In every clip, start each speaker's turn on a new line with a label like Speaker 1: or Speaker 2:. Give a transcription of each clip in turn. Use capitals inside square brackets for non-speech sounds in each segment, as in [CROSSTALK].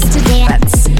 Speaker 1: to dance.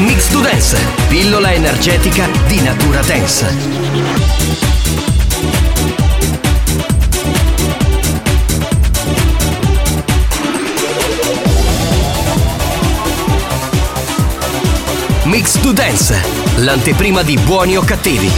Speaker 2: Mix to Dance, pillola energetica di natura dance. Mix to Dance, l'anteprima di buoni o cattivi.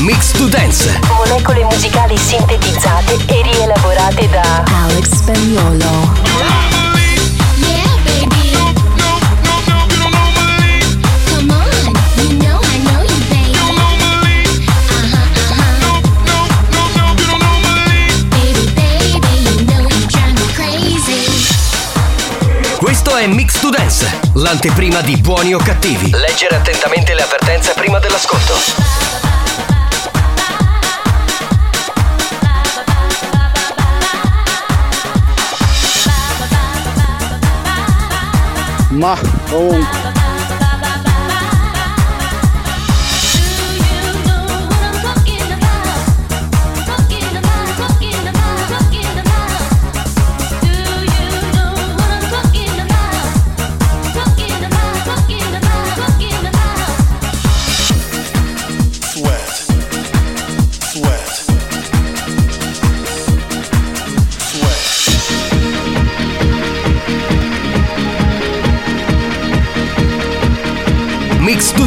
Speaker 2: Mix to Dance,
Speaker 3: molecole musicali sintetizzate e rielaborate da
Speaker 1: Alex Spagnolo.
Speaker 4: Yeah, baby. No, no, no, you don't know my lead. Come on, you know I know you, baby. You don't know my lead. Uh huh, uh huh. No, no, no, you don't know my lead. Baby, baby, you know you drive me crazy.
Speaker 2: questo è Mix to Dance, l'anteprima di buoni o cattivi. Leggere attentamente le avvertenze prima dell'ascolto.
Speaker 5: Ma comunque.
Speaker 6: Sweat. Sweat. Sweat.
Speaker 2: Mix to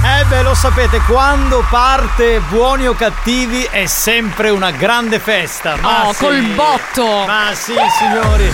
Speaker 7: Eh beh, lo sapete, quando parte Buoni o Cattivi è sempre una grande festa. Ma
Speaker 8: Oh,
Speaker 7: sì.
Speaker 8: col botto!
Speaker 7: Ma sì, signori.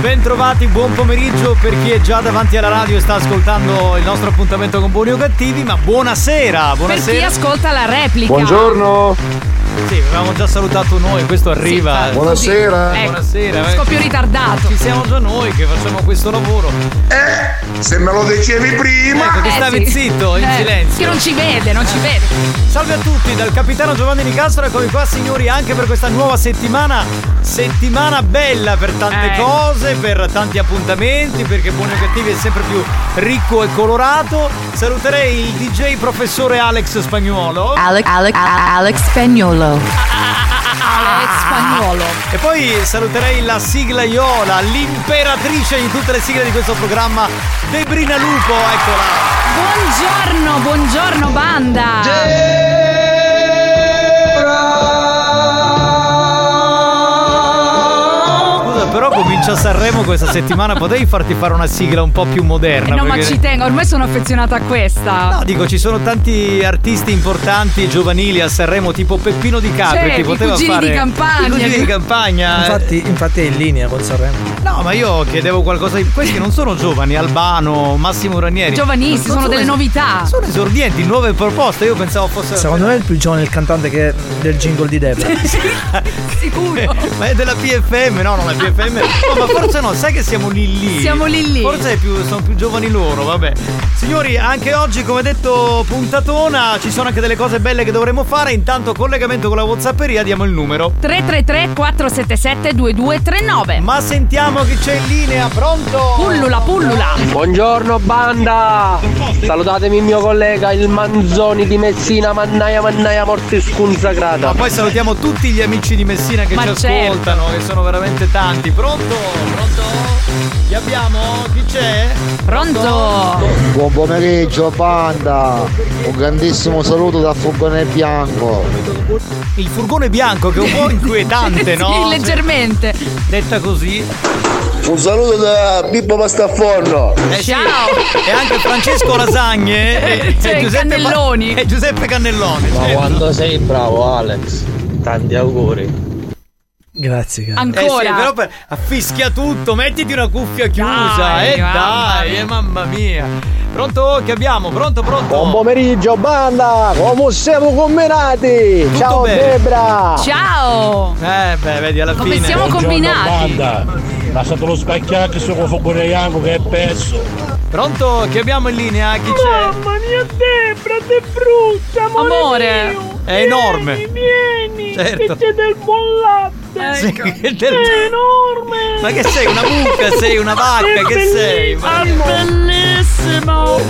Speaker 7: Bentrovati, buon pomeriggio per chi è già davanti alla radio e sta ascoltando il nostro appuntamento con Buoni o Cattivi, ma buonasera,
Speaker 8: Per
Speaker 7: buonasera.
Speaker 8: chi ascolta la replica.
Speaker 9: Buongiorno,
Speaker 7: Sì, avevamo già salutato noi, questo arriva.
Speaker 10: infatti. Buonasera.
Speaker 8: Ecco.
Speaker 7: Buonasera. eh.
Speaker 8: Scoppio ritardato.
Speaker 7: Ci siamo già noi che facciamo questo lavoro.
Speaker 10: Eh, se me lo dicevi prima.
Speaker 7: Eh, perché stavi zitto, in silenzio.
Speaker 8: Eh, Che non ci vede, non ci vede.
Speaker 7: Salve a tutti dal capitano Giovanni Nicastro, eccomi qua signori anche per questa nuova settimana, settimana bella per tante
Speaker 8: Eh.
Speaker 7: cose, per tanti appuntamenti, perché Buoni o Cattivi è sempre più ricco e colorato. Saluterei il DJ professore Alex Spagnuolo.
Speaker 4: Alex, Alex, Alex Spagnolo.
Speaker 8: Alex Spagnuolo.
Speaker 7: E poi saluterei la sigla Iola, l'imperatrice di tutte le sigle di questo programma, Debrina Lupo, eccola.
Speaker 8: Buongiorno, buongiorno banda.
Speaker 7: Scusa, però comincia Sanremo questa settimana, potevi farti fare una sigla un po' più moderna?
Speaker 8: Eh, No, ma
Speaker 7: perché-
Speaker 8: ci tengo, ormai sono affezionata a questa.
Speaker 7: No, dico, ci sono tanti artisti importanti e giovanili a Sanremo, tipo Peppino Di Capri,
Speaker 8: Cioè,
Speaker 7: che
Speaker 8: i
Speaker 7: poteva
Speaker 8: cugini
Speaker 7: fare...
Speaker 8: di campagna.
Speaker 7: I cugini di campagna.
Speaker 5: infatti è in linea con Sanremo.
Speaker 7: No, ma io chiedevo qualcosa di... Questi non sono giovani, Albano, Massimo Ranieri.
Speaker 8: Giovanissimi, sono, delle novità.
Speaker 7: Sono esordienti, nuove proposte, io pensavo fosse...
Speaker 5: Secondo me è il più giovane il cantante che del jingle di Debra.
Speaker 8: Sicuro.
Speaker 7: [LAUGHS] Ma è della PFM, no, non la PFM. No, ma forse no, sai che siamo lì lì.
Speaker 8: Siamo lì lì.
Speaker 7: Forse è più- sono più giovani loro, vabbè. Signori, anche oggi, come detto, puntatona, ci sono anche delle cose belle che dovremmo fare. Intanto collegamento con la Whatsapperia, diamo il numero.
Speaker 8: 333 477 2239.
Speaker 7: Ma sentiamo chi c'è in linea, pronto?
Speaker 8: Pullula, pullula.
Speaker 11: Buongiorno banda! Salutatemi il mio collega, il Manzoni di Messina, mannaia mannaia morte
Speaker 7: Ma
Speaker 11: sconsacrata.
Speaker 7: poi salutiamo tutti gli amici di Messina che
Speaker 8: Ma
Speaker 7: ci
Speaker 8: certo.
Speaker 7: ascoltano, che sono veramente tanti. Pronto? Pronto? Chi abbiamo? Chi c'è?
Speaker 8: Pronto?
Speaker 11: Buon pomeriggio banda! Un grandissimo saluto da Fogone Bianco.
Speaker 7: Il furgone bianco che è un
Speaker 8: [LAUGHS]
Speaker 7: po' inquietante,
Speaker 8: Sì,
Speaker 7: no?
Speaker 8: leggermente.
Speaker 7: Detta così.
Speaker 10: Un saluto da Pippo Pastaforno.
Speaker 7: Eh sì.
Speaker 8: Ciao.
Speaker 7: E anche Francesco Lasagne e,
Speaker 8: [LAUGHS] Cioè,
Speaker 7: e Giuseppe
Speaker 8: Cannelloni.
Speaker 7: e Giuseppe Cannelloni. certo.
Speaker 11: sei bravo Alex, tanti auguri.
Speaker 5: Grazie, cara.
Speaker 7: Eh sì,
Speaker 8: Ancora.
Speaker 7: però per- affischia tutto, mettiti una cuffia chiusa.
Speaker 8: Dai,
Speaker 7: eh
Speaker 8: mamma
Speaker 7: dai,
Speaker 8: mia.
Speaker 7: eh, mamma mia. Pronto? Che abbiamo? Pronto, pronto?
Speaker 11: Buon pomeriggio banda! Come siamo combinati? Ciao
Speaker 7: bene.
Speaker 11: Debra!
Speaker 8: Ciao.
Speaker 7: eh, beh, vedi alla
Speaker 8: Come
Speaker 7: fine. eh.
Speaker 8: siamo combinati?
Speaker 12: Lasciate lo specchio anche su con Fogone Bianco che è pezzo.
Speaker 7: Pronto? Che abbiamo in linea? Chi c'è?
Speaker 8: Amore.
Speaker 7: È enorme. Vieni, certo. Che Ecco. [LAUGHS] È
Speaker 8: Eh,
Speaker 7: enorme. Ma che sei? Una mucca? Sei una vacca? Che sei? Ma-
Speaker 8: Bellissimo.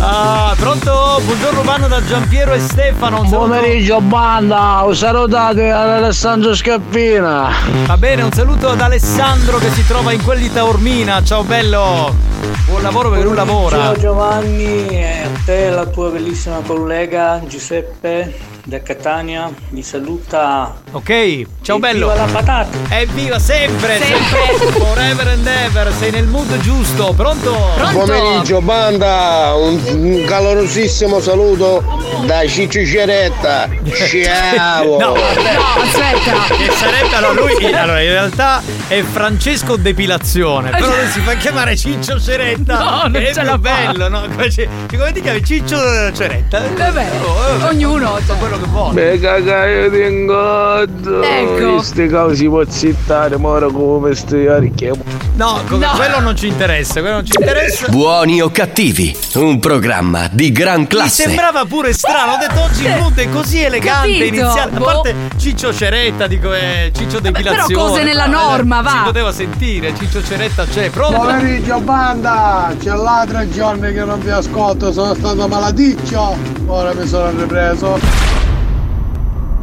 Speaker 7: Ah, pronto? Buongiorno Vanno da Giampiero e Stefano. Un saluto-
Speaker 11: Buon pomeriggio banda, un salutato ad Alessandro Scappina.
Speaker 7: Va bene, un saluto ad Alessandro che si trova in quel di Taormina. Ciao bello! Buon lavoro perché lui lavora.
Speaker 5: Giovanni, e a te la tua bellissima collega Giuseppe da Catania vi saluta.
Speaker 7: Ok, ciao bello.
Speaker 5: patata.
Speaker 7: Evviva sempre, sempre,
Speaker 8: Sempre.
Speaker 7: forever and ever, sei nel mood giusto, pronto?
Speaker 8: Pronto?
Speaker 10: Pomeriggio banda, un, un calorosissimo saluto da Ciccio Ceretta. Ciao.
Speaker 7: No, vabbè.
Speaker 8: No, aspetta.
Speaker 7: Che sarebbe allora lui allora in realtà è Francesco Depilazione, però lui si fa chiamare Ciccio Ceretta. Eh,
Speaker 8: No, non
Speaker 7: è
Speaker 8: ce la fa.
Speaker 7: bello, no? Come, ci- [LAUGHS] come ti chiami Ciccio Ceretta?
Speaker 8: Vabbè,
Speaker 7: Oh, eh,
Speaker 8: ognuno. cioè.
Speaker 7: quello che vuole.
Speaker 11: E cagaio di ingotto.
Speaker 8: Ecco.
Speaker 11: Queste cause può zittare, ora come stai arricchiamo.
Speaker 7: No, co-
Speaker 8: No.
Speaker 7: quello non ci interessa, quello non
Speaker 8: [LAUGHS]
Speaker 7: ci interessa.
Speaker 2: Buoni o cattivi, un programma di gran
Speaker 7: Mi
Speaker 2: classe.
Speaker 7: sembrava pure strano, ho detto oggi il mood è così elegante,
Speaker 8: Capito,
Speaker 7: iniziale. A
Speaker 8: boh.
Speaker 7: parte Ciccio Ceretta, dico eh, Ciccio Depilazione.
Speaker 8: però cose nella
Speaker 7: No,
Speaker 8: norma,
Speaker 7: eh, Si
Speaker 8: va.
Speaker 7: poteva sentire, Ciccio Ceretta c'è, pronto?
Speaker 11: Pomeriggio banda, c'è là tre giorni che non vi ascolto, sono stato malaticcio, ora mi sono ripreso.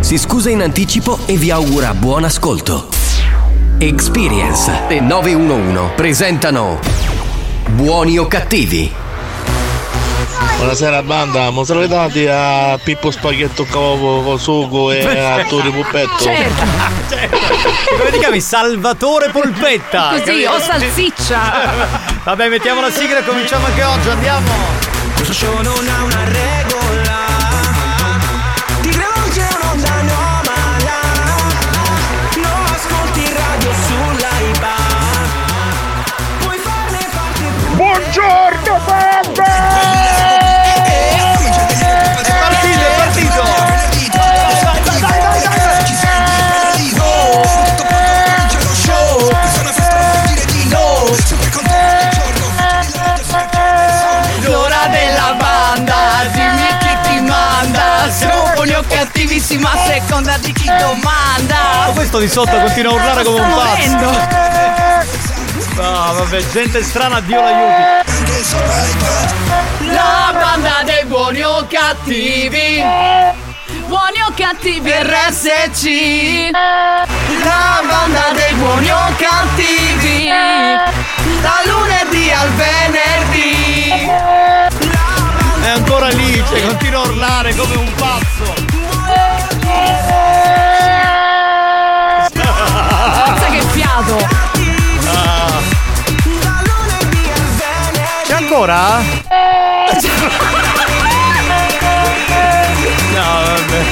Speaker 2: si scusa in anticipo e vi augura buon ascolto. Experience e 911 presentano Buoni o cattivi.
Speaker 13: Sono
Speaker 14: Buonasera banda, ma sarete dati a Pippo Spaghetto Cavo con sugo e a Turi Puppetto?
Speaker 11: Certo.
Speaker 7: [LAUGHS] certo. Come ti chiami? Salvatore Polpetta!
Speaker 14: [LAUGHS]
Speaker 8: Così,
Speaker 7: capito?
Speaker 8: o salsiccia.
Speaker 7: [LAUGHS] Vabbè, mettiamo la sigla e cominciamo anche oggi, andiamo! Questo show non ha una regola.
Speaker 5: Ti rivolge un'onda anomala Non ascolti radio sull'AIBA Puoi farne parte tu Buongiorno Bamba! È partito, è partito! Dai, dai, dai, dai, dai! Ci senti vivo Tutto quanto lo show Sono a festa per dire di no Sempre con te ogni giorno L'ora della banda Dimmi chi ti manda Siamo buoni o cattivissimi a seconda di chi domanda
Speaker 7: Ma Oh, questo di sotto continua a urlare come un
Speaker 5: Sto
Speaker 7: pazzo.
Speaker 5: morendo.
Speaker 7: No, vabbè, gente strana, Dio l'aiuti.
Speaker 8: La banda dei buoni o cattivi. Buoni o cattivi RSC.
Speaker 5: La banda dei buoni o cattivi Da lunedì al venerdì
Speaker 7: È ancora lì, cioè, continua a urlare come un pazzo.
Speaker 8: Forza che fiato.
Speaker 7: Ah. C'è ancora?
Speaker 8: [LAUGHS]
Speaker 7: No, vabbè.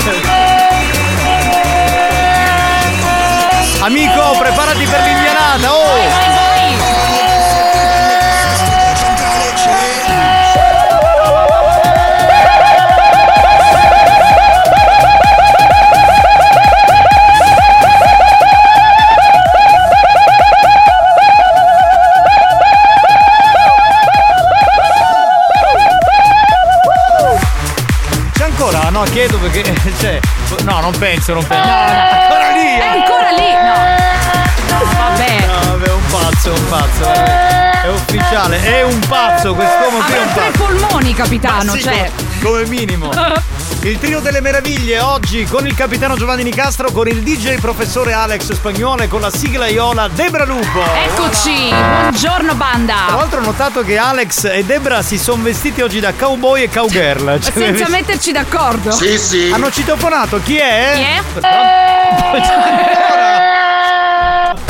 Speaker 7: Amico, preparati per l'indianata, oh! C'è ancora? No, chiedo perché. [LAUGHS] Cioè. No, non penso, non penso. No, no, ancora lì! eh.
Speaker 8: È ancora lì. No. No, vabbè.
Speaker 7: No, vabbè, è un pazzo, è un pazzo, vabbè. È ufficiale, è un pazzo, quest'uomo qui è un
Speaker 8: Avrà tre
Speaker 7: pazzo.
Speaker 8: polmoni, capitano,
Speaker 7: Ma sì,
Speaker 8: cioè.
Speaker 7: come- Come
Speaker 8: [LAUGHS]
Speaker 7: minimo. Il trio delle meraviglie oggi con il capitano Giovanni Nicastro, con il DJ professore Alex Spagnolo e con la sigla Iola Debra Lupo.
Speaker 8: Eccoci, buongiorno
Speaker 7: Tra
Speaker 8: banda.
Speaker 7: l'altro ho notato che Alex e Debra si sono vestiti oggi da cowboy e cowgirl. Cioè, [LAUGHS]
Speaker 8: Senza metterci d'accordo.
Speaker 7: Hanno citofonato, chi è?
Speaker 8: Chi è? Eh.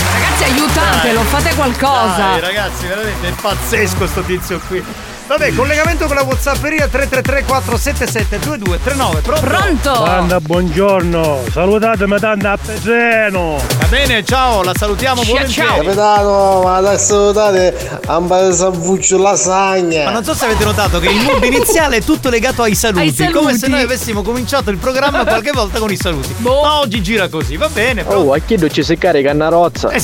Speaker 8: Ragazzi, aiutatelo,
Speaker 7: Dai.
Speaker 8: fate qualcosa.
Speaker 7: Dai, ragazzi, veramente è pazzesco sto tizio qui. Vabbè, collegamento con la Whatsapperia 333 477 2239, pronto? Oh.
Speaker 15: Banda, buongiorno! Salutatemi tanto a Peseno!
Speaker 7: Va bene, ciao, la salutiamo, volentieri.
Speaker 16: Capitano, ma adesso date a un sambuccio lasagna.
Speaker 7: Ma non so se avete notato che il mood iniziale è tutto legato ai saluti,
Speaker 16: Ai saluti.
Speaker 7: come se noi avessimo cominciato il programma qualche volta con i saluti. Ma oggi gira così, va bene. [LAUGHS]
Speaker 17: Oh, a chi ci si carica una rozza?
Speaker 7: Eh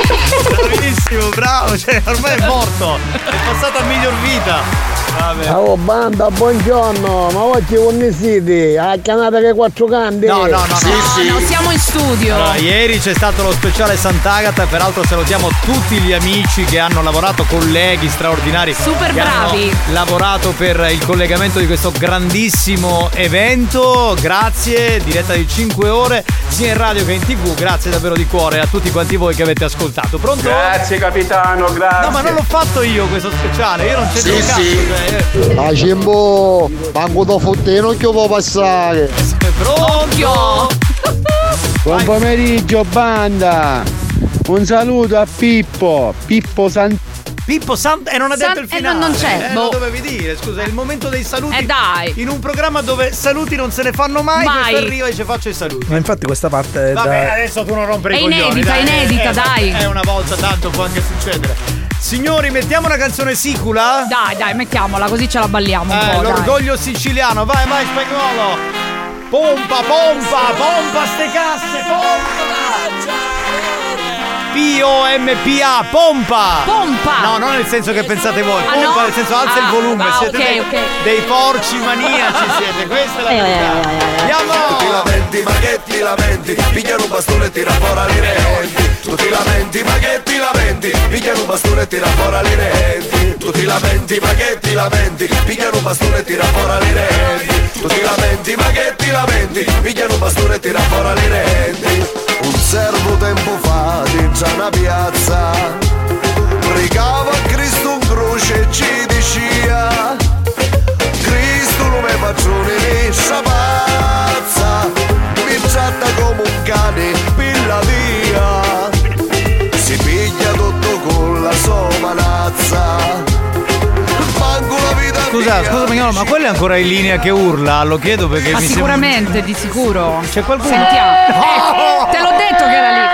Speaker 7: Bravissimo, bravo, cioè ormai è morto. È passata a miglior vita. Vabbè.
Speaker 18: Ciao banda, buongiorno, ma oggi come siete? A Canada che quattro canti?
Speaker 7: No, no, no, no. Sì, sì.
Speaker 8: No, siamo in studio.
Speaker 7: Allora, ieri c'è stato lo speciale Sant'Agata, peraltro salutiamo tutti gli amici che hanno lavorato, colleghi straordinari.
Speaker 8: Super
Speaker 7: che hanno
Speaker 8: bravi.
Speaker 7: lavorato per il collegamento di questo grandissimo evento. Grazie, diretta di 5 ore, sia in radio che in tv. Grazie davvero di cuore a tutti quanti voi che avete ascoltato. Pronto?
Speaker 6: Grazie capitano, grazie.
Speaker 7: No, ma non l'ho fatto io questo speciale, io non c'entro
Speaker 6: Sì,
Speaker 7: un cazzo.
Speaker 6: sì.
Speaker 7: cioè, eh.
Speaker 18: Ah cimbo, manco da fotte non che può passare.
Speaker 7: eh, Pronto?
Speaker 19: Buon pomeriggio banda! Un saluto a Pippo, Pippo San...
Speaker 7: Pippo Sant e non ha
Speaker 19: San-
Speaker 7: detto il
Speaker 19: eh,
Speaker 7: finale.
Speaker 19: non- non c'è,
Speaker 7: Eh,
Speaker 19: boh.
Speaker 7: lo dovevi dire, scusa, è il momento dei saluti. Eh dai. In un programma dove saluti non se ne fanno mai,
Speaker 8: Mai.
Speaker 7: questo arriva e ci faccio i saluti.
Speaker 20: Ma infatti questa parte è
Speaker 7: Va
Speaker 20: da-
Speaker 7: bene, adesso tu non rompere
Speaker 8: È
Speaker 7: i coglioni.
Speaker 8: inedita,
Speaker 7: dai.
Speaker 8: inedita,
Speaker 7: Eh,
Speaker 8: dai.
Speaker 7: È una volta tanto può anche succedere. Signori, mettiamo una canzone sicula?
Speaker 8: Dai, dai, mettiamola, così ce la balliamo un
Speaker 7: Eh,
Speaker 8: po'. dai.
Speaker 7: l'orgoglio siciliano, vai, vai spagnolo. Pompa, pompa, pompa ste casse, pompa. P-O-M-P-A, pompa!
Speaker 8: Pompa!
Speaker 7: No, non nel senso che pensate voi,
Speaker 8: Ah,
Speaker 7: pompa
Speaker 8: no?
Speaker 7: nel senso alza il
Speaker 8: Ah,
Speaker 7: volume,
Speaker 8: ah,
Speaker 7: siete
Speaker 8: ok,
Speaker 7: dei,
Speaker 8: ok.
Speaker 7: dei porci maniaci siete, questa è la
Speaker 8: Eh,
Speaker 7: verità.
Speaker 8: eh, eh, eh, eh.
Speaker 7: Andiamo!
Speaker 11: Ti lamenti, ma che ti lamenti? Pigliano un bastone e tira fuori le renti. Tu ti lamenti, ma che ti lamenti? Pigliano un bastone e tira fuori le renti. Tu ti lamenti, ma che ti lamenti? Pigliano un bastone e tira fuori le renti. Tu ti lamenti, ma che ti lamenti? Pigliano un bastone e tira fuori le renti. Un servo tempo fa di una piazza pregava Cristo un croce e ci dicia
Speaker 5: suoneressa pazza, minzata come un cane, pilla via, si piglia tutto con la sua manazza, manco la vita
Speaker 7: Scusa,
Speaker 5: mia.
Speaker 7: scusa Magnolo, ma quello è ancora in linea che urla? Lo chiedo perché
Speaker 8: Ma
Speaker 7: mi
Speaker 8: sicuramente, di sicuro.
Speaker 7: C'è qualcuno? Oh!
Speaker 8: Sentiamo. Ecco, te l'ho detto che era lì.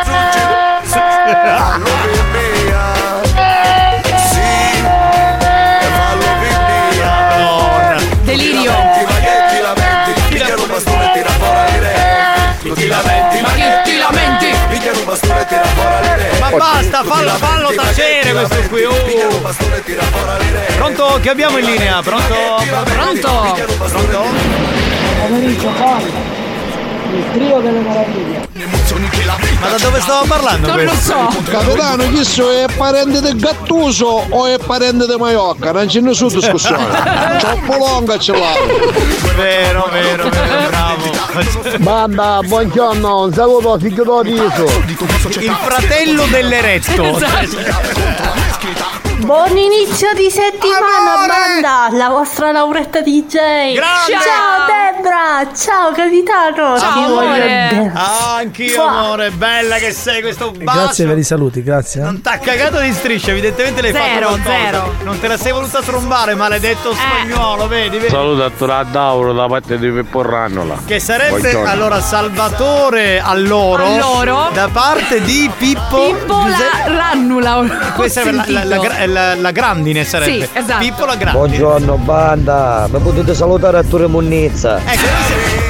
Speaker 8: Delirio.
Speaker 5: Pigliano un bastone e tira fuori le reti. Tu ti lamenti, ma che ti lamenti? Pigliano un bastone e tira fuori le reti.
Speaker 7: Ma basta, fallo,
Speaker 5: Tu ti
Speaker 7: fallo
Speaker 5: lamenti, ma che
Speaker 7: tacere
Speaker 5: ti
Speaker 7: questo
Speaker 5: lamenti?
Speaker 7: qui, oh.
Speaker 5: Pigliano un bastone e tira fuori le reti.
Speaker 7: Pronto? Che abbiamo in linea? Pronto?
Speaker 8: Pronto?
Speaker 7: Pronto?
Speaker 21: Pomeriggio con il trio delle meraviglie.
Speaker 7: Ma da dove stavo parlando questo?
Speaker 22: Capitano, chi so è parente del Gattuso o è parente di Maiocca? Non c'è nessuna discussione. Troppo longa ce l'ha.
Speaker 7: Vero, vero, vero,
Speaker 8: [LAUGHS]
Speaker 7: bravo.
Speaker 21: Banda, buongiorno, un saluto figlio d'oriso.
Speaker 7: Il fratello
Speaker 8: [LAUGHS]
Speaker 7: dell'eretto.
Speaker 8: Esatto.
Speaker 23: Buon inizio di settimana, banda! La vostra Lauretta DJ! Ciao Debra! Ciao capitano! Ti voglio bene.
Speaker 7: Anch'io amore, bella che sei questo bacio.
Speaker 24: Grazie per i saluti, grazie. eh.
Speaker 7: T'ha cagato di striscia, evidentemente l'hai
Speaker 8: Zero,
Speaker 7: fatto qualcosa.
Speaker 8: zero. Eh.
Speaker 7: Non te la sei voluta trombare, maledetto spagnolo, vedi, vedi.
Speaker 25: Saluto a Tora Dauro da parte di Pippo Rannola.
Speaker 7: Che sarebbe
Speaker 25: Buongiorno.
Speaker 7: allora Salvatore all'oro,
Speaker 8: Alloro.
Speaker 7: da parte di Pippo.
Speaker 8: Pippo la rannula. ho
Speaker 7: Questa è la, la- la-
Speaker 8: sentito.
Speaker 7: gra- eh, la- la grandine sarebbe.
Speaker 8: Sì, esatto.
Speaker 7: Pippo la grandine.
Speaker 20: Buongiorno banda, mi potete salutare a Ture Munnizza.
Speaker 7: Eh,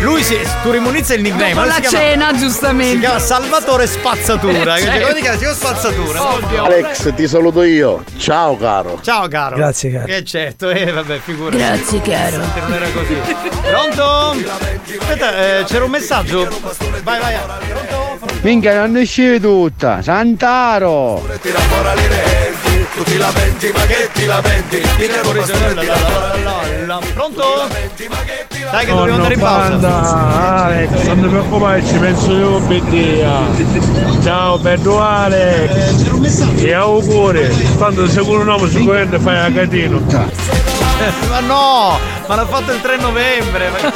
Speaker 7: Lui si Turimunizza è il nickname.
Speaker 8: Dopo
Speaker 7: lui
Speaker 8: la
Speaker 7: si chiama-
Speaker 8: cena, giustamente.
Speaker 7: Si chiama Salvatore
Speaker 8: [LAUGHS]
Speaker 7: Spazzatura.
Speaker 8: Certo.
Speaker 7: Che dico, dica, signor Spazzatura.
Speaker 18: Alex, ti saluto io. Ciao caro.
Speaker 7: Ciao caro.
Speaker 18: Grazie, caro.
Speaker 7: Eh certo, eh vabbè, figurati.
Speaker 18: Grazie, caro.
Speaker 7: Non era così. Pronto? Aspetta, eh, c'era un messaggio. Vai, vai.
Speaker 26: Minchia, non esce tutta. Santaro.
Speaker 5: Tu ti lamenti, ma che ti lamenti? Pigliano un bastone e tira fuori le reti.
Speaker 7: Pronto? Dai che
Speaker 11: Oh,
Speaker 7: dobbiamo
Speaker 11: no,
Speaker 7: andare in pausa.
Speaker 11: banda, Alex, non ti preoccupare, ci penso io per te. Ciao, bello Alex. E auguri. Quando secondo un uomo si corrente fai a catino.
Speaker 7: ma no! Ma l'ha fatto il 3 novembre!
Speaker 18: [LAUGHS]
Speaker 7: ma-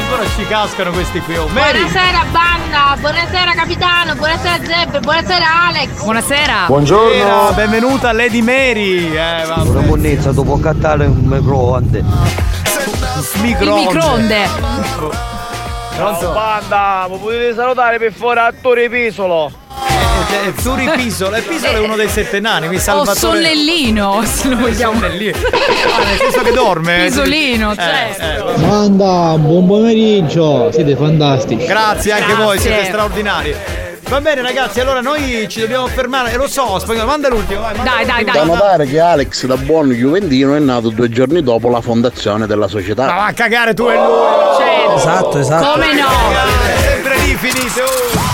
Speaker 7: Ancora ci cascano questi qui, oh Mary!
Speaker 4: Buonasera banda, buonasera capitano, buonasera Zeb, buonasera Alex.
Speaker 8: Buonasera.
Speaker 7: Buonasera, benvenuta Lady Mary! Eh, vabbè.
Speaker 20: Ture Munnizza, tu puoi cattare un microonde.
Speaker 8: Il microonde.
Speaker 7: Pronto?
Speaker 27: Banda, mi potete salutare per favore attore Pisolo?
Speaker 7: Eh, Zuri Pisolo, e Pisolo è uno dei sette nani, mi
Speaker 8: O
Speaker 7: salvatore.
Speaker 8: Oh, sonnellino, se lo vogliamo.
Speaker 7: Sonnellino. Ah, nel senso che dorme.
Speaker 8: Pisolino,
Speaker 7: Eh,
Speaker 8: certo.
Speaker 7: eh,
Speaker 28: Banda, buon pomeriggio, siete fantastici.
Speaker 7: Grazie anche
Speaker 28: Grazie.
Speaker 7: voi, siete straordinari. Va bene ragazzi, allora noi ci dobbiamo fermare, e lo so, spagnolo, manda l'ultimo, vai, manda
Speaker 8: Dai, dai,
Speaker 7: l'ultimo.
Speaker 18: Da notare che Alex da buon Juventino è nato due giorni dopo la fondazione della società.
Speaker 7: Ma va a cagare tu e lui!
Speaker 8: Certo.
Speaker 20: Esatto, esatto.
Speaker 8: Come no?
Speaker 7: Sempre lì finite, oh.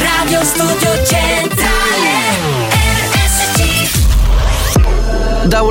Speaker 29: Radio Studio Centrale
Speaker 2: Da un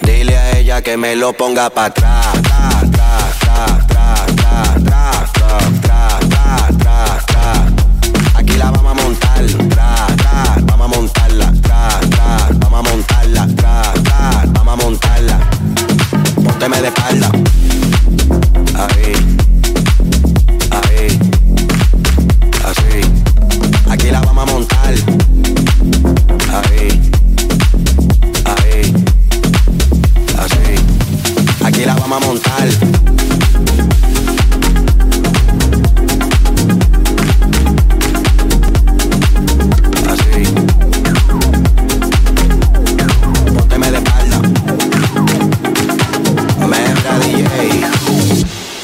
Speaker 30: dile a ella que me lo ponga para atrás. Aquí la vamos a montar, tra, tra, vamos a montarla, tra, tra, vamos a montarla, tra, tra, vamos a montarla. Pónteme de espalda. Ahí, ahí, así. Aquí la vamos a montar. Ahí. Ahí, así. Aquí la vamos a montar. Así, ae, ae, ae, ae, ae, ae, ae, ae, ae, ae, ae, ae, ae, ae, ae, ae, ae, ae, ae,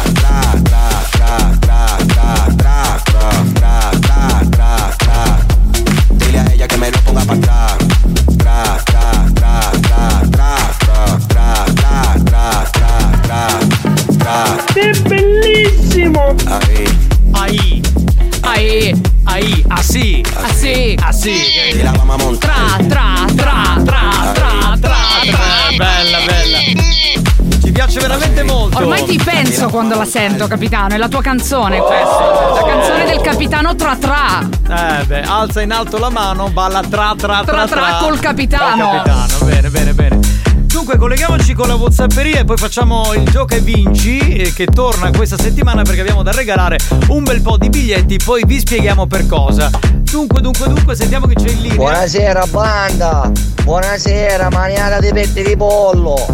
Speaker 30: tra, tra, tra, tra, tra, tra, tra, tra, tra, tra. Dile a ella que me lo ponga para atrás. Tra, tra, tra, tra, tra, tra, tra, tra, tra, tra, tra, tra.
Speaker 8: È bellissimo!
Speaker 30: Ahí.
Speaker 8: Ahí, ahí, ahí, así, así, así.
Speaker 30: Dile a mamá monta.
Speaker 8: Tra, tra, tra, tra, tra, tra, tra.
Speaker 7: Bella, bella. Ci piace veramente molto.
Speaker 8: Ormai ti penso quando la sento, capitano. È la tua canzone questa. La canzone del capitano Tra Tra.
Speaker 7: Eh beh, alza in alto la mano, balla tra tra tra
Speaker 8: Tra tra col capitano.
Speaker 7: Col capitano, bene, bene, bene. Dunque colleghiamoci con la Whatsapperia e poi facciamo il gioca e vinci eh, che torna questa settimana perché abbiamo da regalare un bel po' di biglietti, poi vi spieghiamo per cosa. Dunque, dunque, dunque, sentiamo che c'è in
Speaker 20: eh.
Speaker 7: linea.
Speaker 31: Buonasera banda, buonasera maniata di petti di pollo.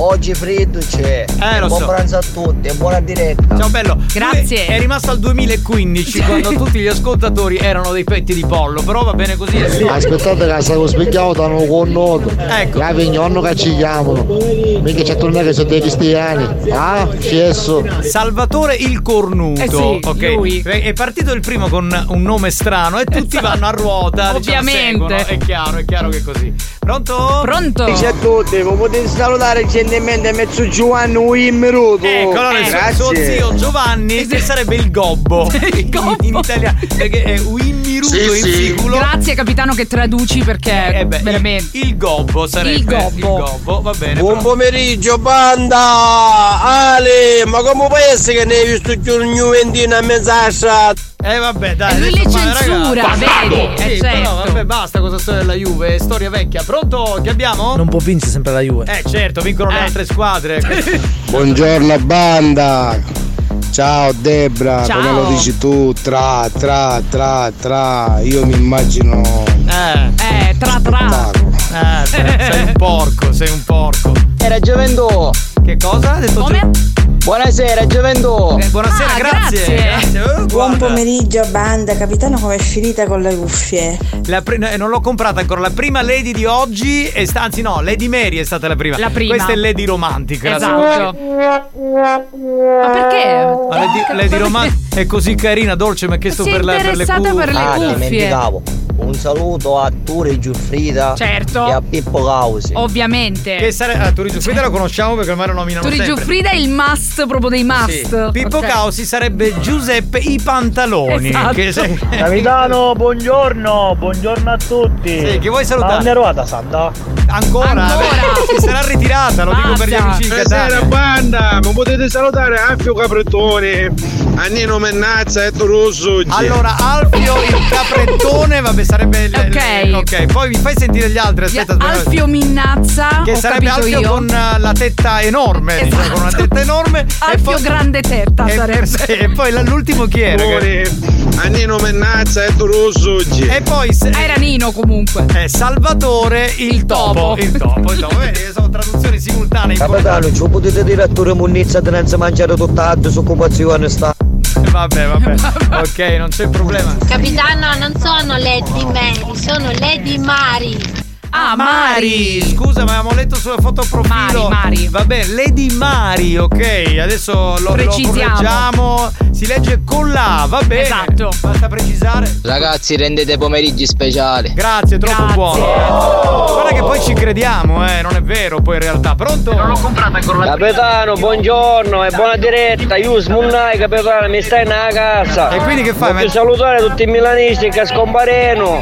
Speaker 31: Oggi freddo c'è.
Speaker 7: Eh, lo
Speaker 31: Buon
Speaker 7: so.
Speaker 31: pranzo a tutti e buona diretta.
Speaker 7: Ciao bello.
Speaker 31: Grazie.
Speaker 7: Lui È rimasto al 2015 quando tutti gli ascoltatori erano dei petti di pollo, però va bene così.
Speaker 11: Aspettate che stavo spiegando hanno con nodo. Ecco. La vignonno che ci chiamano. Mica c'è tornato che sono dei cristiani. Ah, scesso.
Speaker 7: Salvatore il Cornuto,
Speaker 11: Eh sì,
Speaker 7: ok.
Speaker 11: lui.
Speaker 7: È partito il primo con un nome strano e tutti vanno a ruota. diciamo,
Speaker 8: Ovviamente.
Speaker 7: seguono. È chiaro, è chiaro che è così. Pronto?
Speaker 31: Ciao a tutti, voi potete salutare gentilmente mezzo Giovanni Immeruto.
Speaker 7: Ecco, allora il suo- suo zio Giovanni che sarebbe il gobbo. il gobbo. In, in italiano perché è Winniruto in siculo.
Speaker 8: Grazie capitano che traduci perché
Speaker 7: Eh,
Speaker 8: veramente
Speaker 7: il gobbo sarebbe
Speaker 8: il gobbo.
Speaker 7: va bene.
Speaker 32: Buon pomeriggio, banda! Ale, ma come può essere che ne hai visto giù un Juventino a mezz'ascia?
Speaker 7: Eh vabbè, dai.
Speaker 32: E lui
Speaker 7: adesso
Speaker 32: le
Speaker 7: fa-
Speaker 32: censura,
Speaker 7: ragazzi,
Speaker 32: vedi?
Speaker 7: bastardo!
Speaker 32: Eh,
Speaker 7: Sì, però,
Speaker 32: certo.
Speaker 7: vabbè, basta con questa storia della Juve, è storia vecchia. Pronto? Che abbiamo?
Speaker 31: Non può vincere sempre la Juve.
Speaker 7: Eh certo, vincono le altre squadre. [LAUGHS]
Speaker 31: Buongiorno banda.
Speaker 33: Ciao Debra,
Speaker 7: Ciao.
Speaker 33: come lo dici tu? Tra, tra, tra, tra. Io mi immagino.
Speaker 7: Eh.
Speaker 8: Eh, tra tra.
Speaker 7: Eh,
Speaker 8: [LAUGHS]
Speaker 7: beh, sei un porco, sei un porco.
Speaker 31: Era Gioventù.
Speaker 7: Che cosa? Ha detto Come?
Speaker 31: Buonasera Gioventù.
Speaker 7: Eh, buonasera,
Speaker 31: Ah, grazie.
Speaker 7: grazie. grazie. Eh,
Speaker 34: Buon
Speaker 7: guarda,
Speaker 34: pomeriggio banda, capitano come è finita con le cuffie?
Speaker 7: la pri- no, eh, non l'ho comprata ancora. La prima Lady di oggi, è sta- anzi, no, Lady Mary è stata la prima.
Speaker 34: La prima.
Speaker 7: Questa è Lady Romantica. la
Speaker 8: Esatto.
Speaker 7: seconda.
Speaker 34: Ma
Speaker 8: perché?
Speaker 7: Ma Lady, Lady Romantica è così carina, dolce, mi ha chiesto
Speaker 8: Eh, Sei
Speaker 7: per, la- per le
Speaker 8: interessata per le
Speaker 7: cuffie.
Speaker 31: Ah, dimenticavo. Un saluto a Ture Giuffrida
Speaker 8: Certo.
Speaker 31: e a Pippo Causi.
Speaker 8: Ovviamente.
Speaker 7: Che sare- ah, Turi Giuffrida lo conosciamo perché ormai lo nominano
Speaker 8: Turi
Speaker 7: sempre.
Speaker 8: Giuffrida è il must proprio dei must.
Speaker 7: Sì. Pippo
Speaker 8: Ok.
Speaker 7: Causi sarebbe Giuseppe I Pantaloni.
Speaker 8: Esatto.
Speaker 7: Che se-
Speaker 5: Capitano, buongiorno, buongiorno a tutti.
Speaker 7: Sì, chi vuoi salutare?
Speaker 5: Anne Ruota, Sanda.
Speaker 7: Ancora? Beh, si sarà ritirata, lo dico per gli amici di
Speaker 33: Buonasera
Speaker 7: Catania.
Speaker 33: banda, mi potete salutare Alfio Capretone, Annino Mennazza e Russo.
Speaker 7: Allora, Alfio il caprettone, vabbè, sarebbe il. Ok. ok, poi mi fai sentire gli altri, aspetta. aspetta.
Speaker 8: Alfio Minnazza.
Speaker 7: Che
Speaker 8: ho
Speaker 7: sarebbe
Speaker 8: capito
Speaker 7: Alfio
Speaker 8: io. Esatto.
Speaker 7: con eh, la tetta enorme, diciamo, con una tetta enorme.
Speaker 8: Alfio grande tetta
Speaker 7: e, [LAUGHS]
Speaker 8: sarebbe.
Speaker 7: sì, e poi la- l'ultimo chi era?
Speaker 33: Amore, Annino Mennazza e Russo.
Speaker 7: E poi se-
Speaker 8: Ah, Era Nino comunque.
Speaker 7: Eh, Salvatore il topo. Il topo, il topo. Vedi, sono traduzioni simultanee.
Speaker 31: Capitano, ci potete dire a Ture Munnizza di non si mangiare tutta la su compassione sta.
Speaker 7: Vabbè, vabbè. ok, non c'è problema.
Speaker 23: Capitano, non sono Lady Mary, sono Lady Mari.
Speaker 8: Ah,
Speaker 7: Mari, scusa, ma avevamo letto sulla foto profilo.
Speaker 8: Mari, Mari.
Speaker 7: Vabbè, Lady Mari, ok. Adesso lo, lo
Speaker 8: Precisiamo.
Speaker 7: correggiamo. Si legge con la, A, va bene. Esatto. Basta precisare.
Speaker 31: Ragazzi, rendete pomeriggi speciali.
Speaker 7: Grazie, troppo buono.
Speaker 5: Oh!
Speaker 7: Guarda che poi ci crediamo, eh, non è vero, poi in realtà. Pronto? Non l'ho comprata ancora
Speaker 31: Capitano, buongiorno e buona diretta. Io smunnai, capitano, mi stai nella casa.
Speaker 7: E quindi che fai?
Speaker 31: Voglio salutare tutti i milanisti che scompareno.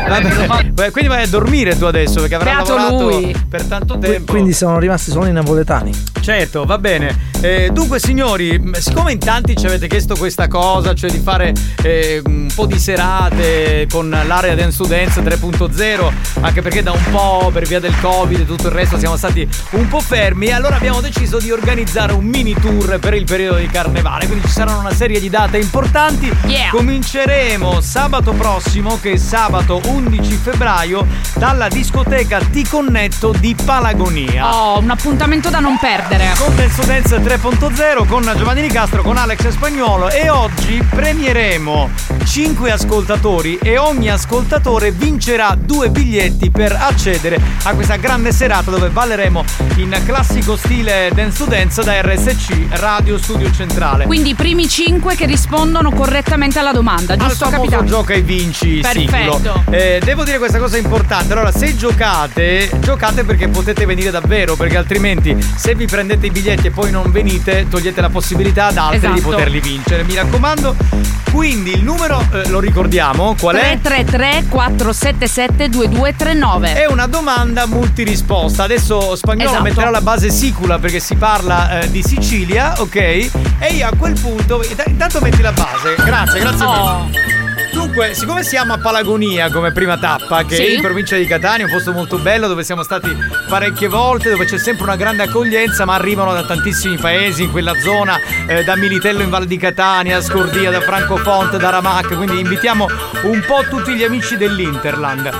Speaker 7: Beh, quindi vai a dormire tu adesso, perché avrai
Speaker 31: Beato
Speaker 7: lavorato
Speaker 31: lui.
Speaker 7: per tanto tempo.
Speaker 20: Quindi sono rimasti solo i napoletani.
Speaker 7: Certo, va bene. Eh, dunque, signori, mh, siccome in tanti ci avete chiesto questa cosa, cioè di fare eh, un po' di serate con l'area Dance to Dance 3.0, anche perché da un po' per via del Covid e tutto il resto siamo stati un po' fermi, allora abbiamo deciso di organizzare un mini tour per il periodo di carnevale. Quindi ci saranno una serie di date importanti.
Speaker 35: Yeah.
Speaker 7: Cominceremo sabato prossimo, che è sabato 11 febbraio, dalla discoteca Ti Connetto di Palagonia.
Speaker 35: Oh, un appuntamento da non perdere.
Speaker 7: Con Dance to Dance 3.0 con Giovanni Di Castro, con Alex Spagnolo e oggi premieremo 5 ascoltatori e ogni ascoltatore vincerà due biglietti per accedere a questa grande serata dove balleremo in classico stile dance to dance da RSC Radio Studio Centrale.
Speaker 35: Quindi i primi 5 che rispondono correttamente alla domanda,
Speaker 7: al
Speaker 35: giusto
Speaker 7: famoso
Speaker 35: capitano?
Speaker 7: gioca e vinci
Speaker 35: Perfetto.
Speaker 7: singolo. Eh, devo dire questa cosa importante. Allora, se giocate, giocate perché potete venire davvero, perché altrimenti se vi prendete i biglietti e poi non venite, togliete la possibilità ad altri di
Speaker 35: Esatto.
Speaker 7: poterli vincere. Mi raccomando. Quindi il numero eh, lo ricordiamo, qual è?
Speaker 35: 333 477 2239.
Speaker 7: È una domanda multirisposta. Adesso Spagnolo
Speaker 35: Esatto.
Speaker 7: metterà la base sicula perché si parla eh, di Sicilia, ok? E io a quel punto. int- Intanto metti la base. Grazie, grazie
Speaker 35: Oh.
Speaker 7: mille. Dunque, siccome siamo a Palagonia come prima tappa, che è
Speaker 35: Sì.
Speaker 7: in provincia di Catania, un posto molto bello dove siamo stati parecchie volte, dove c'è sempre una grande accoglienza, ma arrivano da tantissimi paesi in quella zona, eh, da Militello in Val di Catania, Scordia, da Francofonte, da Ramac, quindi invitiamo un po' tutti gli amici dell'Interland.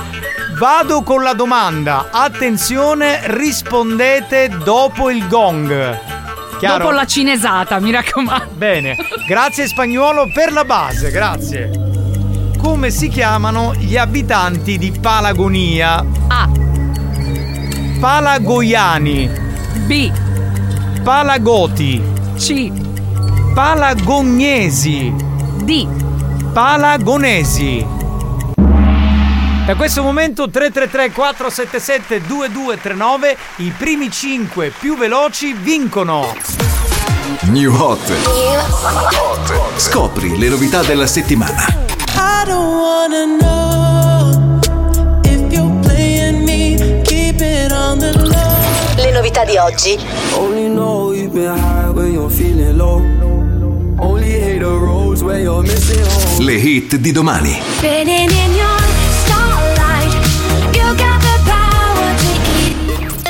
Speaker 7: Vado con la domanda, attenzione, rispondete dopo il gong. Chiaro?
Speaker 35: Dopo la cinesata, mi raccomando.
Speaker 7: Bene, grazie spagnolo per la base, grazie. Come si chiamano gli abitanti di Palagonia?
Speaker 35: A.
Speaker 7: Palagoiani.
Speaker 35: B.
Speaker 7: Palagoti.
Speaker 35: C.
Speaker 7: Palagognesi.
Speaker 35: D.
Speaker 7: Palagonesi. Da questo momento 333 477 2239 i primi 5 più veloci vincono.
Speaker 31: New Hot. Scopri le novità della settimana.
Speaker 1: I don't wanna know if you're playing me. Keep it on the low.
Speaker 20: Le novità di oggi.
Speaker 36: Only know you've been high when you're feeling low. Only hate the roads where you're missing home.
Speaker 31: Le hit di domani.
Speaker 1: Spinning in your starlight, you got the power to eat.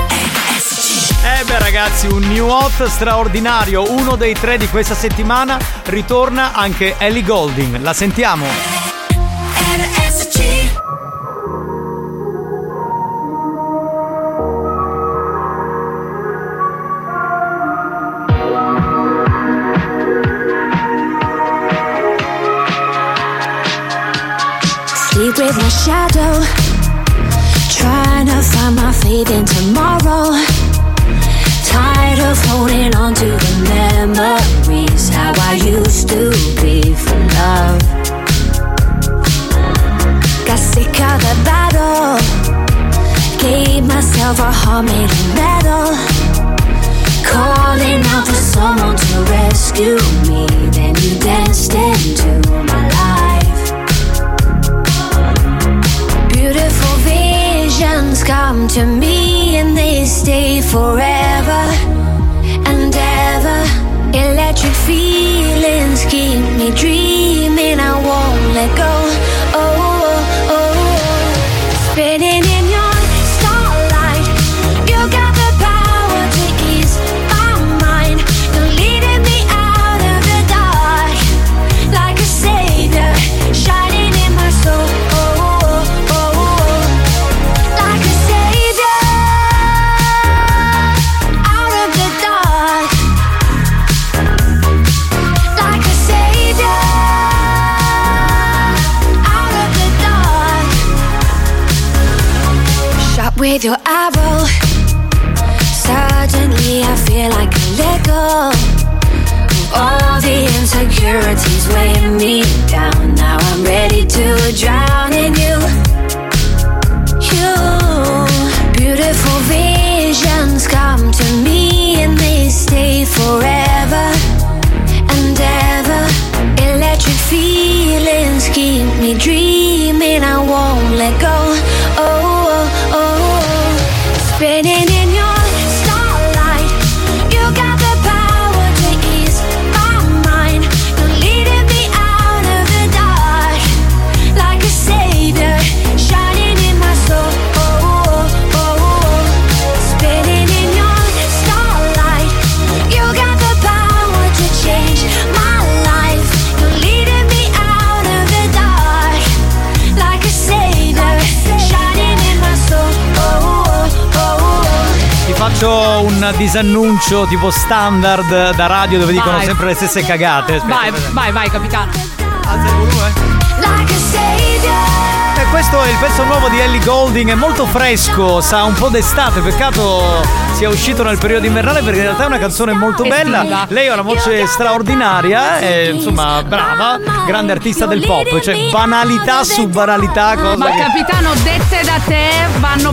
Speaker 7: Eh beh ragazzi, un new hot straordinario, uno dei tre di questa settimana, ritorna anche Ellie Golding, la sentiamo.
Speaker 1: Sleep with my shadow, trying to find my faith in tomorrow. Tired of holding on to the memories, how I used to be for love. Got sick of the battle, gave myself a heart made of metal. Calling out for someone to rescue me, then you danced into my life. Beautiful visions come to me and they stay forever and ever. Electric feelings keep me dreaming, I won't let go. Oh, oh, oh, oh. spinning in your starlight. You got the power to ease my mind. You're leading me out of the dark like a savior, shining in my soul. Oh, oh, oh, oh. Like a savior, out of the dark. Like a savior, out of the dark. Shot with your arrow. Suddenly I feel like a little. All the insecurities weighing me down. Now I'm ready to drown in you. You. Beautiful visions come to me and they stay forever and ever. Electric feelings keep me dreaming. I won't let go. Oh, oh, oh, oh. Spinning in your starlight.
Speaker 7: faccio un disannuncio tipo standard da radio dove dicono
Speaker 8: Vai.
Speaker 7: sempre le stesse cagate. Aspetta,
Speaker 8: Vai,
Speaker 7: aspetta.
Speaker 8: vai, vai, capitano.
Speaker 7: E Eh, questo è il pezzo nuovo di Ellie Golding, è molto fresco, sa un po' d'estate, peccato sia uscito nel periodo invernale perché in realtà è una canzone molto
Speaker 8: Estiva.
Speaker 7: bella. Lei ha una voce straordinaria, è, insomma brava, grande artista del pop, cioè banalità su banalità, cosa
Speaker 8: Ma
Speaker 7: che-
Speaker 8: capitano, dette da te vanno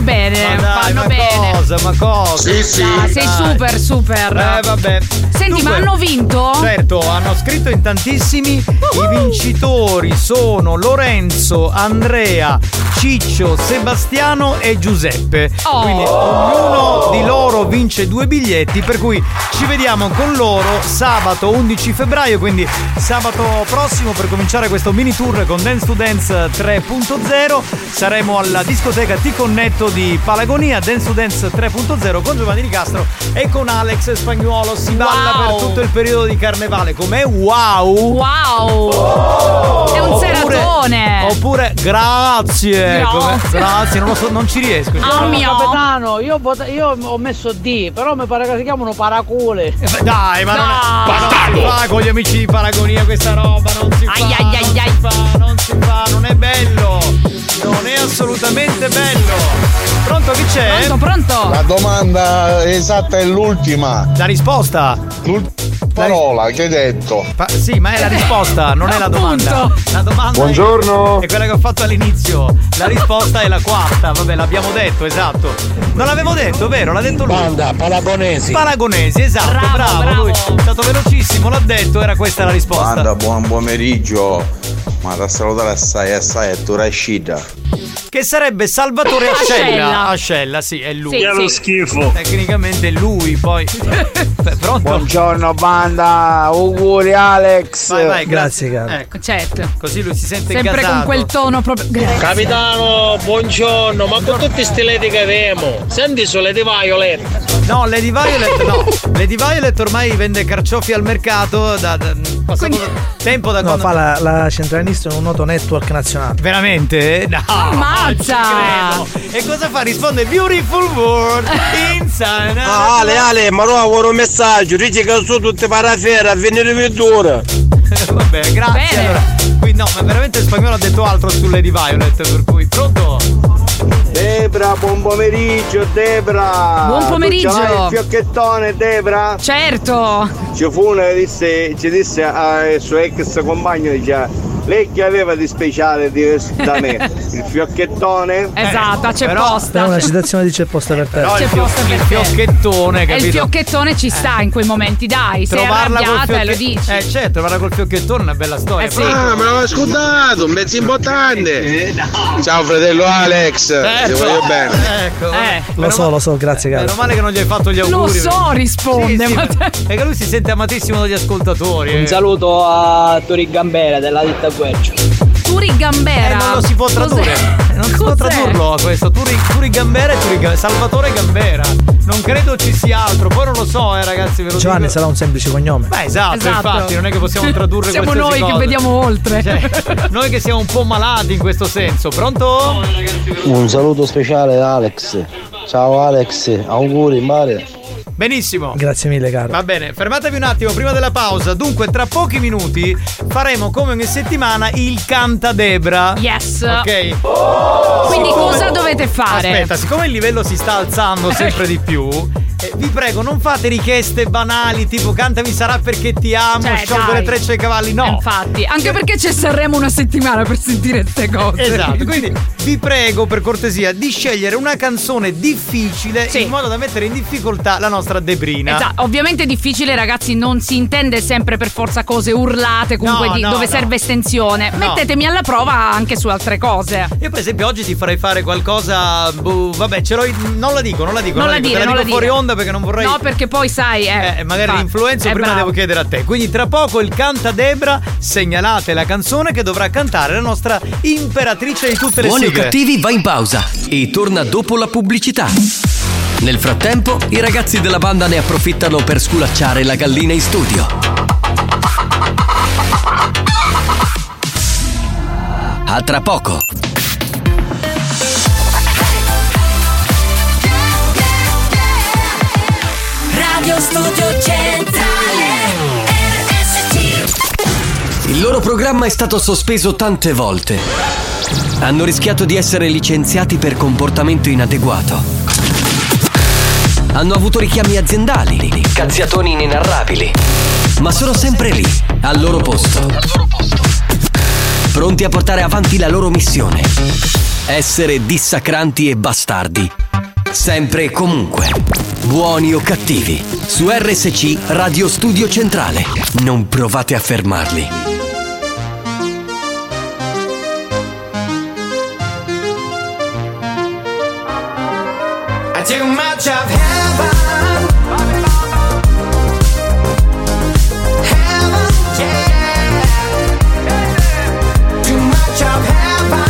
Speaker 7: Dai,
Speaker 8: bene. vanno
Speaker 7: ma
Speaker 8: Eh, bene.
Speaker 7: cosa, ma cosa? Sì, sì.
Speaker 8: Ah, sei super, super.
Speaker 7: Eh vabbè.
Speaker 8: Senti, ma
Speaker 7: Dunque-
Speaker 8: hanno vinto? Uhuh.
Speaker 7: Certo, hanno scritto in tantissimi. I vincitori sono Lorenzo, Andrea, Ciccio, Sebastiano e Giuseppe.
Speaker 8: Oh.
Speaker 7: Quindi ognuno di loro vince due biglietti, per cui ci vediamo con loro sabato 11 febbraio, quindi sabato prossimo per cominciare questo mini tour con Dance to Dance 3.0. Saremo alla discoteca Ti Connetto di Palagonia, Dance to Dance 3.0 con Giovanni Nicastro e con Alex Spagnuolo. Si balla
Speaker 8: Wow.
Speaker 7: per tutto il periodo di carnevale. Com'è? Wow! Oh.
Speaker 8: Wow! È un seratone!
Speaker 7: Oppure grazie! Com'è?
Speaker 37: Grazie.
Speaker 7: Grazie, non, lo so, non ci riesco.
Speaker 37: Ah,
Speaker 7: Cioè,
Speaker 37: capitano, io, pot- io ho messo D, però mi pare che si chiamano paracule.
Speaker 7: Eh, Dai, ma non è- ma non si fa con gli amici di Paragonia questa roba, non si fa,
Speaker 37: Ai, ai,
Speaker 7: non si fa, non si fa, non è bello, non è assolutamente bello. Pronto chi c'è?
Speaker 8: Pronto, pronto?
Speaker 5: La domanda esatta è l'ultima.
Speaker 7: La risposta.
Speaker 5: L'ultima parola che hai detto.
Speaker 7: Fa- sì, ma è la risposta, non è la domanda. La domanda
Speaker 5: Buongiorno.
Speaker 7: è quella che ho fatto all'inizio. La risposta è la quarta, vabbè, l'abbiamo detto, esatto. Non l'avevo detto, vero? L'ha detto lui. Banda,
Speaker 5: paragonesi.
Speaker 7: Paragonesi, esatto, bravo, lui. È stato velocissimo, l'ha detto, era questa la risposta.
Speaker 38: Banda, buon pomeriggio. Ma da salutare assai assai è tu Rashida.
Speaker 7: Che sarebbe Salvatore
Speaker 38: Ascella.
Speaker 7: Ascella. Ascella, sì, è lui.
Speaker 38: Sì, Che è lo sì.
Speaker 7: schifo. Tecnicamente è lui, poi. Beh, Pronto?
Speaker 11: Buongiorno banda, auguri Alex.
Speaker 7: Vai, vai, grazie.
Speaker 8: Ecco, [LAUGHS] certo.
Speaker 7: Così lui si sente
Speaker 8: Sempre con
Speaker 7: gasato.
Speaker 8: quel tono proprio. Grazie.
Speaker 39: Capitano, buongiorno, ma con tutti sti leti che avemo, senti su Lady Violet.
Speaker 7: No, Lady Violet no. Lady Violet ormai vende carciofi al mercato da, da- passato tempo da
Speaker 5: No,
Speaker 7: quando
Speaker 5: fa la, la centralista in un noto network nazionale.
Speaker 7: Veramente? No.
Speaker 5: Ammazza!
Speaker 7: non ci credo. E cosa fa? Risponde Beautiful World
Speaker 40: [LAUGHS]
Speaker 7: Insana.
Speaker 41: Ah, Ale, Ale, ma no, vuole un messaggio, dici che sono tutte parafere a venire vettura.
Speaker 7: Eh, Vabbè, grazie. Allora, qui no, ma veramente il spagnolo ha detto altro su Lady Violet, per cui pronto?
Speaker 11: Debra, buon pomeriggio, Debra!
Speaker 8: Buon
Speaker 11: Ah, Tu
Speaker 8: pomeriggio.
Speaker 11: ce l'hai il fiocchettone, Debra!
Speaker 8: Certo!
Speaker 11: Ci fu una che disse, ci disse al suo ex compagno, dice, lei che aveva di speciale diverso da me?
Speaker 8: [LAUGHS]
Speaker 11: Il fiocchettone?
Speaker 7: Eh,
Speaker 8: Esatto, c'è
Speaker 5: È
Speaker 8: posta.
Speaker 5: una citazione di c'è posta per te.
Speaker 8: Però C'è il fio- posta per il te.
Speaker 7: fiocchettone,
Speaker 8: E il fiocchettone ci sta in quei momenti, dai, sei arrabbiata e lo dici.
Speaker 7: Eh, certo, trovarla col fiocchettone è una bella storia.
Speaker 8: Eh sì.
Speaker 40: Ah, me l'avevo ascoltato, un pezzo importante. Ciao fratello Alex,
Speaker 8: Certo.
Speaker 40: ti voglio bene.
Speaker 7: Eh, Ecco, eh.
Speaker 5: Lo so, lo so, grazie caro.
Speaker 7: Meno male che non gli hai fatto gli
Speaker 5: Lo
Speaker 7: auguri.
Speaker 5: so,
Speaker 7: risponde. È che lui si sente amatissimo dagli ascoltatori. eh.
Speaker 42: Un saluto a Tori Gambera della ditta Guercio.
Speaker 8: Turi
Speaker 7: Eh,
Speaker 8: Gambera.
Speaker 7: non lo si può tradurre. Non si può tradurlo questo. Turi, Turi Gambera e Turi Ga- Salvatore Gambera. Non credo ci sia altro. Poi non lo so, eh, ragazzi, ve lo
Speaker 5: Giovanni
Speaker 7: dico.
Speaker 5: sarà un semplice cognome.
Speaker 7: Beh, esatto,
Speaker 5: Esatto.
Speaker 7: infatti, non è che possiamo
Speaker 5: [LAUGHS]
Speaker 7: tradurre
Speaker 5: Siamo
Speaker 7: queste
Speaker 5: noi che vediamo
Speaker 8: oltre.
Speaker 7: noi che siamo un po' malati in questo senso. Pronto?
Speaker 42: Un saluto speciale a Alex. Ciao Alex, auguri mare.
Speaker 7: Benissimo.
Speaker 5: Grazie mille caro.
Speaker 7: Va bene, fermatevi un attimo prima della pausa. Dunque, tra pochi minuti faremo come ogni settimana il canta Debra.
Speaker 8: Yes.
Speaker 7: Ok.
Speaker 8: Quindi
Speaker 7: Siccome-
Speaker 8: cosa dovete fare?
Speaker 7: Aspetta, siccome il livello si sta
Speaker 8: [LAUGHS]
Speaker 7: alzando sempre di più, eh, vi prego, non fate richieste banali tipo cantami sarà perché ti amo,
Speaker 8: Cioè,
Speaker 7: sciolgo
Speaker 8: dai.
Speaker 7: le trecce ai cavalli. No.
Speaker 8: Eh,
Speaker 7: Cioè
Speaker 8: Infatti, anche perché ci saremo una settimana per sentire queste cose.
Speaker 7: Esatto,
Speaker 8: [LAUGHS]
Speaker 7: quindi vi prego per cortesia di scegliere una canzone difficile in modo da mettere in difficoltà la nostra Debrina.
Speaker 8: Esatto, ovviamente è difficile, ragazzi, non si intende sempre per forza cose urlate, comunque
Speaker 7: No,
Speaker 8: di-
Speaker 7: no,
Speaker 8: dove
Speaker 7: no.
Speaker 8: serve estensione.
Speaker 7: No.
Speaker 8: Mettetemi alla prova anche su altre cose.
Speaker 7: Io per esempio oggi ti farei fare qualcosa. boh, vabbè, ce l'ho. in- Non la dico, non la dico.
Speaker 8: Non la
Speaker 7: dico,
Speaker 8: dire,
Speaker 7: te la
Speaker 8: non
Speaker 7: dico
Speaker 8: la
Speaker 7: fuori
Speaker 8: dire.
Speaker 7: onda perché non vorrei.
Speaker 8: No, perché poi sai, eh,
Speaker 7: Eh, magari
Speaker 8: fa-
Speaker 7: l'influenzo
Speaker 8: eh,
Speaker 7: prima
Speaker 8: bravo.
Speaker 7: devo chiedere a te. Quindi tra poco il canta Debra, segnalate la canzone che dovrà cantare la nostra imperatrice di tutte le
Speaker 2: Buoni o
Speaker 7: sigle.
Speaker 2: cattivi va in pausa e torna dopo la pubblicità. Nel frattempo, i ragazzi della banda ne approfittano per sculacciare la gallina in studio. A tra poco.
Speaker 43: Radio Studio Centrale RSC
Speaker 2: Il loro programma è stato sospeso tante volte. Hanno rischiato di essere licenziati per comportamento inadeguato. Hanno avuto richiami aziendali, cazziatoni inenarrabili. Ma sono sempre lì, al loro posto. Pronti a portare avanti la loro missione. Essere dissacranti e bastardi. Sempre e comunque. Buoni o cattivi. Su RSC Radio Studio Centrale. Non provate a fermarli.
Speaker 43: I too much of heaven Heaven, yeah Too much of heaven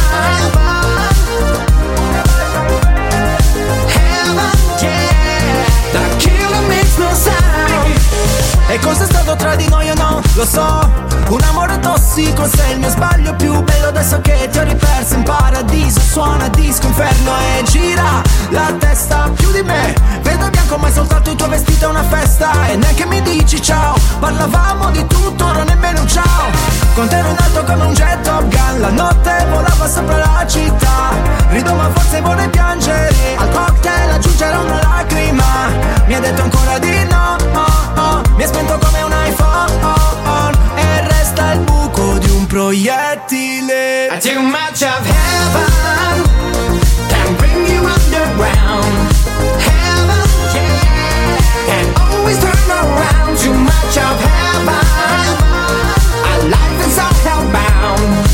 Speaker 43: Heaven, yeah Da killer makes no sound
Speaker 5: E cosa è stato tra di noi o no? Lo so, un amore tossico sei il mio sbaglio più bello adesso che ti ho riperso in paradiso Suona disco inferno e gira la testa più di me Vedo bianco ma è soltanto il tuo vestito è una festa E neanche mi dici ciao, parlavamo di tutto, ora nemmeno un ciao Con te ero in alto come un jet Top Gun La notte volava sopra la città Rido ma forse vorrei piangere Al cocktail aggiungere una lacrima Mi ha detto ancora di no oh, oh. Mi è spento come un iPhone oh, oh. E resta il buco di un proiettile
Speaker 43: I too much of heaven can bring you underground. Heaven, yeah, can always turn around. Too much of heaven, our life is all hellbound.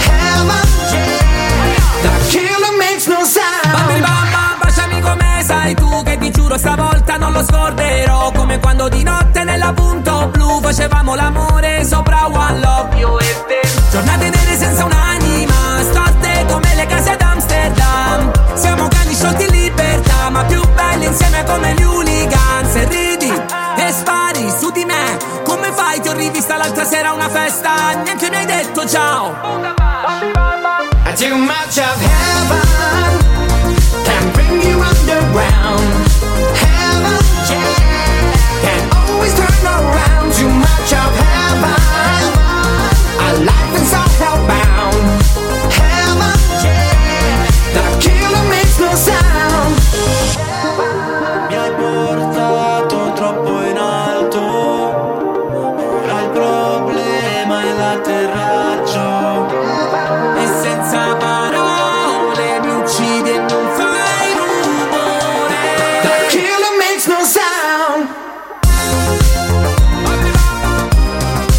Speaker 43: Heaven, yeah, the killer makes no sound.
Speaker 5: Baby mamma, baciami come sai tu che ti giuro stavolta non lo scorderò Come quando di notte nella punto blu facevamo l'amore sopra One Love You e te Giornate nere senza un'anima, storte come le case ad Amsterdam Siamo cani sciolti in libertà, ma più belli insieme come gli hooligans E ridi e spari su di me, come fai? Ti ho rivista l'altra sera a una festa, neanche mi hai detto ciao
Speaker 43: I too much of heaven can bring you underground. Heaven, yeah, can always turn around. Too much of heaven, our life is all hellbound. Heaven, yeah, the killer makes no sound.
Speaker 5: Mi hai portato troppo in alto, ora il problema è l'atterraggio E senza parole mi uccidi e non fai rumore
Speaker 43: The killer makes no sound.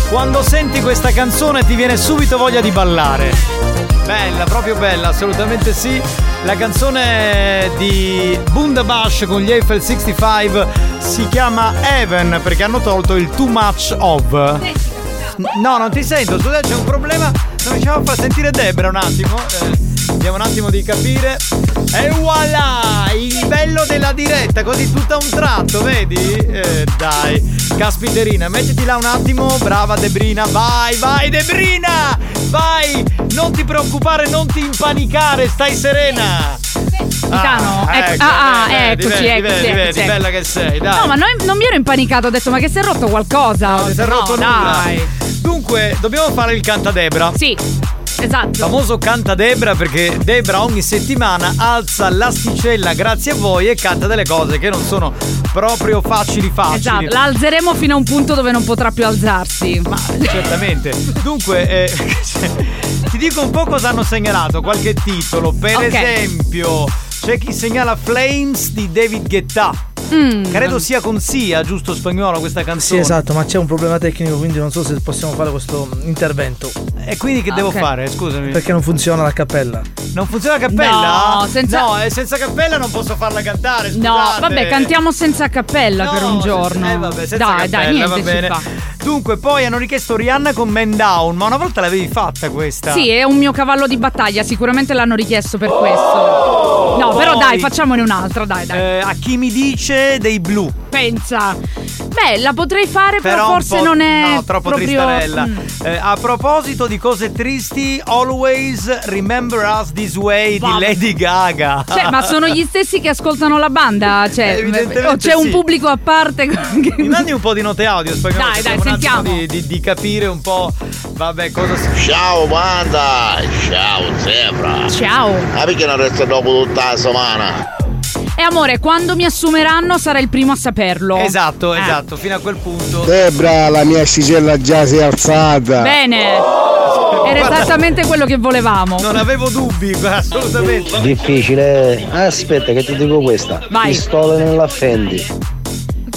Speaker 7: Quando senti questa canzone ti viene subito voglia di ballare. Bella, proprio bella, assolutamente sì. La canzone di Bundabash con gli Eiffel 65 si chiama Heaven perché hanno tolto il too much of. No, non ti sento, scusate, c'è un problema. Non riusciamo a far sentire Debra un attimo. Eh, vediamo un attimo di capire. E voilà! Il bello della diretta, così tutto a un tratto, vedi? Eh, dai. Caspiterina, mettiti là un attimo, brava Debrina, vai, vai Debrina! Vai! Non ti preoccupare, non ti impanicare, stai serena!
Speaker 8: Capitano, ecco- ah, ah,
Speaker 7: vedi,
Speaker 8: eccoci, eccoci,
Speaker 7: vedi,
Speaker 8: eccoci,
Speaker 7: vedi,
Speaker 8: eccoci.
Speaker 7: bella che sei, dai.
Speaker 8: No, ma noi- non mi ero impanicato, ho detto ma che si è rotto qualcosa. Ho
Speaker 7: Non si
Speaker 8: detto,
Speaker 7: è rotto
Speaker 8: no,
Speaker 7: nulla.
Speaker 8: Dai.
Speaker 7: Dunque, dobbiamo fare il cantadebra.
Speaker 8: Sì, esatto.
Speaker 7: Famoso canta Debra perché Debra ogni settimana alza l'asticella grazie a voi e canta delle cose che non sono proprio facili facili.
Speaker 8: Esatto, la alzeremo fino a un punto dove non potrà più alzarsi. Ma
Speaker 7: Certamente. Dunque, eh, [LAUGHS] ti dico un po' cosa hanno segnalato, qualche titolo. Per
Speaker 8: Ok.
Speaker 7: esempio, c'è chi segnala Flames di David Guetta.
Speaker 8: Mm.
Speaker 7: Credo sia con Sia, giusto spagnolo, questa
Speaker 20: Sì,
Speaker 7: canzone.
Speaker 20: esatto, ma c'è un problema tecnico, quindi non so se possiamo fare questo intervento.
Speaker 7: E quindi che
Speaker 8: Ah,
Speaker 7: devo fare? Scusami.
Speaker 20: Perché non funziona la cappella.
Speaker 7: Non funziona la cappella?
Speaker 8: No, senza-
Speaker 7: No, eh, senza cappella non posso farla cantare.
Speaker 8: No,
Speaker 7: scusate.
Speaker 8: vabbè, cantiamo senza cappella per un giorno.
Speaker 7: Eh, vabbè, senza
Speaker 8: dai,
Speaker 7: cappella,
Speaker 8: dai, niente
Speaker 7: va
Speaker 8: ci
Speaker 7: bene.
Speaker 8: fa.
Speaker 7: Dunque, poi hanno richiesto Rihanna con Man Down, ma una volta l'avevi fatta questa.
Speaker 8: Sì, eh, è un mio cavallo di battaglia, sicuramente l'hanno richiesto per questo. No, però
Speaker 7: Oh! Poi-
Speaker 8: dai, facciamone un'altra, dai, dai.
Speaker 7: Eh, a chi mi dice dei blu.
Speaker 8: Pensa. Beh, la potrei fare, però,
Speaker 7: un
Speaker 8: forse
Speaker 7: po'
Speaker 8: non è.
Speaker 7: no, troppo
Speaker 8: proprio...
Speaker 7: tristarella.
Speaker 8: Mm.
Speaker 7: Eh, a proposito di cose tristi, Always Remember Us This Way
Speaker 8: Vabbè.
Speaker 7: di Lady Gaga.
Speaker 8: Cioè, ma sono
Speaker 7: [LAUGHS]
Speaker 8: gli stessi che ascoltano la banda? Cioè,
Speaker 7: Evidentemente
Speaker 8: o c'è
Speaker 7: sì.
Speaker 8: un pubblico a parte? [LAUGHS]
Speaker 7: Mi mandi un po' di note audio, spagnolo,
Speaker 8: Dai,
Speaker 7: possiamo un
Speaker 8: dai,
Speaker 7: attimo
Speaker 8: sentiamo.
Speaker 7: Di, di- di capire un po', vabbè, cosa si...
Speaker 18: Ciao banda, ciao zebra.
Speaker 8: Ciao.
Speaker 18: Ma perché non resta dopo tutta la settimana?
Speaker 8: E amore, quando mi assumeranno sarà il primo a saperlo. Eh.
Speaker 7: Esatto, esatto, fino a quel punto.
Speaker 11: Debra, la mia asticella già si è alzata.
Speaker 8: Bene. Era
Speaker 7: Guarda,
Speaker 8: esattamente quello che volevamo.
Speaker 7: Oh! Non avevo dubbi, [LAUGHS] assolutamente.
Speaker 44: Difficile. eh. Aspetta che ti dico questa.
Speaker 8: Vai.
Speaker 44: Pistole nella Fendi.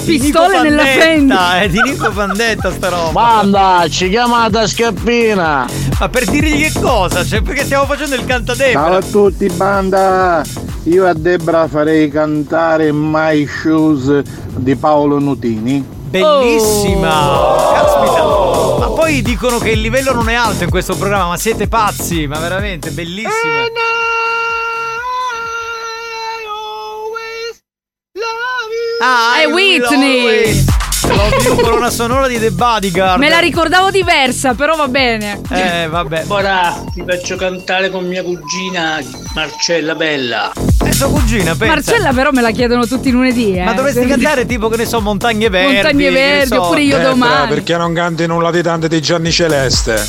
Speaker 8: Pistole nella
Speaker 7: Pandetta,
Speaker 8: fenda.
Speaker 7: È di Nico Pandetta sta roba.
Speaker 18: Banda, ci chiamata scappina.
Speaker 7: Ma per dirgli che cosa? Cioè, perché stiamo facendo il
Speaker 8: Eh,
Speaker 7: cantadebra?
Speaker 11: Ciao a tutti banda, io a Debra farei cantare My Shoes di Paolo Nutini.
Speaker 7: Bellissima! Caspita! Ma poi dicono che il livello non è alto in questo programma, ma siete pazzi, ma veramente bellissima! Ah,
Speaker 8: È
Speaker 7: I will
Speaker 8: Whitney.
Speaker 7: always Love you, colonna sonora di The Bodyguard.
Speaker 8: Me la ricordavo diversa, però va bene.
Speaker 7: Eh, vabbè.
Speaker 45: Ora ti faccio cantare con mia cugina Marcella Bella.
Speaker 7: È tua cugina, pensa.
Speaker 8: Marcella però me la chiedono tutti i lunedì, eh.
Speaker 7: Ma dovresti
Speaker 8: Se-
Speaker 7: cantare tipo che ne so, Montagne Verdi.
Speaker 8: Montagne
Speaker 7: che ne
Speaker 8: Verdi,
Speaker 7: so.
Speaker 8: oppure Io domani.
Speaker 33: Eh, Perché non canti nulla di tante di Gianni Celeste?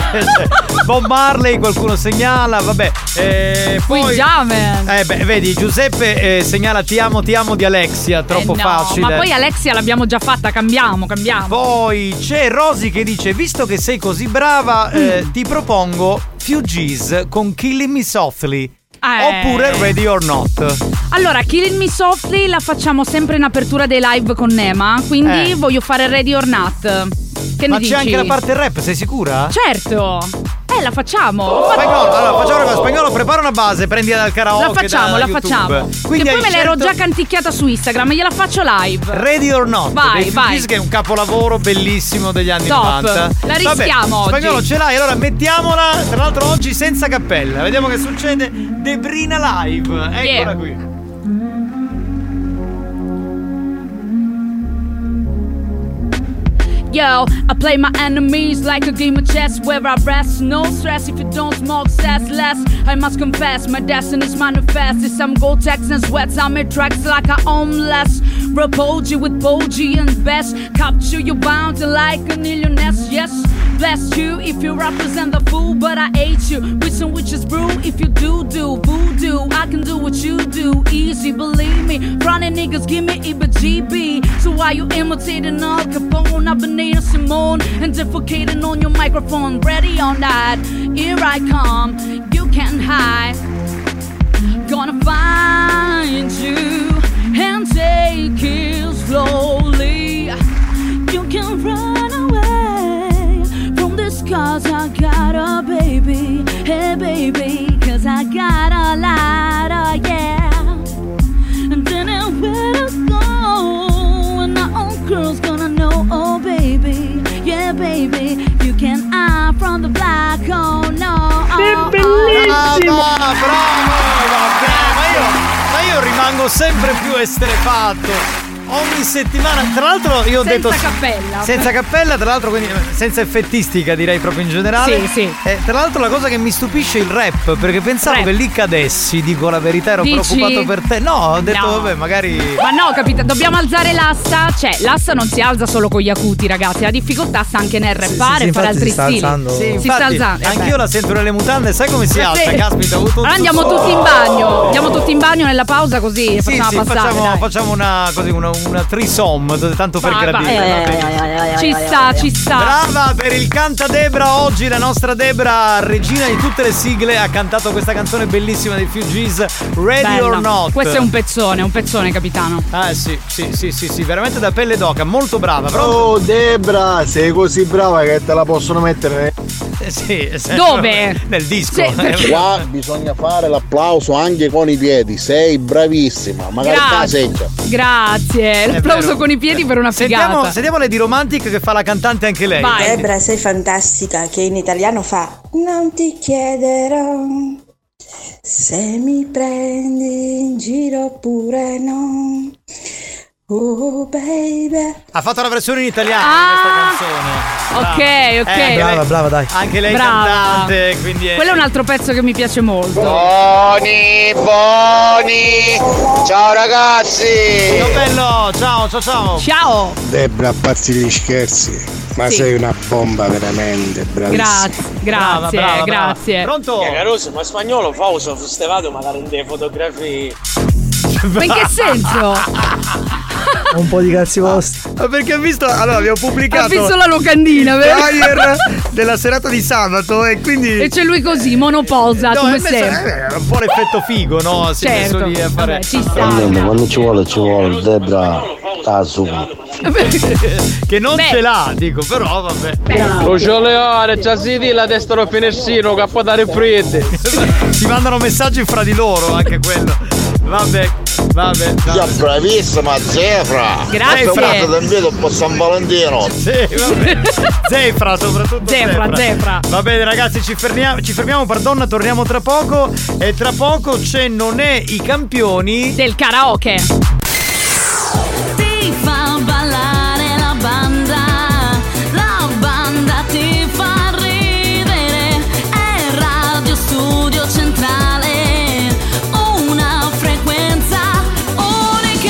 Speaker 7: [LAUGHS] Bob Marley, qualcuno segnala, vabbè. Eh, poi, eh, beh, vedi, Giuseppe eh, segnala ti amo, ti amo di Alexia, troppo
Speaker 8: Eh, no,
Speaker 7: facile.
Speaker 8: Ma poi Alexia l'abbiamo già fatta, cambiamo, cambiamo.
Speaker 7: Poi c'è Rosy che dice: Visto che sei così brava, eh,
Speaker 8: Mm.
Speaker 7: ti propongo Fugees con Killing Me Softly.
Speaker 8: Eh.
Speaker 7: Oppure Ready or Not.
Speaker 8: Allora, Killing Me Softly la facciamo sempre in apertura dei live con Nema, quindi
Speaker 7: Eh.
Speaker 8: voglio fare Ready or Not. Che
Speaker 7: Ma
Speaker 8: ne dici?
Speaker 7: c'è anche la parte rap, sei sicura?
Speaker 8: Certo! Eh, la facciamo! Ma-
Speaker 7: Spagnolo, allora facciamo una cosa. Spagnolo, prepara una base, prendila dal karaoke.
Speaker 8: la facciamo,
Speaker 7: da
Speaker 8: la
Speaker 7: YouTube.
Speaker 8: facciamo.
Speaker 7: Quindi
Speaker 8: che
Speaker 7: hai
Speaker 8: poi me l'ero
Speaker 7: scelto
Speaker 8: già canticchiata su Instagram, gliela faccio live.
Speaker 7: Ready or Not
Speaker 8: Vai,
Speaker 7: dei
Speaker 8: vai.
Speaker 7: Fugees, che è un capolavoro bellissimo degli anni
Speaker 8: Top.
Speaker 7: 90.
Speaker 8: La
Speaker 7: Vabbè,
Speaker 8: rischiamo oggi.
Speaker 7: Spagnolo ce l'hai, allora mettiamola. Tra l'altro oggi senza cappella. Vediamo che succede. Debrina Live. Eccola
Speaker 35: Yeah.
Speaker 7: qui.
Speaker 8: Yo, I play my enemies like a game of chess where I rest. No stress if you don't smoke, says less. I must confess, my destiny's manifest. It's some gold text and sweats. I make tracks like I own less. Repose you with bogy and best. Capture your bounty like an illioness, yes. Bless you if you represent the fool, but I hate you. With some witches brew if you do do voodoo. I can do what you do, easy, believe me. Running niggas give me EBGB. So why you imitating Al Capone? I've been Nina Simone and defecating on your microphone. Ready or not, here I come. You can't hide. Gonna find you and take it slowly. You can run away from this cause I got a baby. Hey baby, cause I got a lot of yeah. And then it will go And our old girl's gonna know Oh baby, yeah baby You can eye from the black Oh no oh,
Speaker 7: Brava, bravo, vabbè, ma io, ma io rimango sempre più esterefatto. Ogni settimana, tra l'altro io ho
Speaker 8: Senza
Speaker 7: detto...
Speaker 8: cappella.
Speaker 7: Senza cappella, tra l'altro quindi eh, senza effettistica direi proprio in generale.
Speaker 8: Sì, sì.
Speaker 7: Eh, tra l'altro la cosa che mi stupisce è il rap, perché pensavo che lì cadessi, dico la verità, ero
Speaker 8: Dici?
Speaker 7: preoccupato per te. No, ho detto
Speaker 8: No.
Speaker 7: vabbè, magari...
Speaker 8: Ma no, capita, dobbiamo alzare l'asta. Cioè, l'asta non si alza solo con gli acuti, ragazzi. La difficoltà sta anche nel rappare,
Speaker 7: sì, infatti
Speaker 8: fare altri
Speaker 7: si sta
Speaker 8: stili.
Speaker 7: alzando. Sì,
Speaker 8: si sta
Speaker 7: infatti,
Speaker 8: alzando. eh beh.
Speaker 7: Anch'io la sento nelle mutande, sai come si
Speaker 8: Eh, Sì.
Speaker 7: alza? Ah, cioè, Caspita, ho avuto un
Speaker 8: Allora andiamo
Speaker 7: sussulto.
Speaker 8: tutti in bagno. Andiamo tutti in bagno nella pausa così
Speaker 7: Sì,
Speaker 8: facciamo
Speaker 7: sì,
Speaker 8: passare.
Speaker 7: facciamo,
Speaker 8: dai. Ah,
Speaker 7: facciamo una, così, una, una trisom, tanto per
Speaker 8: Vai, vai.
Speaker 7: gradire. va
Speaker 8: eh,
Speaker 7: bene.
Speaker 8: Ci sta, ci sta.
Speaker 7: Brava per il canta Debra oggi, la nostra Debra, regina di tutte le sigle, ha cantato questa canzone bellissima dei Fugees, Ready
Speaker 8: Bello.
Speaker 7: or Not.
Speaker 8: Questo è un pezzone, un pezzone, capitano.
Speaker 7: Ah sì, sì, sì, sì, sì, veramente da pelle d'oca, molto
Speaker 8: Ah,
Speaker 7: brava, però.
Speaker 11: Oh Debra, sei così brava che te la possono mettere
Speaker 7: Eh, [LAUGHS] sì, sì.
Speaker 8: Dove?
Speaker 7: Nel disco.
Speaker 8: Sì, perché-
Speaker 11: Qua bisogna fare l'applauso anche con i piedi, sei bravissima, magari te la
Speaker 8: Grazie.
Speaker 11: seggia.
Speaker 8: Grazie. L'applauso con i piedi per una
Speaker 7: Sentiamo,
Speaker 8: figata.
Speaker 7: sentiamo lei di Romantic che fa la cantante anche lei.
Speaker 5: Debra, sei fantastica, che in italiano fa Non ti chiederò se mi prendi in giro oppure no.
Speaker 46: Oh baby.
Speaker 7: Ha fatto la versione in italiano di questa canzone.
Speaker 8: Ah! ok,
Speaker 7: Brava.
Speaker 8: ok.
Speaker 7: Eh,
Speaker 47: Brava, brava, dai.
Speaker 7: Anche lei è
Speaker 8: Brava.
Speaker 7: cantante, quindi è...
Speaker 8: Quello è un altro pezzo che mi piace molto.
Speaker 7: Boni,
Speaker 6: Boni. Ciao ragazzi.
Speaker 7: Ciao bello, ciao, ciao, ciao.
Speaker 8: Ciao.
Speaker 11: Debra, a parte gli scherzi, ma
Speaker 8: Sì.
Speaker 11: sei una bomba veramente, bravissima.
Speaker 8: Grazie, grazie, grazie.
Speaker 7: Pronto?
Speaker 6: Caruso, ma spagnolo Fausto Stevato ma rende fotografie.
Speaker 8: Ma in che senso?
Speaker 7: [LAUGHS]
Speaker 47: [LAUGHS] Un po' di cazzi vostri.
Speaker 48: Ma perché ha visto. Allora, abbiamo pubblicato.
Speaker 8: Ha visto la locandina, vero?
Speaker 48: Il flyer della serata di sabato eh. e quindi.
Speaker 8: E c'è lui così, monoposa,
Speaker 48: No,
Speaker 8: come
Speaker 48: è messo-
Speaker 8: sempre.
Speaker 7: Un eh, po' l'effetto figo, no? Si
Speaker 8: Certo.
Speaker 7: è messo lì a fare.
Speaker 8: ci
Speaker 49: Almeno quando ci vuole ci vuole, Debra, caso.
Speaker 7: [LAUGHS] che non ce l'ha, dico, però vabbè.
Speaker 50: Lucio Leone, già si dì la testa lo finiscino, che può dare fredde.
Speaker 7: [LAUGHS] Ti mandano messaggi fra di loro, anche quello. Vabbè, vabbè.
Speaker 18: Già bravissima Zefra!
Speaker 7: Grazie.
Speaker 18: Ho fatto invito un po' San Valentino!
Speaker 7: Sì, vabbè. [LAUGHS] Zefra soprattutto
Speaker 8: Zefra, Zefra.
Speaker 7: Va bene ragazzi, ci fermiamo, ci fermiamo, perdonna, torniamo tra poco e tra poco c'è non è i campioni
Speaker 8: del karaoke.
Speaker 29: Ti fa ballare la banda, la banda ti fa ridere, è Radio Studio Centrale, una frequenza unica.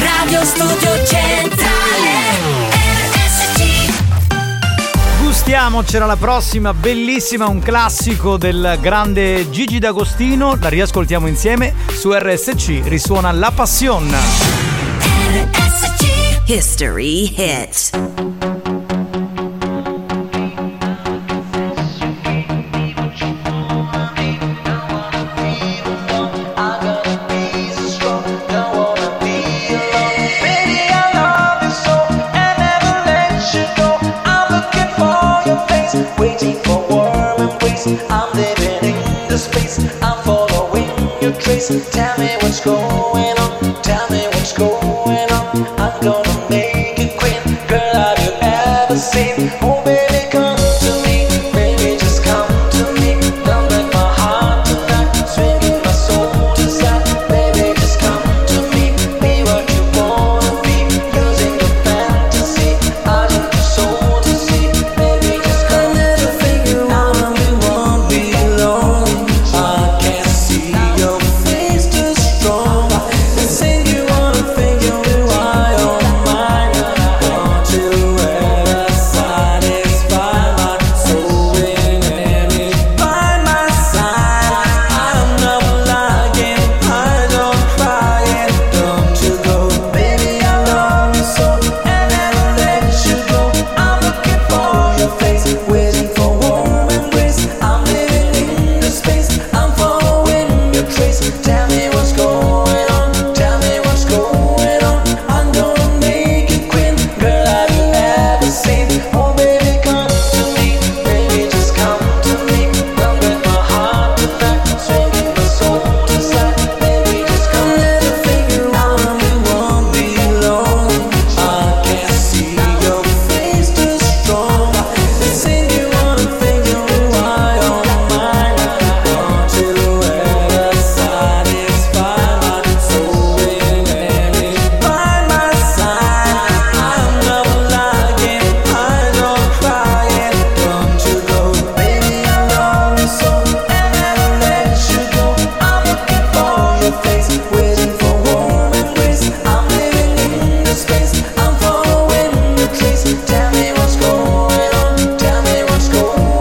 Speaker 29: Radio Studio Centrale, RSC.
Speaker 7: Gustiamocela la prossima, bellissima, un classico del grande Gigi D'Agostino, la riascoltiamo insieme su RSC, risuona La Passion.
Speaker 51: History hits.
Speaker 5: I'm living in the space. I'm following your trace. Tell me what's going on. Tell me what's going on. I'm gonna make you queen. Girl, have you ever seen? Oh, baby, come to me. Baby, just come to me. Don't break my heart tonight. Swinging my soul to side. Baby, just come to me. Be what you wanna be. Using your fantasy. I need your soul to see. Baby, just come to me. I only wanna be alone. I can't see your face too strong. It's
Speaker 29: Oh,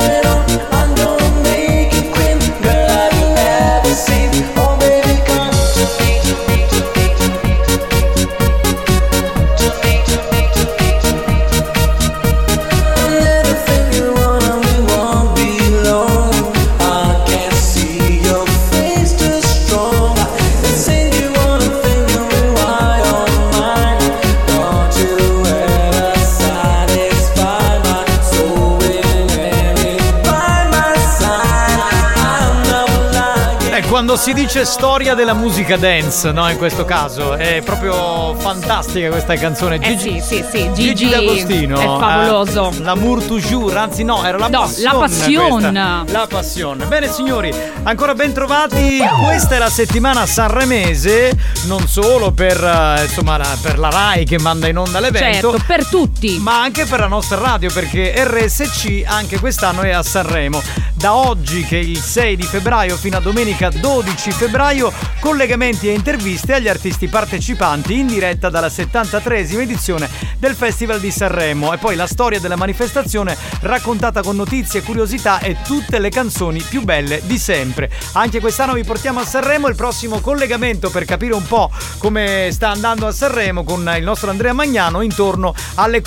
Speaker 7: Eh, quando si dice storia della musica dance, no? In questo caso è proprio fantastica questa canzone.
Speaker 8: Eh sì, sì, sì,
Speaker 7: Gigi,
Speaker 8: Gigi
Speaker 7: D'Agostino.
Speaker 8: è favoloso.
Speaker 7: eh, L'amour toujours, anzi no, era la
Speaker 8: No,
Speaker 7: passione.
Speaker 8: la passione.
Speaker 7: questa. La passione. Bene signori, ancora ben trovati. Questa è la settimana sanremese, non solo per, eh, insomma, la- per la RAI che manda in onda l'evento.
Speaker 8: Certo, per tutti.
Speaker 7: Ma anche per la nostra radio, perché RSC anche quest'anno è a Sanremo. Da oggi che è il 6 di febbraio fino a domenica 12 febbraio, collegamenti e interviste agli artisti partecipanti in diretta dalla 73esima edizione del Festival di Sanremo. E poi la storia della manifestazione raccontata con notizie, curiosità e tutte le canzoni più belle di sempre. Anche quest'anno vi portiamo a Sanremo il prossimo collegamento per capire un po' come sta andando a Sanremo con il nostro Andrea Magnano intorno alle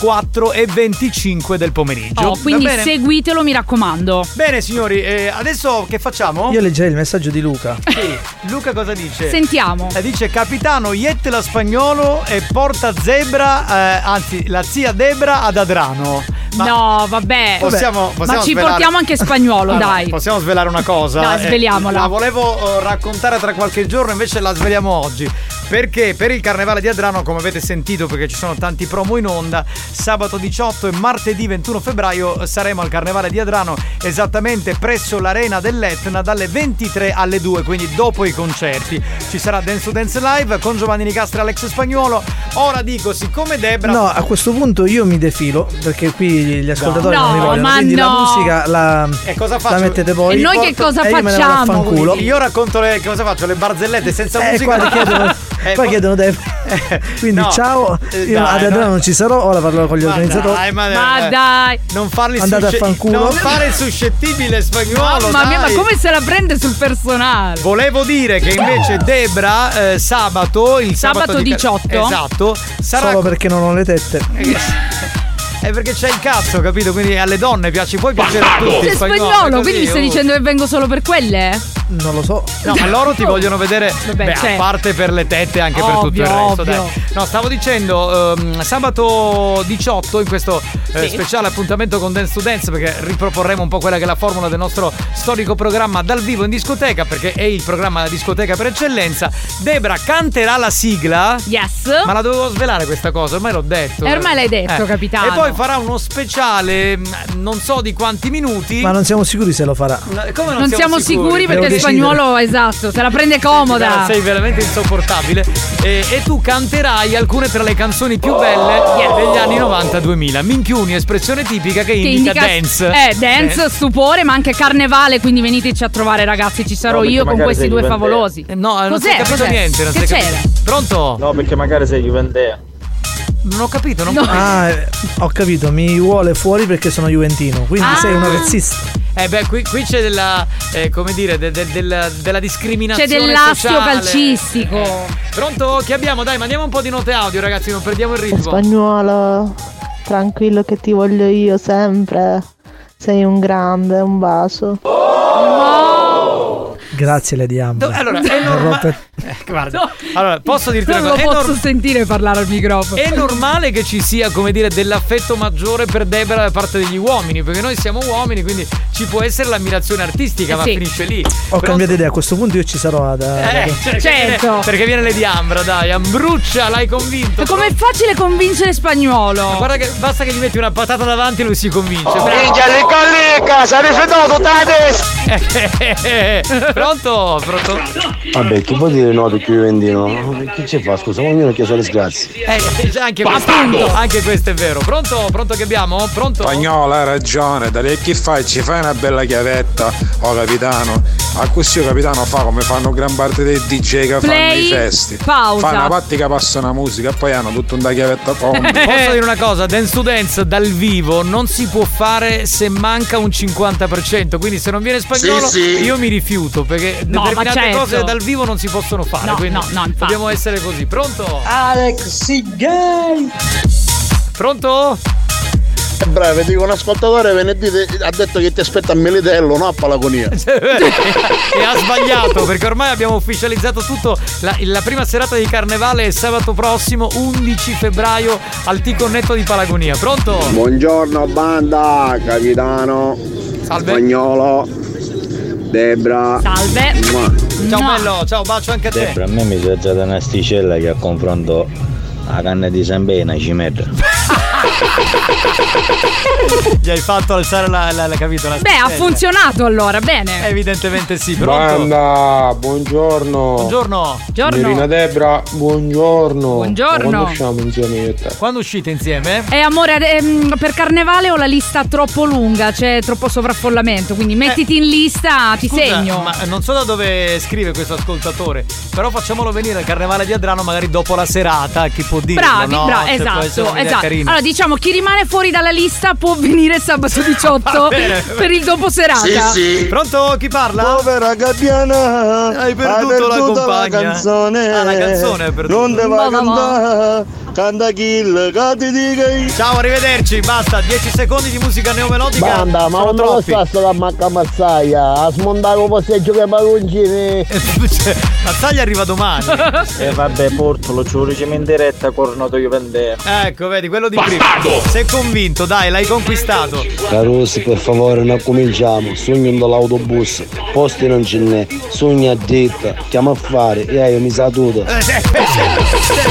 Speaker 7: 4.25 del pomeriggio.
Speaker 8: Oh,
Speaker 7: Va
Speaker 8: quindi
Speaker 7: bene?
Speaker 8: seguitelo, mi raccomando.
Speaker 7: Bene signori, eh, adesso che facciamo?
Speaker 20: Io leggerei il messaggio di Luca.
Speaker 7: Sì, Luca cosa
Speaker 8: [LAUGHS]
Speaker 7: dice?
Speaker 8: Sentiamo.
Speaker 7: Eh, Dice capitano Iettela Spagnolo e porta Zebra, eh, anzi la zia Debra ad Adrano.
Speaker 8: no, vabbè.
Speaker 7: Possiamo- possiamo
Speaker 8: ma ci
Speaker 7: svelare- Ah,
Speaker 8: portiamo anche
Speaker 7: [LAUGHS]
Speaker 8: spagnolo,
Speaker 7: Allora,
Speaker 8: dai.
Speaker 7: Possiamo svelare una cosa?
Speaker 8: Dai,
Speaker 7: Eh,
Speaker 8: sveliamola.
Speaker 7: la volevo eh, raccontare tra qualche giorno, invece la sveliamo oggi. Perché per il carnevale di Adrano, come avete sentito, perché ci sono tanti promo in onda, sabato 18 e martedì 21 febbraio saremo al carnevale di Adrano esattamente presso l'arena dell'Etna dalle 23 alle 2, quindi dopo i concerti. Ci sarà Dance to Dance Live con Giovanni Nicastro e Alex Spagnuolo. Ora dico, siccome Debra...
Speaker 20: No, a questo punto io mi defilo perché qui gli ascoltatori
Speaker 7: No.
Speaker 20: non mi
Speaker 7: No,
Speaker 20: vogliono.
Speaker 7: ma
Speaker 20: Quindi la
Speaker 7: no.
Speaker 20: musica la,
Speaker 7: E cosa faccio?
Speaker 20: la mettete voi. Porto- e io me ne vado a fanculo.
Speaker 7: Io racconto le cosa faccio, le barzellette senza
Speaker 20: Eh,
Speaker 7: musica.
Speaker 20: qua chiedono,
Speaker 7: [LAUGHS] Eh,
Speaker 20: qua
Speaker 7: po-
Speaker 20: chiedono
Speaker 7: [LAUGHS]
Speaker 20: dei- Quindi
Speaker 7: no.
Speaker 20: ciao,
Speaker 7: Eh,
Speaker 20: io
Speaker 7: dai,
Speaker 20: ad Adrano non ci sarò, ora parlerò con gli organizzatori.
Speaker 7: dai, ma,
Speaker 8: Ma
Speaker 7: eh,
Speaker 8: dai.
Speaker 7: Non farli
Speaker 20: Andate a
Speaker 7: susce-
Speaker 20: fanculo.
Speaker 7: Non fare il suscettibile spagnolo.
Speaker 8: Mamma mia, ma
Speaker 7: dai.
Speaker 8: come se la prende sul personale?
Speaker 7: Volevo dire che invece Debra eh, sabato, il sabato,
Speaker 8: Sabato
Speaker 7: di-
Speaker 8: 18.
Speaker 7: Esatto, sarà Eh,
Speaker 20: Solo perché non ho le tette.
Speaker 7: è perché c'è il cazzo, capito? Quindi alle donne piaci, puoi piacere a tutti.
Speaker 8: Cioè, Sei spagnolo, quindi mi
Speaker 7: mi
Speaker 8: stai dicendo che vengo solo per quelle?
Speaker 20: Non lo so.
Speaker 7: No, ma loro ti vogliono vedere.
Speaker 8: [LAUGHS] Vabbè,
Speaker 7: beh,
Speaker 8: certo.
Speaker 7: a parte per le tette, anche per tutto il
Speaker 8: Ovvio,
Speaker 7: resto.
Speaker 8: ovvio.
Speaker 7: Dai. No, stavo dicendo, ehm, sabato 18, in questo eh,
Speaker 8: Sì.
Speaker 7: speciale appuntamento con Dance to Dance, perché riproporremo un po' quella che è la formula del nostro storico programma dal vivo in discoteca, perché è il programma della discoteca per eccellenza. Debra canterà la sigla.
Speaker 8: Yes.
Speaker 7: Ma la dovevo svelare questa cosa, ormai l'ho detto.
Speaker 8: Eh, ormai l'hai detto, capitano.
Speaker 7: E poi farà uno speciale, mh, non so di quanti minuti.
Speaker 20: Ma non siamo sicuri se lo farà.
Speaker 7: No, come
Speaker 8: Non, siamo, sicuri,
Speaker 7: sicuri
Speaker 8: perché il
Speaker 7: Devo
Speaker 8: spagnolo, esatto, se la prende comoda.
Speaker 7: Sei veramente insopportabile. E, e tu canterai alcune tra le canzoni più belle degli anni 90-2000. Minchiuni, espressione tipica che
Speaker 8: Che
Speaker 7: indica, dance.
Speaker 8: Eh, dance, stupore, ma ragazzi, carnevale, quindi veniteci a trovare ragazzi, ci sarò
Speaker 18: No, perché
Speaker 8: io con
Speaker 18: magari
Speaker 8: questi
Speaker 18: sei
Speaker 8: due
Speaker 18: Juventus.
Speaker 8: favolosi.
Speaker 7: Eh, No, non
Speaker 8: Cos'è?
Speaker 7: stai capendo
Speaker 8: Cos'è?
Speaker 7: niente. Non
Speaker 8: che
Speaker 7: stai
Speaker 8: c'era?
Speaker 7: capendo- Pronto?
Speaker 18: No, perché magari sei Juventea.
Speaker 7: Non ho capito, non ho capito.
Speaker 20: Ah, eh, ho capito, mi vuole fuori perché sono Juventino. Quindi
Speaker 8: Ah.
Speaker 20: sei un razzista.
Speaker 7: Eh beh, qui, qui c'è della, eh, come dire, de- de- della- della discriminazione
Speaker 8: C'è dell'astio
Speaker 7: sociale.
Speaker 8: calcistico.
Speaker 7: Pronto? Chi abbiamo? Dai, mandiamo un po' di note audio, ragazzi, non perdiamo il ritmo.
Speaker 5: Spagnuolo, tranquillo che ti voglio io sempre. Sei un grande, un bacio.
Speaker 20: Grazie, Lady Eh, Ambra.
Speaker 7: allora, è
Speaker 20: Non rompere-
Speaker 7: [LAUGHS] Eh, guarda. Allora, posso dirti una
Speaker 8: Non
Speaker 7: cosa?
Speaker 8: lo
Speaker 7: È
Speaker 8: posso
Speaker 7: nor-
Speaker 8: sentire parlare al microfono.
Speaker 7: È normale che ci sia, come dire, dell'affetto maggiore per Debra da parte degli uomini, perché noi siamo uomini, quindi ci può essere l'ammirazione artistica,
Speaker 20: Eh
Speaker 7: ma
Speaker 20: sì.
Speaker 7: finisce lì.
Speaker 20: Ho cambiato idea, a questo punto io ci sarò ad.
Speaker 7: Eh, cioè,
Speaker 8: Certo.
Speaker 7: viene- Perché viene Lady Ambra, dai, Ambruccia, l'hai convinto.
Speaker 8: Ma Com'è facile convincere spagnolo?
Speaker 7: Guarda che basta che gli metti una patata davanti e lui si convince.
Speaker 5: Oh,
Speaker 52: minchia, le collega,
Speaker 7: si è rifiutato tutta testa. [LAUGHS] Pronto? Pronto?
Speaker 53: Vabbè, chi vuol dire no di più Juventino? Chi ci fa? Scusa, ma ognuno ha chiesto le disgrazie.
Speaker 7: Eh, c'è anche questo, anche questo è vero. Pronto? Pronto che abbiamo? Pronto?
Speaker 33: Spagnola ha ragione, da lei che fai? Ci fai una bella chiavetta, oh capitano. A questo capitano fa come fanno gran parte dei DJ che fanno
Speaker 8: Play,
Speaker 33: i festi.
Speaker 8: pausa.
Speaker 33: Fanno una parte che passa una musica e poi hanno tutta
Speaker 7: [LAUGHS]
Speaker 33: una chiavetta fondo.
Speaker 7: Posso dire una cosa, Dance to Dance dal vivo non si può fare se manca un 50%, quindi se non viene spagnolo
Speaker 33: Sì, sì.
Speaker 7: io mi rifiuto perché
Speaker 33: No, ma
Speaker 7: determinate
Speaker 33: certo.
Speaker 7: cose dal vivo non si possono fare,
Speaker 33: No,
Speaker 7: quindi
Speaker 33: no, no, infatti.
Speaker 7: dobbiamo essere così. Pronto?
Speaker 8: Ah,
Speaker 18: Alex, si gay!
Speaker 7: Pronto?
Speaker 18: Bravo, dico un ascoltatore venerdì te- ha detto che ti aspetta a Melitello, no a Palagonia.
Speaker 7: [LAUGHS] [LAUGHS] e ha sbagliato perché ormai abbiamo ufficializzato tutto la, la prima serata di carnevale è sabato prossimo 11 febbraio al Ticonnetto di Palagonia. Pronto?
Speaker 11: Buongiorno banda, capitano. Spagnolo. Debra.
Speaker 8: Salve.
Speaker 11: Mua.
Speaker 7: Ciao bello, ciao, bacio anche a te.
Speaker 11: Debra, a me mi si è già un'asticella che a confronto la canna di Sambena ci mette.
Speaker 7: Gli hai fatto alzare la, la, la capito? La
Speaker 8: Beh, ha
Speaker 7: Eh,
Speaker 8: funzionato allora, bene.
Speaker 7: Evidentemente sì, pronto.
Speaker 33: Banda, buongiorno.
Speaker 7: Buongiorno.
Speaker 33: Signorina Debra, buongiorno.
Speaker 8: Buongiorno.
Speaker 33: Ma Quando usciamo insieme io e te?
Speaker 7: Quando uscite insieme? eh?
Speaker 8: E Eh, amore, ehm, per carnevale ho la lista troppo lunga, c'è troppo sovraffollamento, quindi mettiti in lista, ti
Speaker 7: Eh. Scusa,
Speaker 8: segno.
Speaker 7: Ma non so da dove scrive questo ascoltatore, però facciamolo venire al carnevale di Adrano magari dopo la serata, chi può dirlo,
Speaker 8: Bravi,
Speaker 7: no?
Speaker 8: bra-
Speaker 7: Cioè, può essere
Speaker 8: esatto,
Speaker 7: un'idea
Speaker 8: esatto.
Speaker 7: carina.
Speaker 8: Allora diciamo chi rimane fuori dalla lista può [LAUGHS]
Speaker 7: [LAUGHS]
Speaker 8: venire sabato 18
Speaker 7: bene.
Speaker 8: per il dopo serata.
Speaker 7: Pronto? Chi parla?
Speaker 15: Povera gabbiana, hai
Speaker 7: perduto la compagna.
Speaker 15: canzone.
Speaker 7: Ah, la canzone hai perduto.
Speaker 15: Non te va a
Speaker 7: Ma va va.
Speaker 15: cantare, canta kill, che ti dica
Speaker 7: Ciao, arrivederci, basta, 10 secondi di musica neomelodica.
Speaker 18: Banda, ma
Speaker 7: sono
Speaker 18: non lo
Speaker 7: troppi.
Speaker 18: sta sta da macca mazzaia, a smontare un passeggio che paroncini.
Speaker 7: Cioè, Mazzaglia arriva
Speaker 11: [LAUGHS]
Speaker 7: domani.
Speaker 11: E Eh, vabbè, portalo, ci vorrei in diretta, cornuto io pendevo.
Speaker 7: Ecco, vedi, quello di prima. Sei convinto, dai, l'hai conquistato.
Speaker 11: Carusi, per favore, non cominciamo. Sogno dall'autobus, posti non ce n'è, sogno a detta, chiamo a fare, e io mi saluto.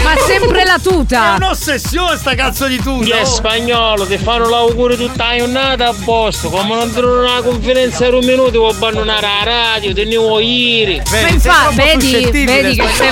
Speaker 8: Ma sempre la tuta. È
Speaker 7: un'ossessione sta cazzo di tuta. oh.
Speaker 5: Chi è spagnolo, ti fanno l'augurio tutta la giornata a posto. Come non trovo una conferenza in un minuto, vuoi abbandonare la radio, te ne vuoi ieri.
Speaker 8: Ma infatti, vedi, vedi che se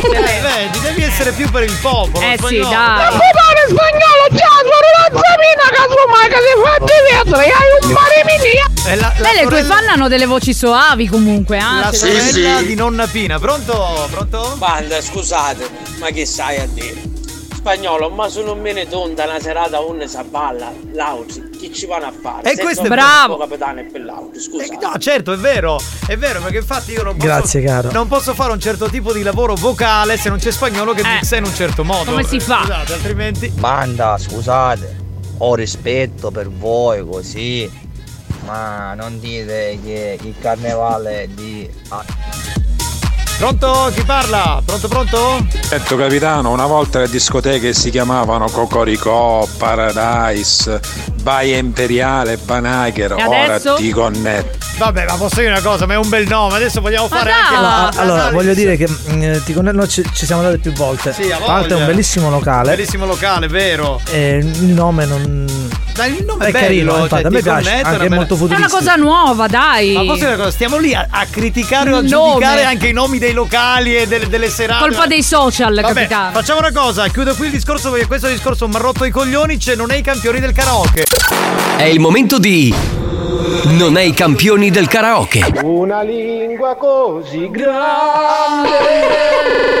Speaker 7: [LAUGHS]
Speaker 8: se vede.
Speaker 7: Vedi, devi essere più per il popolo.
Speaker 8: Eh sì,
Speaker 7: spagnolo,
Speaker 8: dai.
Speaker 31: Pare spagnolo, Giacomo, non sapina casomai che si fa di vetro, e hai un mare mini.
Speaker 7: È la, la
Speaker 8: Beh, Eh, le tue
Speaker 7: sorella-
Speaker 8: fan hanno delle voci soavi comunque, eh, cioè,
Speaker 7: La
Speaker 8: anche.
Speaker 7: sorella di nonna Pina, pronto? Pronto?
Speaker 5: Banda, scusatemi, ma che sai a dire? Spagnolo, ma se non me ne tonda una serata onne si balla, l'auti, chi ci vanno a fare?
Speaker 7: E
Speaker 5: Se
Speaker 7: questo
Speaker 5: non
Speaker 7: è
Speaker 5: per
Speaker 7: bravo.
Speaker 5: il tuo capitano e per l'auti, scusa.
Speaker 7: No, certo, è vero, è vero, perché infatti io non posso,
Speaker 20: Grazie, caro.
Speaker 7: non posso fare un certo tipo di lavoro vocale se non c'è spagnolo che mixa in un certo modo. Eh, Scusate, altrimenti.
Speaker 54: Banda, scusate, ho rispetto per voi così, ma non dite che il carnevale è di... ah,
Speaker 7: Pronto? Oh, Chi parla? Pronto, pronto?
Speaker 33: Certo capitano, una volta le discoteche si chiamavano Cocorico, Paradise, Baia Imperiale, Banagher,
Speaker 7: E
Speaker 33: ora
Speaker 7: adesso?
Speaker 33: ti connetto.
Speaker 7: Vabbè, ma posso dire una cosa, ma è un bel nome, adesso vogliamo fare anche
Speaker 20: Allora,
Speaker 7: la.
Speaker 20: allora, voglio dire che mm, eh, ti condanno- ci, ci siamo date più volte.
Speaker 7: Sì, a
Speaker 20: Tra l'altro è
Speaker 7: voglia.
Speaker 20: un bellissimo locale.
Speaker 7: Bellissimo locale, vero?
Speaker 20: e Eh, il nome non.
Speaker 7: Dai, il nome
Speaker 20: è
Speaker 7: bello,
Speaker 20: carino,
Speaker 7: cioè,
Speaker 20: infatti, a
Speaker 7: ti
Speaker 20: me piace.
Speaker 7: connette,
Speaker 20: Anche
Speaker 7: una
Speaker 20: è
Speaker 7: bella-
Speaker 20: molto
Speaker 7: È una
Speaker 8: È una
Speaker 20: futuristico.
Speaker 8: cosa nuova, dai.
Speaker 7: Ma posso dire una cosa? Stiamo lì a, a criticare o a
Speaker 8: Il
Speaker 7: giudicare
Speaker 8: nome.
Speaker 7: anche i nomi dei locali e delle, delle serate.
Speaker 8: Colpa dei social,
Speaker 7: Vabbè,
Speaker 8: capitano.
Speaker 7: Facciamo una cosa, chiudo qui il discorso perché questo discorso mi ha rotto i coglioni, cioè non è i campioni del karaoke.
Speaker 2: È il momento di. Non è i campioni del karaoke.
Speaker 31: Una lingua così grande.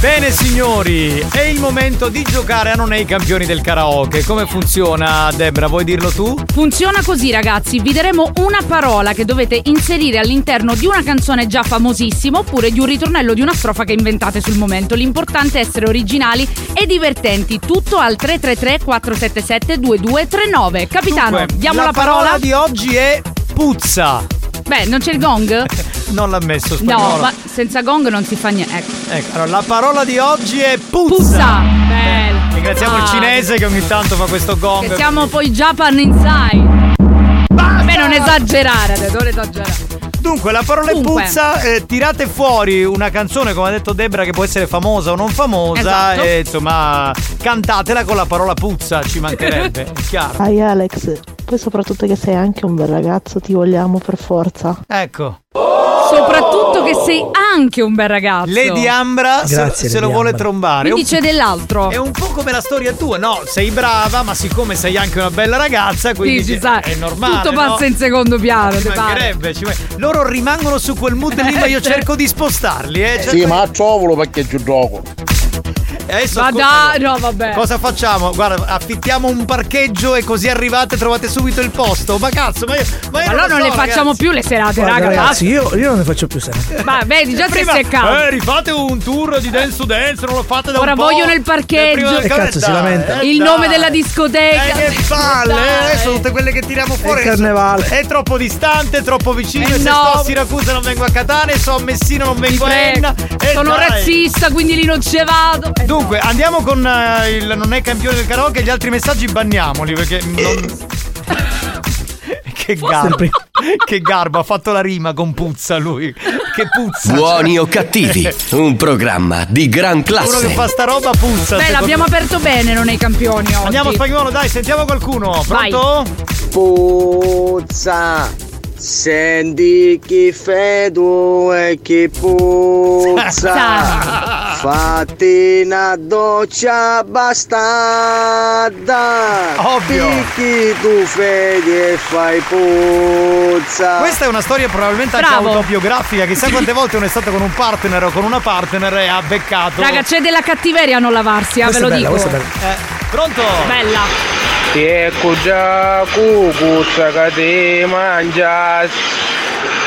Speaker 7: Bene signori, è il momento di giocare a non è i campioni del karaoke. Come funziona Debra? Vuoi dirlo tu?
Speaker 8: Funziona così, ragazzi. Vi daremo una parola che dovete inserire all'interno di una canzone già famosissima oppure di un ritornello di una strofa che inventate sul momento. L'importante è essere originali e divertenti. Tutto al 333-477-2239. Capitano,
Speaker 7: Dunque,
Speaker 8: Ah, diamo la,
Speaker 7: parola. di oggi è puzza.
Speaker 8: Beh, non c'è il
Speaker 7: [LAUGHS]
Speaker 8: gong?
Speaker 7: Non l'ha messo spagnolo.
Speaker 8: no, ma senza gong non si fa niente. Ecco.
Speaker 7: Ecco, allora la parola di oggi è puzza.
Speaker 8: Puzza. Bello.
Speaker 7: Ringraziamo il
Speaker 8: Dai.
Speaker 7: cinese che ogni tanto fa questo gong.
Speaker 8: Che siamo poi Japan Inside. Vabbè, non esagerare, adesso, non esagerare.
Speaker 7: Dunque, la parola è
Speaker 8: Dunque.
Speaker 7: puzza, eh, tirate fuori una canzone, come ha detto Debra, che può essere famosa o non famosa,
Speaker 8: Esatto.
Speaker 7: e insomma, cantatela con la parola puzza, ci mancherebbe, è chiaro.
Speaker 55: Dai Alex, poi soprattutto che sei anche un bel ragazzo, ti vogliamo per forza.
Speaker 7: Ecco,
Speaker 8: Soprattutto che sei anche un bel ragazzo.
Speaker 7: Lady Ambra se-
Speaker 20: Grazie,
Speaker 7: se,
Speaker 20: Lady
Speaker 7: lo vuole
Speaker 20: Ambra.
Speaker 7: trombare.
Speaker 8: Quindi c'è dell'altro.
Speaker 7: È un po' come la storia tua, no? Sei brava, ma siccome sei anche una bella ragazza, quindi
Speaker 8: Sì, ci
Speaker 7: c'è-
Speaker 8: sa,
Speaker 7: è normale.
Speaker 8: Tutto
Speaker 7: no?
Speaker 8: passa in secondo piano.
Speaker 7: Ci
Speaker 8: te pare.
Speaker 7: mancherebbe, ci mancherebbe. Loro rimangono
Speaker 8: [LAUGHS]
Speaker 7: su quel mood lì, ma io cerco di spostarli, eh.
Speaker 56: Sì,
Speaker 7: cerco-
Speaker 56: ma a trovolo perché ci gioco.
Speaker 7: E adesso
Speaker 8: Ma
Speaker 7: ascoltalo.
Speaker 8: dai, no, vabbè.
Speaker 7: Cosa facciamo? Guarda, affittiamo un parcheggio e così arrivate e trovate subito il posto. Ma cazzo, ma io. Ma io
Speaker 8: Ma allora
Speaker 7: lo
Speaker 8: non
Speaker 7: so,
Speaker 8: le facciamo
Speaker 7: ragazzi.
Speaker 8: più le serate,
Speaker 7: Ah,
Speaker 20: Guarda,
Speaker 8: raga.
Speaker 20: ragazzi, io, io non ne faccio più sempre.
Speaker 8: basta. Ma vedi, già si è
Speaker 7: Eh, Prima,
Speaker 8: seccato.
Speaker 7: eh, rifate un tour di dance to dance, non lo fate da
Speaker 8: Ora
Speaker 7: un po'.
Speaker 8: vogliono il parcheggio.
Speaker 7: Prima-
Speaker 8: Eh,
Speaker 20: cazzo, si
Speaker 7: dai,
Speaker 20: lamenta.
Speaker 7: eh,
Speaker 8: Il
Speaker 7: dai.
Speaker 8: nome della discoteca.
Speaker 7: Eh, che palle, eh,
Speaker 8: Dai.
Speaker 7: adesso tutte quelle che tiriamo fuori.
Speaker 20: È carnevale.
Speaker 7: È troppo distante, troppo vicino.
Speaker 8: Eh
Speaker 7: e se
Speaker 8: no.
Speaker 7: sto a Siracusa non vengo a Catania, so a Messina non vengo a
Speaker 8: prego.
Speaker 7: Enna. Eh,
Speaker 8: Sono
Speaker 7: dai.
Speaker 8: razzista, quindi lì non ci vado. Eh,
Speaker 7: Dunque, andiamo con eh, il non è campione del karaoke gli altri messaggi banniamoli perché non- Che
Speaker 8: [LAUGHS]
Speaker 7: garbo. [LAUGHS] che garbo, ha fatto la rima con puzza lui. Che puzza. cioè.
Speaker 2: Buoni o
Speaker 7: [LAUGHS]
Speaker 2: cattivi, un programma di gran
Speaker 7: Uno che
Speaker 2: classe.
Speaker 7: fa sta roba puzza.
Speaker 8: Beh,
Speaker 7: secondo
Speaker 8: l'abbiamo
Speaker 7: me.
Speaker 8: aperto bene, non è campioni oggi.
Speaker 7: Andiamo spagnolo, dai, sentiamo qualcuno.
Speaker 8: Vai.
Speaker 7: Oh, Pronto?
Speaker 31: Puzza, senti chi fedo e chi puzza. Fatti una doccia bastarda.
Speaker 7: Ovvio.
Speaker 31: Di chi tu fedi e fai puzza.
Speaker 7: Questa è una storia probabilmente anche
Speaker 31: Bravo.
Speaker 7: autobiografica. Chissà quante volte uno è stato con un partner o con una partner e ha beccato.
Speaker 8: Raga, c'è della cattiveria a non lavarsi, ah, ve lo dico.
Speaker 7: Eh, pronto?
Speaker 8: Bella.
Speaker 11: Ti ecco già cucuzza che ti mangias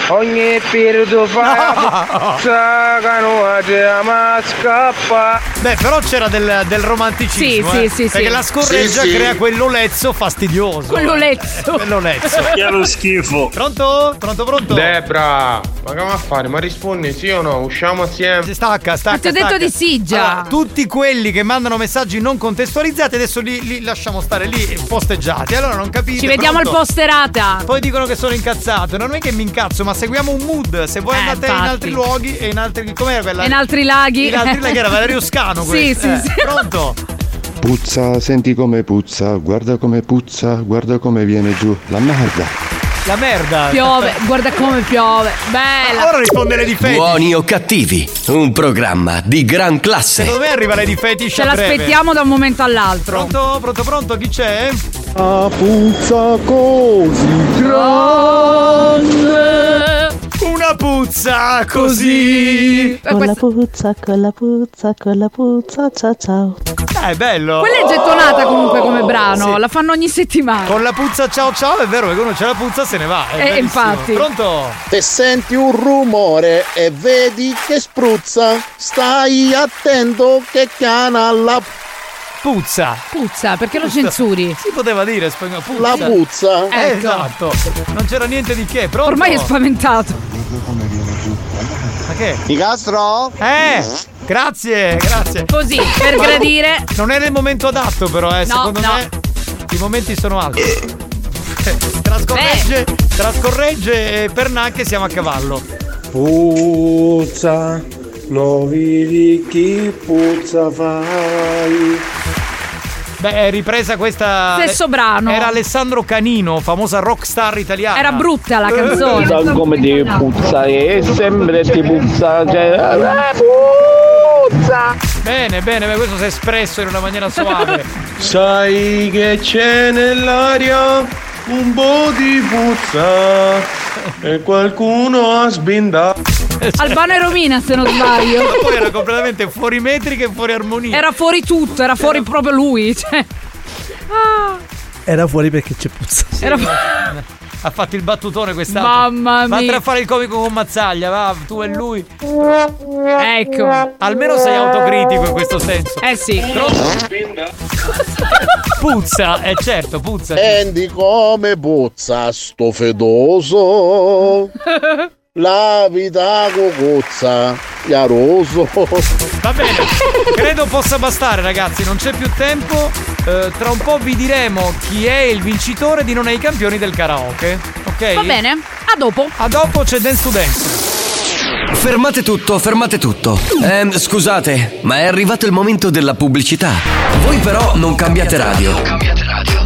Speaker 11: Ogni periodo fa puzza che non ti ma scappa
Speaker 7: Beh, però c'era del, del romanticismo.
Speaker 8: Sì,
Speaker 7: eh.
Speaker 8: sì, sì, sì.
Speaker 7: Perché la scorreggia
Speaker 8: Sì, sì.
Speaker 7: crea quell'olezzo fastidioso.
Speaker 8: Quell'olezzo.
Speaker 7: Quell'olezzo.
Speaker 8: [LAUGHS]
Speaker 57: Che è lo schifo.
Speaker 7: Pronto? Pronto, pronto?
Speaker 57: Debra, ma che va a fare? Ma rispondi sì o no? Usciamo assieme.
Speaker 7: Si stacca, stacca.
Speaker 8: ti ho detto
Speaker 7: stacca.
Speaker 8: di sì già.
Speaker 7: Allora, tutti quelli che mandano messaggi non contestualizzati, adesso li, li lasciamo stare lì posteggiati. Allora non capite.
Speaker 8: Ci vediamo
Speaker 7: pronto?
Speaker 8: al posterata.
Speaker 7: Poi dicono che sono incazzato. Non è che mi incazzo, ma seguiamo un mood. Se voi
Speaker 8: Eh,
Speaker 7: andate in
Speaker 8: infatti.
Speaker 7: altri luoghi e in altri. Com'era quella?
Speaker 8: E in altri laghi.
Speaker 7: In altri laghi era Valerio Scano
Speaker 8: [LAUGHS] Sì,
Speaker 7: questo.
Speaker 8: sì,
Speaker 7: Eh,
Speaker 8: sì.
Speaker 7: Pronto?
Speaker 5: Puzza, senti come puzza, guarda come puzza, guarda come viene giù, la merda.
Speaker 7: La merda.
Speaker 8: Piove, guarda come piove. Bella.
Speaker 7: Ora risponde le difetti.
Speaker 2: Buoni o cattivi, un programma di gran
Speaker 7: Secondo
Speaker 2: classe.
Speaker 7: me arriva Lady Fetish
Speaker 8: Ce
Speaker 7: a breve.
Speaker 8: l'aspettiamo da un momento all'altro.
Speaker 7: Pronto, pronto, pronto, chi c'è?
Speaker 5: La puzza così
Speaker 8: grande.
Speaker 7: Una puzza così.
Speaker 29: Con la puzza, con la puzza, con la puzza, ciao ciao.
Speaker 7: Eh, è bello.
Speaker 8: Quella è gettonata comunque come brano, la fanno ogni settimana.
Speaker 7: Oh, Con la puzza ciao ciao, è vero che uno c'è la puzza se ne va. È
Speaker 8: Eh,
Speaker 7: bellissimo.
Speaker 8: infatti.
Speaker 7: Pronto?
Speaker 18: Se senti un rumore e vedi che spruzza, stai attento che cana la,
Speaker 7: Puzza.
Speaker 8: Puzza, perché lo
Speaker 7: [LAUGHS]
Speaker 8: censuri?
Speaker 7: Si poteva dire spagnolo puzza.
Speaker 18: la puzza.
Speaker 7: Eh,
Speaker 8: Ecco.
Speaker 7: esatto. Non c'era niente di che, pronto?
Speaker 8: Ormai è spaventato.
Speaker 7: Ma che?
Speaker 5: Di Castro?
Speaker 7: Eh! Grazie, grazie.
Speaker 8: Così, per gradire.
Speaker 7: Non era il momento adatto però, eh,
Speaker 8: No,
Speaker 7: secondo
Speaker 8: no.
Speaker 7: me i momenti sono altri. [LAUGHS] trascorregge,
Speaker 8: Eh.
Speaker 7: trascorregge e Pernacche siamo a cavallo.
Speaker 5: Puzza, lo vedi chi puzza fai.
Speaker 7: Beh, è ripresa questa.
Speaker 8: Stesso brano.
Speaker 7: Era Alessandro Canino, famosa rockstar italiana.
Speaker 8: Era brutta
Speaker 7: [LAUGHS]
Speaker 8: la canzone.
Speaker 11: come ti puzza e sempre ti puzza cioè,
Speaker 58: Puzza!
Speaker 7: Bene, bene, beh, questo si è espresso in una maniera suave.
Speaker 57: Sai che c'è nell'aria un po' di puzza e qualcuno ha sbindato.
Speaker 7: Eh,
Speaker 8: Albano e Romina, se non sbaglio.
Speaker 7: certo. [LAUGHS] Ma Poi era completamente fuori metrica e fuori armonia.
Speaker 8: Era fuori tutto, era fuori proprio lui. [LAUGHS] Cioè. Ah,
Speaker 20: Era fuori perché c'è puzza.
Speaker 8: era fu-
Speaker 7: Ha fatto il battutone quest'anno.
Speaker 8: Mamma mia.
Speaker 7: Vattene a fare il comico con Mazzaglia, va, tu e lui.
Speaker 8: Ecco.
Speaker 7: Almeno sei autocritico in questo senso.
Speaker 8: Eh sì.
Speaker 7: Puzza, eh certo, puzza.
Speaker 18: Senti come puzza sto
Speaker 8: [LAUGHS]
Speaker 18: fedoso. La vita cocuzza, chiaroso.
Speaker 7: Va bene, credo possa bastare ragazzi, non c'è più tempo. Eh, tra un po' vi diremo chi è il vincitore di Non è i campioni del karaoke. Ok?
Speaker 8: Va bene, a dopo.
Speaker 7: A dopo c'è Dance to Dance.
Speaker 2: Fermate tutto, fermate tutto. Ehm, scusate, ma è arrivato il momento della pubblicità. Voi però non cambiate radio.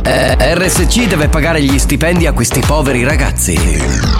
Speaker 2: Eh, RSC deve pagare gli stipendi a questi poveri ragazzi.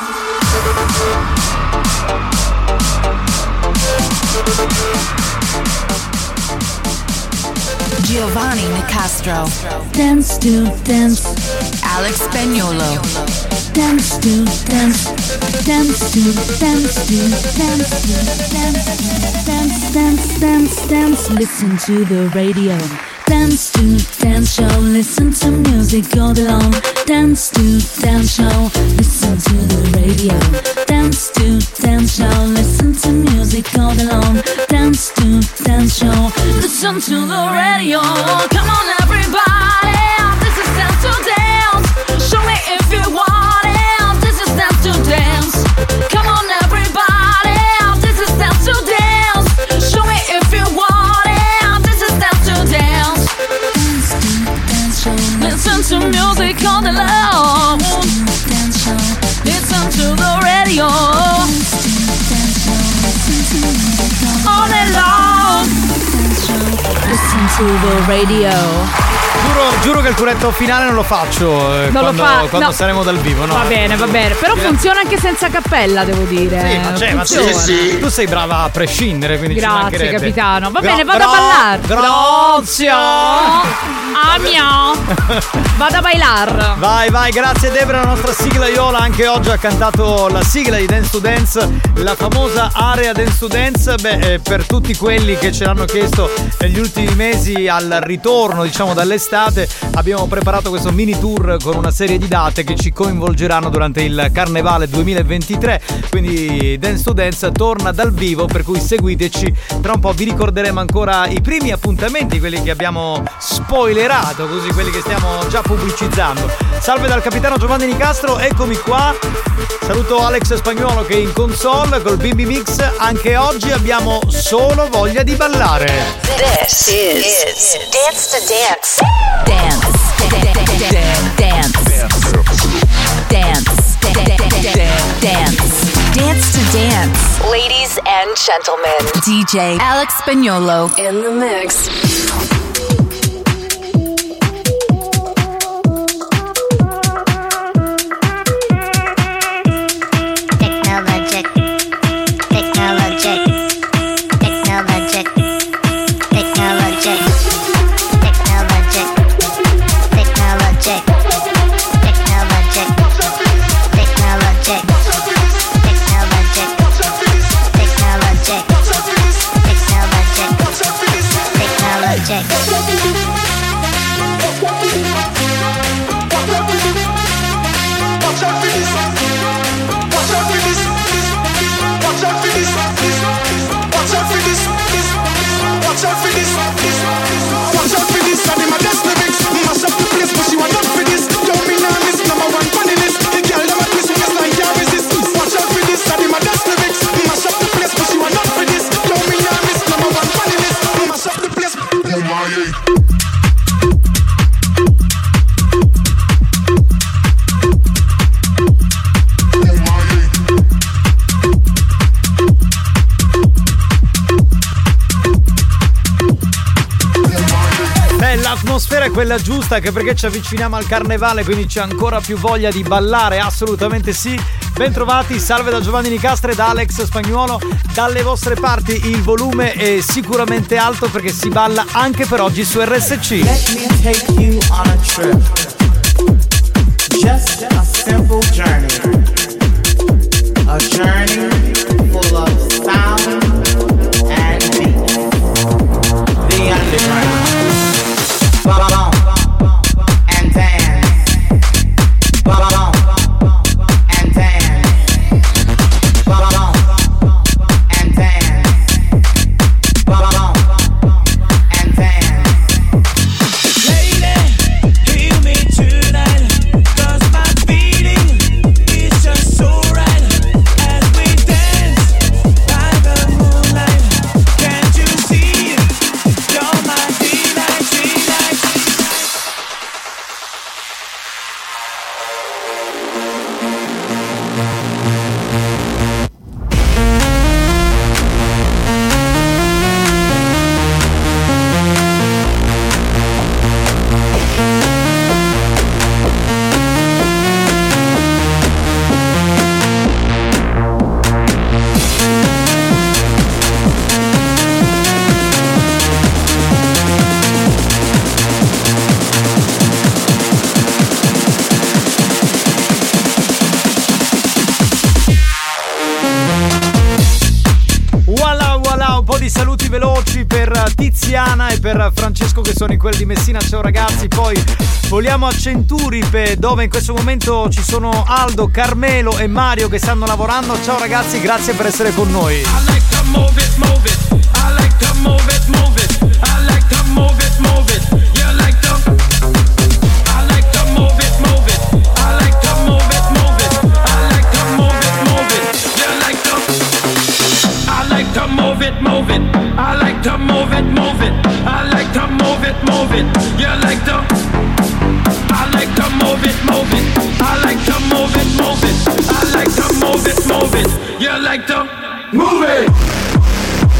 Speaker 1: Giovanni Nicastro.
Speaker 29: Dance to dance.
Speaker 1: Alex Spagnolo.
Speaker 29: Dance to dance. Dance to dance to dance to dance to dance dance dance dance. Listen to the radio. Dance to dance show. Listen to music all day long. Dance to dance show. Listen to the radio. Dance to dance show. Listen to music all day long. Dance to dance show. Listen to the radio. Uh, Come on everybody. This is dance to dance. Show me if you want it. This is dance to dance. Come on everybody. This is dance to dance. Show me if you want it. This is dance to dance. Listen to music on the loud. Listen to the radio. On the loud. Listen to the radio.
Speaker 7: Giuro, giuro che il curetto finale non lo faccio eh,
Speaker 8: Non lo
Speaker 7: quando,
Speaker 8: fa-
Speaker 7: quando
Speaker 8: no.
Speaker 7: saremo dal vivo, no?
Speaker 8: Va bene, va bene. Però
Speaker 7: Sì,
Speaker 8: funziona anche senza cappella, devo dire.
Speaker 7: Sì, ma c'è, ma tu,
Speaker 8: Funziona.
Speaker 7: tu sei brava a prescindere, quindi ci
Speaker 8: Grazie,
Speaker 7: mancherebbe.
Speaker 8: capitano. Va
Speaker 7: Gra-
Speaker 8: bene, vado a
Speaker 7: gra-
Speaker 8: ballare.
Speaker 7: Grazia!
Speaker 8: Amio. Ah,
Speaker 7: [LAUGHS]
Speaker 8: Vado a bailar.
Speaker 7: Vai, vai, grazie Debra, la nostra sigla Iola anche oggi ha cantato la sigla di Dance to Dance, la famosa area Dance to Dance. Beh, eh, per tutti quelli che ce l'hanno chiesto negli ultimi mesi al ritorno, diciamo, dall'estate, abbiamo preparato questo mini tour con una serie di date che ci coinvolgeranno durante il Carnevale 2023. Quindi Dance to Dance torna dal vivo, per cui seguiteci. Tra un po' vi ricorderemo ancora i primi appuntamenti, quelli che abbiamo spoilerato, così quelli che stiamo già pubblicizzando. Salve dal capitano Giovanni Nicastro, eccomi qua. Saluto Alex Spagnolo che è in console col BB Mix. Anche oggi abbiamo solo voglia di ballare.
Speaker 1: This is, Dance to Dance. Dance. Dance. Dance. Dance. Dance to Dance. Ladies and gentlemen, DJ Alex Spagnolo in the mix.
Speaker 59: Technologic. Technologic. Technologic. Technologic. Technologic. Technologic. Technologic. Technologic. Technologic. Technologic. Technologic.
Speaker 7: Beh, l'atmosfera è quella giusta anche perché ci avviciniamo al carnevale, quindi c'è ancora più voglia di ballare, assolutamente sì. Bentrovati, salve da Giovanni Nicastre e da Alex Spagnuolo. Dalle vostre parti il volume è sicuramente alto perché si balla anche per oggi su RSC.
Speaker 5: Take you on a trip. Just a simple journey. A journey full of sound and beat. The underground. Ballon and dance. Ballon and dance. Ballon and dance. Ballon and dance. Lady, heal me tonight, 'cause my feeling
Speaker 7: per Tiziana e per Francesco che sono in quella di Messina. Ciao ragazzi, poi voliamo a Centuripe dove in questo momento ci sono Aldo, Carmelo e Mario che stanno lavorando. Ciao ragazzi, grazie per essere con noi.
Speaker 5: Move it!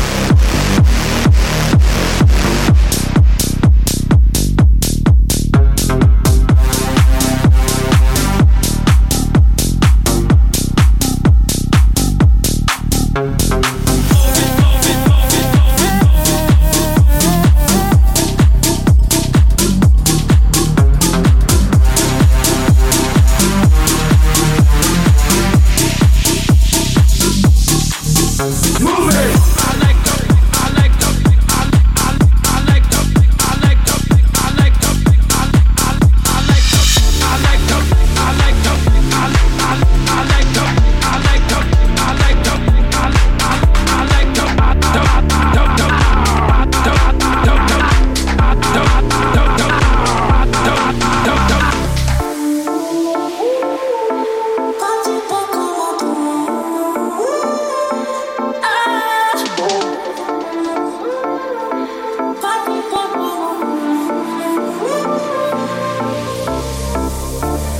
Speaker 5: Move it!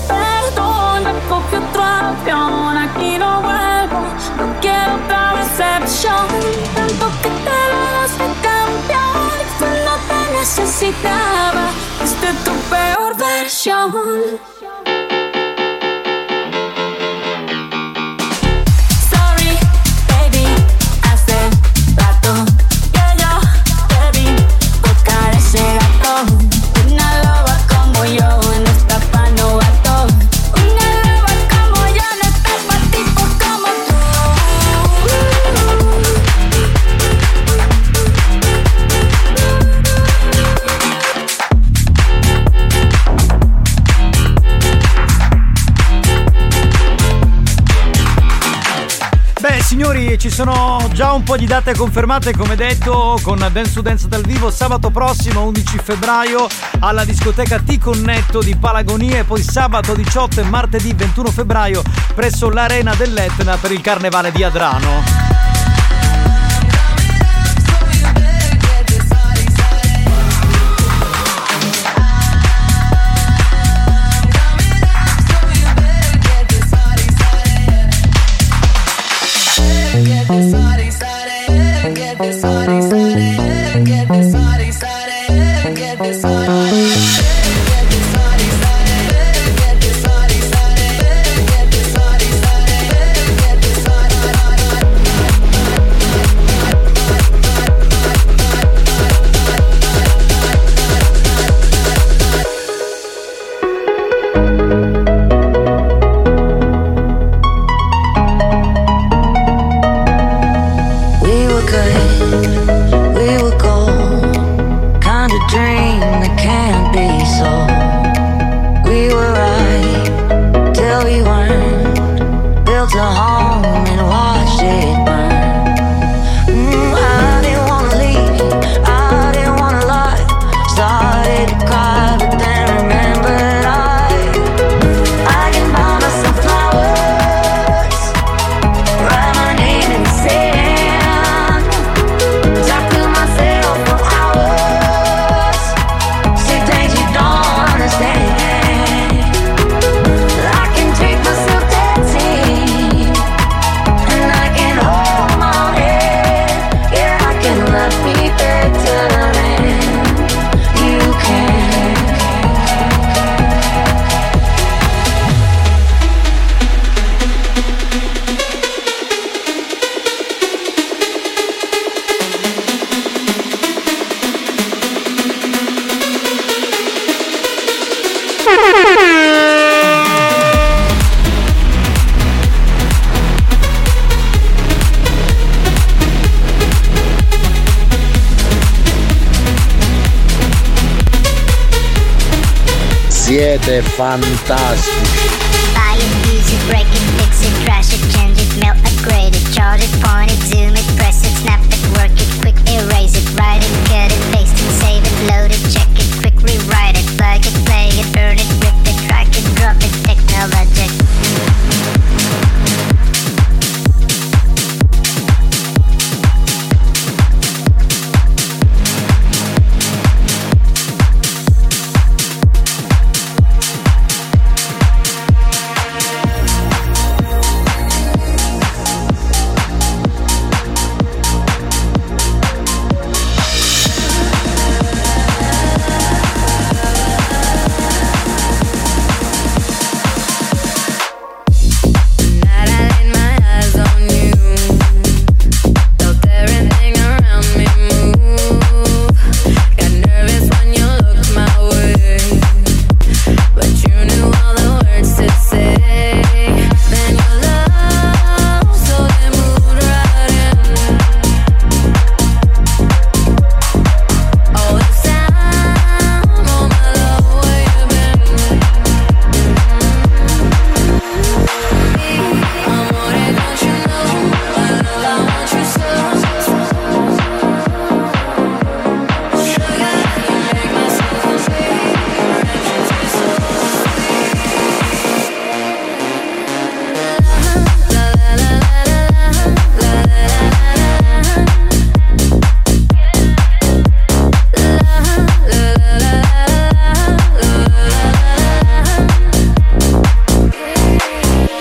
Speaker 29: Perdona porque otro avión aquí no vuelvo. No quiero otra recepción. Tanto que te vas a cambiar. Cuando te necesitaba, fuiste tu peor versión. Sorry, baby, hace rato que yo te vi tocar ese gato. Una loba como yo en esta pa' novato. Una loba como yo no está pa' tipos como tú.
Speaker 7: Beh, signori, ci sono già un po' di date confermate, come detto, con Dance to Dance dal vivo sabato prossimo, 11 febbraio, alla discoteca T-Connetto di Palagonia e poi sabato 18 e martedì 21 febbraio presso l'Arena dell'Etna per il Carnevale di Adrano.
Speaker 1: We were good, we were gold. Kind of dream that can't be sold. We were right till we weren't. Built a home and watched it burn. Mm, I didn't wanna leave, I didn't wanna lie. Started to cry, but then remembered I. I can buy myself flowers, write my name in the sand. Talk to myself for hours. Say things you don't understand. I can take myself dancing.
Speaker 11: Siete fantastici.
Speaker 59: Buy it, use it, break it, fix it, trash it, change it, melt, upgrade it, chart it, point it, zoom it, press it, snap it, work it, quick erase it, write it, cut it, paste it, save it, load it, check it, quick rewrite it, plug it, play it, burn it, rip it, drag it, drop it, technologic.
Speaker 1: Night I laid my eyes on you. Felt everything around me move. Got nervous when you looked my way, but you knew all the words to say. Then your love slowly moved right in. All this time, oh my love, where you been?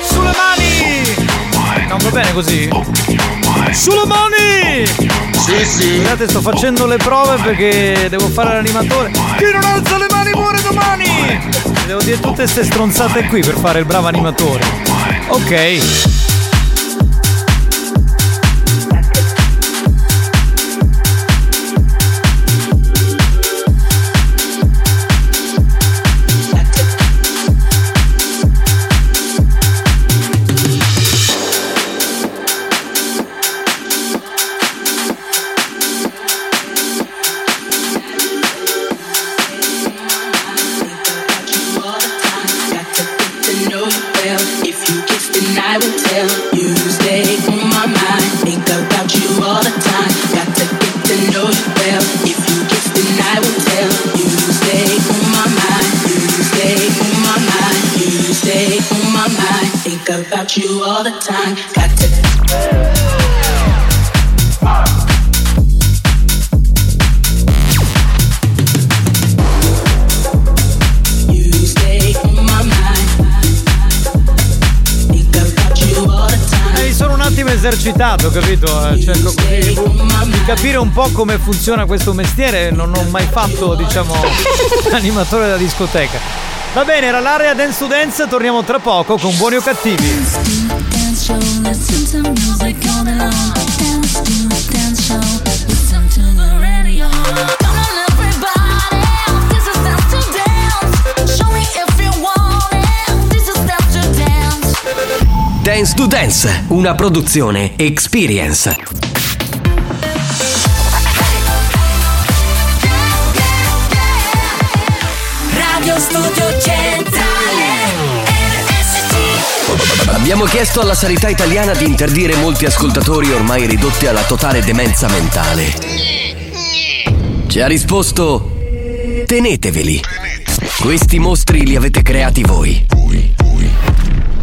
Speaker 7: Sulle mani! Non va bene così? Sulle mani! Sì, sì. Guardate, sto facendo le prove perché devo fare l'animatore. Chi non alza le mani muore domani! Ti Devo dire tutte queste stronzate qui per fare il bravo animatore. Ok.
Speaker 36: About you all the time, got to you stay on my mind.
Speaker 7: Mi sono un attimo esercitato, capito? Eh, Cerco così di capire un po' come funziona questo mestiere, non ho mai fatto, diciamo, [LAUGHS] animatore da discoteca. Va bene, era l'area Dance to Dance, torniamo tra poco con buoni o cattivi.
Speaker 1: Dance show, listen to music all day long. Dance to a dance show, listen to the radio. Come on, everybody, this is dance to dance. Show me if you want it. This is dance to dance.
Speaker 2: Dance to Dance, una produzione Experience.
Speaker 1: Radio Studio Centrale.
Speaker 2: Abbiamo chiesto alla sanità italiana di interdire molti ascoltatori ormai ridotti alla totale demenza mentale. Ci ha risposto: teneteveli. Questi mostri li avete creati voi.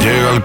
Speaker 60: Llega al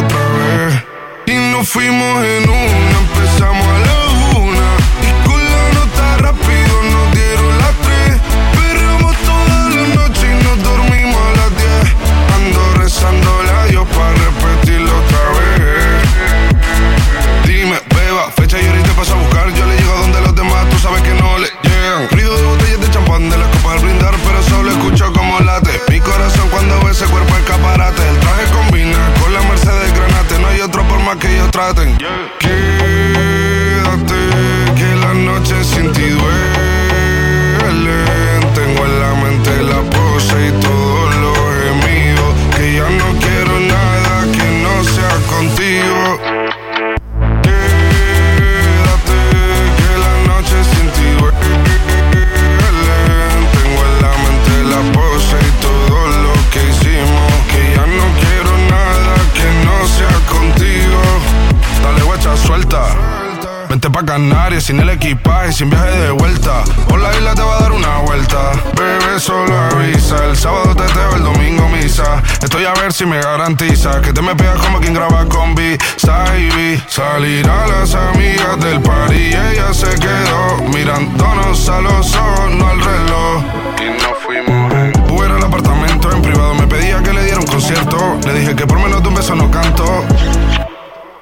Speaker 60: otra vez. Y nos fuimos en una, empezamos a la una. Y con la nota rápido nos dieron las tres. Perramos toda la noche y nos dormimos sin viaje de vuelta. Por la isla te va a dar una vuelta. Bebé, solo avisa. El sábado te teo, el domingo misa. Estoy a ver si me garantiza que te me pegas como quien graba con B. Saibi. Salir a las amigas del par y ella se quedó mirándonos a los ojos, no al reloj. Y nos fuimos en Uber al apartamento en privado. Me pedía que le diera un concierto. Le dije que por menos de un beso no canto.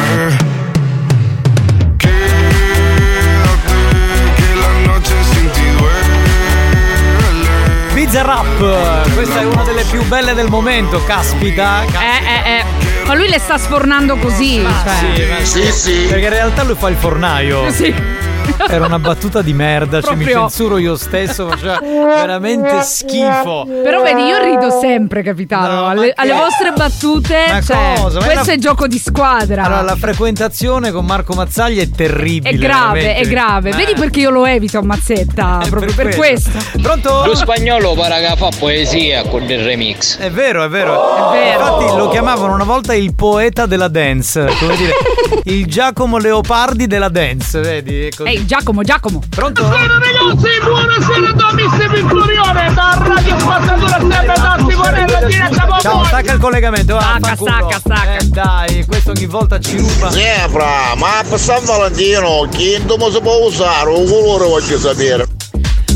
Speaker 60: vez. Quédate, que la noche sin ti duele.
Speaker 7: Pizza Rap, questa è una delle più belle del momento, caspita. ca-
Speaker 8: Eh, eh, eh. Ma lui le sta sfornando così. cioè.
Speaker 7: Sì, ma- Perché in realtà lui fa il fornaio. Era una battuta di merda, cioè mi
Speaker 8: Proprio.
Speaker 7: censuro io stesso, ma cioè, veramente schifo.
Speaker 8: Però vedi, io rido sempre, capitano. alle, alle
Speaker 7: che-
Speaker 8: vostre battute.
Speaker 7: Ma
Speaker 8: cioè,
Speaker 7: cosa? Ma è
Speaker 8: questo
Speaker 7: una-
Speaker 8: è gioco di squadra.
Speaker 7: Allora, la frequentazione con Marco Mazzaglia è terribile.
Speaker 8: è grave,
Speaker 7: veramente. Eh.
Speaker 8: è grave.
Speaker 7: Ma-
Speaker 8: Vedi perché io lo evito a mazzetta? proprio per questo.
Speaker 7: Pronto?
Speaker 23: Lo spagnolo para che fa poesia con il remix.
Speaker 7: È vero, è vero.
Speaker 23: È vero.
Speaker 7: Infatti lo chiamavano una volta il poeta della dance, come
Speaker 8: [LAUGHS]
Speaker 7: dire, il Giacomo Leopardi della dance, vedi? È così.
Speaker 8: Ehi, Giacomo, Giacomo.
Speaker 7: Pronto?
Speaker 61: Buona ragazzi, buonasera da Mister Vittorione, da Radio Spazzatura sempre da Simonella, diretta da
Speaker 7: Ciao,
Speaker 61: voi.
Speaker 7: stacca il collegamento. Stacca, stacca, stacca. dai, questo ogni volta ci ruba.
Speaker 11: Sì, fra, ma per San Valentino che indomo si può usare? Un colore voglio sapere.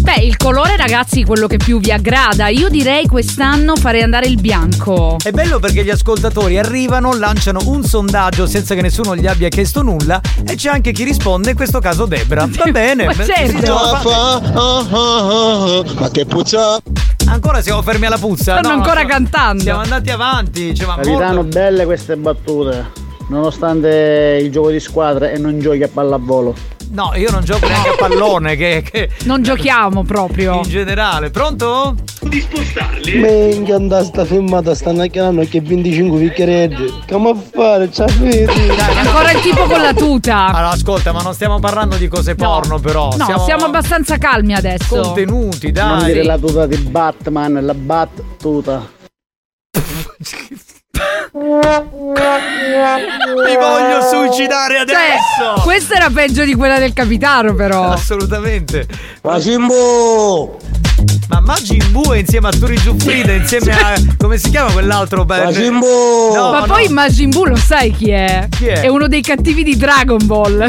Speaker 8: Beh, il colore, ragazzi, quello che più vi aggrada. Io direi quest'anno farei andare il bianco.
Speaker 7: È bello perché gli ascoltatori arrivano, lanciano un sondaggio senza che nessuno gli abbia chiesto nulla e c'è anche chi risponde, in questo caso Debra.
Speaker 8: [LAUGHS]
Speaker 7: Va bene,
Speaker 11: Ma
Speaker 7: beh,
Speaker 11: certo.
Speaker 7: sì,
Speaker 11: oh, Ma che puzza!
Speaker 7: Ancora siamo fermi alla puzza.
Speaker 11: Stanno ancora
Speaker 8: cantando.
Speaker 7: Siamo andati avanti. Cioè, ma
Speaker 62: Capitano,
Speaker 7: molto-
Speaker 62: belle queste battute. Nonostante il gioco di squadra e non giochi a pallavolo.
Speaker 7: No, io non gioco neanche a pallone. Che, che-
Speaker 8: Non giochiamo proprio.
Speaker 7: in generale, pronto?
Speaker 62: Minchia andata sta filmata, stanno chiamando che 25 picchieretti. Come a fare, c'ha
Speaker 8: Ancora il tipo con la tuta.
Speaker 7: Allora, ascolta, ma non stiamo parlando di cose porno, però.
Speaker 8: No, siamo,
Speaker 7: stiamo
Speaker 8: abbastanza calmi adesso.
Speaker 7: contenuti,
Speaker 62: Non
Speaker 7: dai.
Speaker 62: dire la tuta di Batman, la bat tuta.
Speaker 61: Mi
Speaker 7: voglio suicidare adesso!
Speaker 8: Cioè, questa era peggio di quella del capitano, però.
Speaker 7: Assolutamente. Majin Buu! Ma Majin Buu è insieme a Turi Giuffrida, insieme a. come si chiama quell'altro? beh-
Speaker 8: Majin
Speaker 7: No,
Speaker 8: Ma
Speaker 7: no.
Speaker 8: poi Majin Buu lo sai chi è?
Speaker 7: Chi è?
Speaker 8: uno dei cattivi di Dragon Ball.
Speaker 7: No,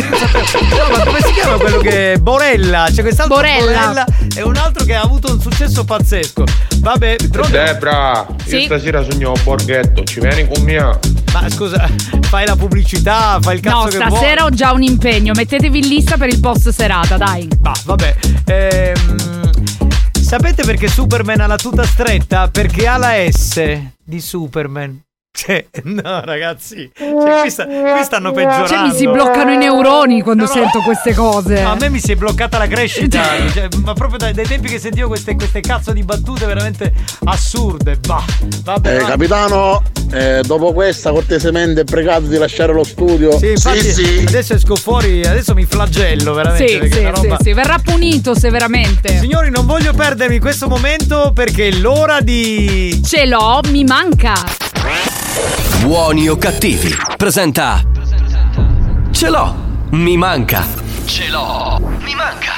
Speaker 7: ma come si chiama quello che è Borella? C'è quest'altro
Speaker 8: Borella.
Speaker 7: e un altro che ha avuto un successo pazzesco. Vabbè, pronto?
Speaker 5: Debra, io
Speaker 7: Sì.
Speaker 5: stasera sogno un borghetto, ci vieni con me?
Speaker 7: Ma scusa, fai la pubblicità, fai il cazzo
Speaker 8: No,
Speaker 7: che
Speaker 8: stasera ho già un impegno. Mettetevi in lista per il post serata, dai.
Speaker 7: Ma vabbè. Ehm, sapete perché Superman ha la tuta stretta? Perché ha la S di Superman. [LAUGHS] Cioè, no, ragazzi. Cioè, qui, sta- qui stanno peggiorando.
Speaker 8: Cioè, mi si bloccano i neuroni quando sento queste cose.
Speaker 7: Ma a me mi si è bloccata la crescita.
Speaker 8: [LAUGHS]
Speaker 7: cioè, ma proprio dai, dai tempi che sentivo queste, queste cazzo di battute veramente assurde. Bah, vabbè.
Speaker 11: Eh,
Speaker 7: va.
Speaker 11: capitano, eh, dopo questa cortesemente pregato di lasciare lo studio.
Speaker 7: Sì, infatti, adesso esco fuori, adesso mi flagello veramente.
Speaker 8: Sì,
Speaker 7: perché
Speaker 8: sì,
Speaker 7: sta roba-
Speaker 8: sì, sì, verrà punito se veramente.
Speaker 7: Signori, non voglio perdermi questo momento perché è l'ora di.
Speaker 8: Ce l'ho, mi manca.
Speaker 2: Buoni o cattivi? Presenta. Ce l'ho, mi manca. Ce l'ho, mi manca.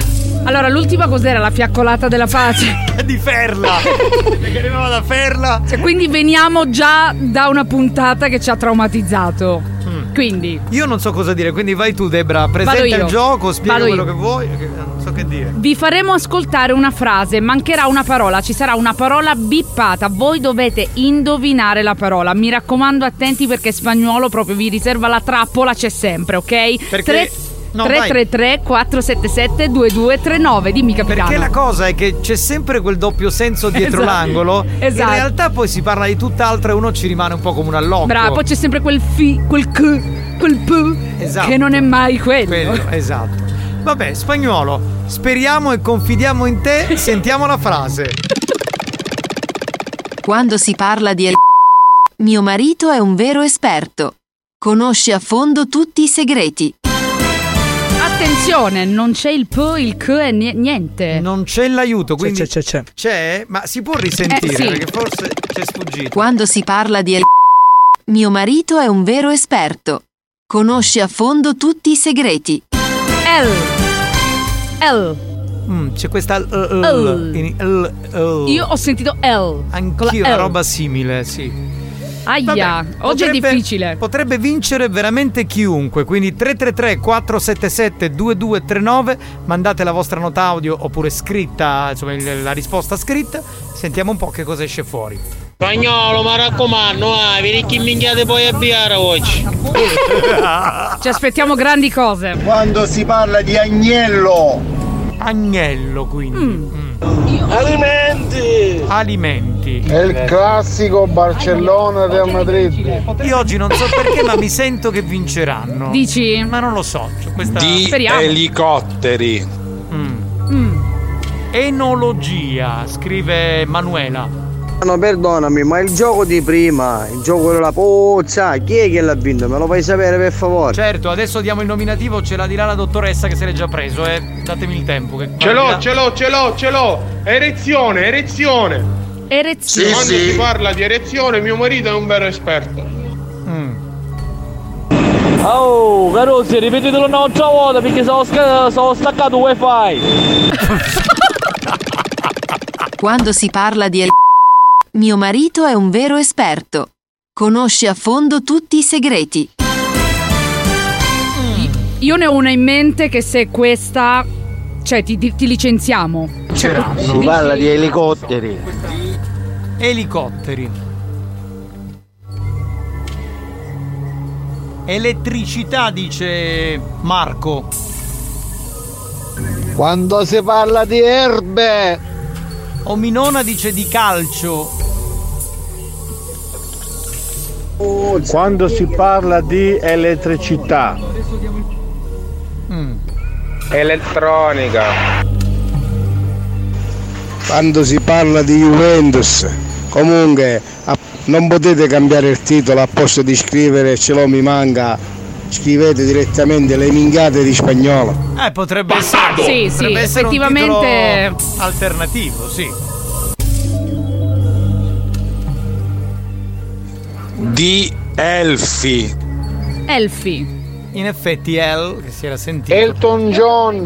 Speaker 8: Allora, l'ultima cos'era? La fiaccolata della pace.
Speaker 7: [LAUGHS] di Ferla. Perché arrivava da Ferla.
Speaker 8: Cioè, quindi veniamo già da una puntata che ci ha traumatizzato.
Speaker 7: Mm.
Speaker 8: Quindi,
Speaker 7: Io non so cosa dire, quindi vai tu, Debra.
Speaker 8: Vado
Speaker 7: Presenta
Speaker 8: io.
Speaker 7: il gioco, spiega
Speaker 8: Vado
Speaker 7: quello
Speaker 8: io.
Speaker 7: che vuoi. Eh, che Non so che dire.
Speaker 8: vi faremo ascoltare una frase, mancherà una parola, ci sarà una parola bippata. Voi dovete indovinare la parola. Mi raccomando, attenti perché spagnolo proprio vi riserva la trappola, c'è sempre, ok?
Speaker 7: Perché-
Speaker 8: Tre-
Speaker 7: no,
Speaker 8: 333 477 2239 dimmi capitano
Speaker 7: Perché la cosa è che c'è sempre quel doppio
Speaker 8: [LAUGHS]
Speaker 7: senso dietro
Speaker 8: Esatto.
Speaker 7: l'angolo.
Speaker 8: Esatto.
Speaker 7: In realtà poi si parla di tutt'altro e uno ci rimane un po' come un allocco.
Speaker 8: Bravo, poi c'è sempre quel fi, quel c, quel p,
Speaker 7: Esatto.
Speaker 8: che non è mai quello.
Speaker 7: Quello, esatto. Vabbè, spagnolo, speriamo e confidiamo in
Speaker 8: [LAUGHS]
Speaker 7: te. Sentiamo la frase.
Speaker 3: Quando si parla di el- mio marito è un vero esperto. Conosce a fondo tutti i segreti.
Speaker 8: Attenzione, non c'è il P, il K e ni- niente.
Speaker 7: Non c'è l'aiuto,
Speaker 20: quindi. C'è, c'è, c'è.
Speaker 7: C'è? Ma si può risentire?
Speaker 8: Eh, sì.
Speaker 7: Perché forse c'è sfuggito.
Speaker 3: Quando si parla di el- mio marito è un vero esperto. Conosce a fondo tutti i segreti.
Speaker 8: L. L.
Speaker 7: Mm, c'è questa l, l,
Speaker 8: L.
Speaker 7: in- l- l.
Speaker 8: Io ho sentito L.
Speaker 7: Sì,
Speaker 8: Anch'io
Speaker 7: una roba simile, sì.
Speaker 8: Aia,
Speaker 7: Vabbè,
Speaker 8: oggi è
Speaker 7: potrebbe-
Speaker 8: difficile.
Speaker 7: Potrebbe vincere veramente chiunque, quindi 333 477 2239, mandate la vostra nota audio oppure scritta, insomma il- la risposta scritta, sentiamo un po' che cosa esce fuori.
Speaker 63: Spagnolo, ma raccomando, eh, vedi chi minchiate poi a biara oggi.
Speaker 8: Ci aspettiamo grandi cose.
Speaker 11: Quando si parla di agnello.
Speaker 7: Agnello quindi.
Speaker 8: Mm,
Speaker 11: Alimenti!
Speaker 7: Alimenti.
Speaker 11: È il classico Barcellona-Real Madrid.
Speaker 7: Io oggi non so perché, ma mi sento che vinceranno.
Speaker 8: Dici?
Speaker 7: Ma non lo so. c'è Questa...
Speaker 15: Di elicotteri.
Speaker 8: Mm.
Speaker 7: Enologia, scrive Manuela.
Speaker 31: No, perdonami, ma il gioco di prima, il gioco della pozza, chi è che l'ha vinto? Me lo fai sapere per favore?
Speaker 7: Certo, adesso diamo il nominativo, ce la dirà la dottoressa che se l'è già preso, eh. Datemi il tempo. Che...
Speaker 5: Ce l'ho, ce l'ho, ce l'ho, ce l'ho. Erezione, erezione.
Speaker 8: Erezione.
Speaker 5: Quando si parla di erezione, mio marito è un vero esperto.
Speaker 63: Oh, Carozzi, ripetetelo un'altra volta perché sono, sca- sono staccato wifi.
Speaker 3: Quando si parla di el- mio marito è un vero esperto. Conosce a fondo tutti i segreti.
Speaker 8: Io ne ho una in mente che se questa. Cioè, ti, ti- ti licenziamo. Cioè,
Speaker 62: Si parla di elicotteri.
Speaker 7: Elicotteri. Elettricità, dice Marco.
Speaker 62: Quando si parla di erbe.
Speaker 7: Ominona dice di calcio.
Speaker 11: Quando si parla di elettricità.
Speaker 7: Mm.
Speaker 15: Elettronica.
Speaker 11: Quando si parla di Juventus. Comunque, a- non potete cambiare il titolo a posto di scrivere ce l'ho mi manca. Scrivete direttamente le minchiate di spagnolo.
Speaker 7: Eh, potrebbe essere.
Speaker 8: Sì, sì,
Speaker 7: potrebbe essere un
Speaker 8: effettivamente-
Speaker 7: titolo alternativo, sì.
Speaker 15: Di elfi.
Speaker 8: Elfi.
Speaker 7: In effetti El, che si era sentito.
Speaker 11: Elton John.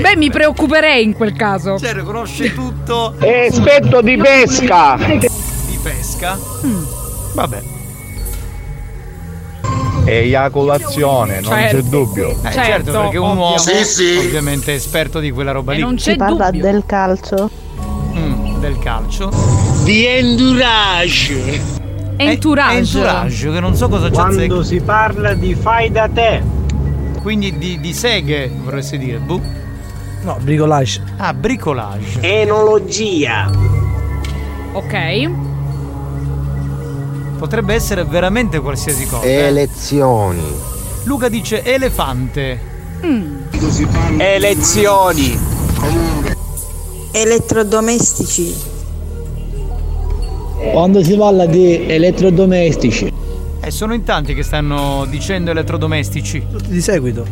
Speaker 8: Beh, mi preoccuperei in quel caso.
Speaker 7: Cioè, riconosce tutto.
Speaker 11: Espetto di pesca.
Speaker 7: Di pesca.
Speaker 8: Mm.
Speaker 7: Vabbè.
Speaker 15: Eiaculazione,
Speaker 7: non Certo. c'è
Speaker 15: dubbio.
Speaker 7: Eh, certo, perché un uomo ovviamente è esperto di quella roba lì.
Speaker 33: si parla del calcio.
Speaker 7: Mm, del calcio.
Speaker 33: Di
Speaker 7: entourage.
Speaker 8: Entourage.
Speaker 7: Entourage, che non so cosa c'è.
Speaker 33: Quando
Speaker 7: si parla di fai da te. Quindi di, di seghe, vorresti dire. Boh.
Speaker 20: No, bricolage.
Speaker 7: Ah, bricolage.
Speaker 33: Enologia.
Speaker 8: Ok.
Speaker 7: Potrebbe essere veramente qualsiasi cosa. eh.
Speaker 62: Elezioni.
Speaker 7: Luca dice elefante.
Speaker 62: Elezioni.
Speaker 33: Elettrodomestici.
Speaker 62: Quando si parla di elettrodomestici.
Speaker 7: E Eh, sono in tanti che stanno dicendo elettrodomestici. Mm,
Speaker 20: Di seguito.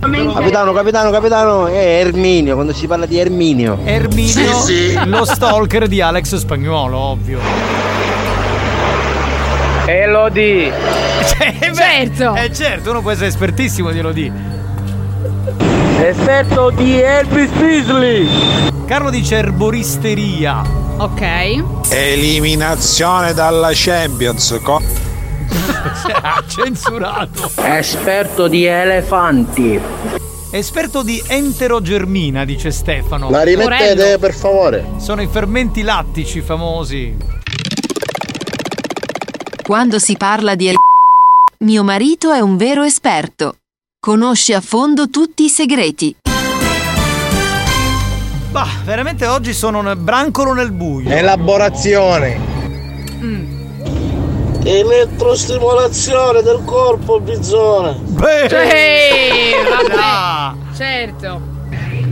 Speaker 62: Capitano, capitano, capitano, è Erminio, quando si parla di Erminio.
Speaker 7: Erminio, lo stalker di Alex Spagnuolo, ovvio. Elodie. certo. Eh certo, uno può essere espertissimo di Elodie. Effetto di Elvis Presley. Carlo dice erboristeria. [LAUGHS]
Speaker 8: Ok.
Speaker 15: Eliminazione dalla Champions. Co-
Speaker 7: Ah, Censurato.
Speaker 62: Esperto di elefanti.
Speaker 7: Esperto di enterogermina, dice Stefano.
Speaker 11: La rimettete per favore.
Speaker 7: Sono i fermenti lattici famosi.
Speaker 3: Quando si parla di el- mio marito è un vero esperto. Conosce a fondo tutti i segreti.
Speaker 7: Bah, veramente oggi sono nel brancolo nel buio.
Speaker 11: Elaborazione.
Speaker 62: Elettrostimolazione del corpo, bizzone.
Speaker 8: Sì, Eh, vabbè. Certo.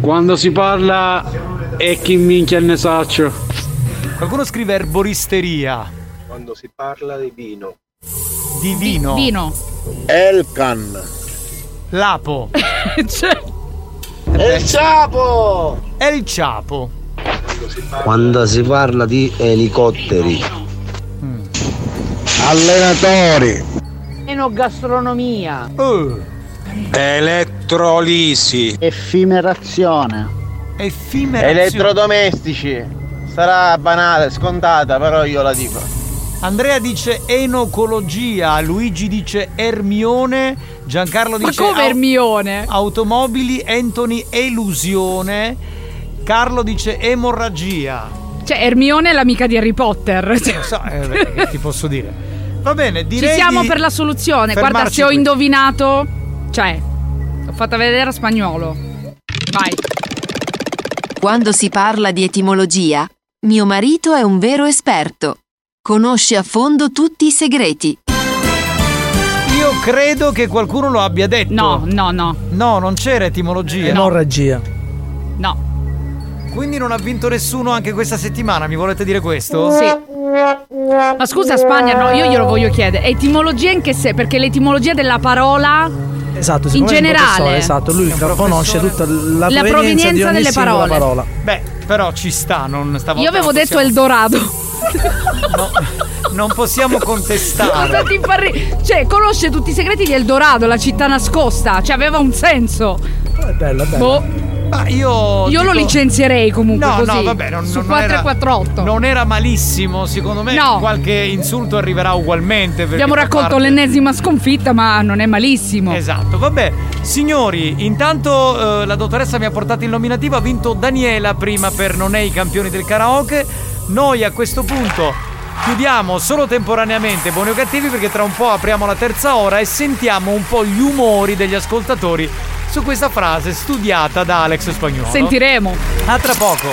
Speaker 18: Quando si parla e chi minchia ne saccio.
Speaker 7: Qualcuno scrive erboristeria.
Speaker 62: Quando si parla di vino.
Speaker 7: Di vino.
Speaker 8: Vino.
Speaker 11: Elkan.
Speaker 7: L'apo.
Speaker 61: E il
Speaker 7: ciapo! È il ciapo.
Speaker 62: Quando si parla di elicotteri,
Speaker 11: allenatori,
Speaker 64: Enogastronomia.
Speaker 7: Oh.
Speaker 15: Elettrolisi.
Speaker 64: Effimerazione.
Speaker 7: Effimerazione.
Speaker 64: Elettrodomestici. Sarà banale, scontata, però io la dico.
Speaker 7: Andrea dice enocologia, Luigi dice Ermione, Giancarlo
Speaker 8: Ma
Speaker 7: dice
Speaker 8: come Ermione?
Speaker 7: Automobili, Anthony elusione, Carlo dice emorragia.
Speaker 8: Cioè, Ermione è l'amica di Harry Potter. [LAUGHS]
Speaker 7: Lo so, eh, beh, che ti posso dire? Va bene, direi
Speaker 8: Ci siamo
Speaker 7: di
Speaker 8: per la soluzione. Guarda,
Speaker 7: fermarci
Speaker 8: se ho
Speaker 7: qui.
Speaker 8: indovinato. Cioè, l'ho fatta vedere a spagnolo. Vai.
Speaker 3: Quando si parla di etimologia, mio marito è un vero esperto. Conosce a fondo tutti i segreti.
Speaker 7: Io credo che qualcuno lo abbia detto. No,
Speaker 8: no, no.
Speaker 7: No, non c'era etimologia.
Speaker 20: Emorragia.
Speaker 8: No.
Speaker 7: Quindi non ha vinto nessuno anche questa settimana, mi volete dire questo?
Speaker 8: Ma scusa, Spagna, no, io glielo voglio chiedere. Etimologia in che se? Perché l'etimologia della parola.
Speaker 20: Esatto, siccome
Speaker 8: In
Speaker 20: è un
Speaker 8: generale.
Speaker 20: professore, esatto, lui conosce tutta la, provenienza
Speaker 8: La
Speaker 20: di
Speaker 8: provenienza
Speaker 20: ogni
Speaker 8: delle
Speaker 20: singola
Speaker 8: parole.
Speaker 20: parola.
Speaker 7: Beh, però ci sta, non stavolta.
Speaker 8: Io avevo
Speaker 7: non
Speaker 8: detto
Speaker 7: possiamo-
Speaker 8: Eldorado.
Speaker 7: Non possiamo
Speaker 8: [LAUGHS] Cosa
Speaker 7: contestare.
Speaker 8: ti fa ri- Cioè, conosce tutti i segreti di Eldorado, la città nascosta. Cioè, aveva un
Speaker 20: [LAUGHS]
Speaker 8: senso.
Speaker 20: È bella, bella.
Speaker 8: Boh.
Speaker 7: Ma io.
Speaker 8: Io lo
Speaker 7: dico-
Speaker 8: licenzierei comunque.
Speaker 7: No,
Speaker 8: così,
Speaker 7: no, vabbè, non,
Speaker 8: Su
Speaker 7: non era,
Speaker 8: 448.
Speaker 7: non era malissimo, secondo me
Speaker 8: No.
Speaker 7: qualche insulto arriverà ugualmente. perché
Speaker 8: Abbiamo
Speaker 7: fa
Speaker 8: raccolto
Speaker 7: parte-
Speaker 8: l'ennesima sconfitta, ma non è malissimo.
Speaker 7: Esatto, vabbè. Signori, intanto eh, la dottoressa mi ha portato il nominativo, ha vinto Daniela prima per Non è i campioni del karaoke. Noi a questo punto chiudiamo solo temporaneamente buoni o cattivi perché tra un po' apriamo la terza ora e sentiamo un po' gli umori degli ascoltatori su questa frase studiata da Alex Spagnolo.
Speaker 8: Sentiremo.
Speaker 7: A tra poco.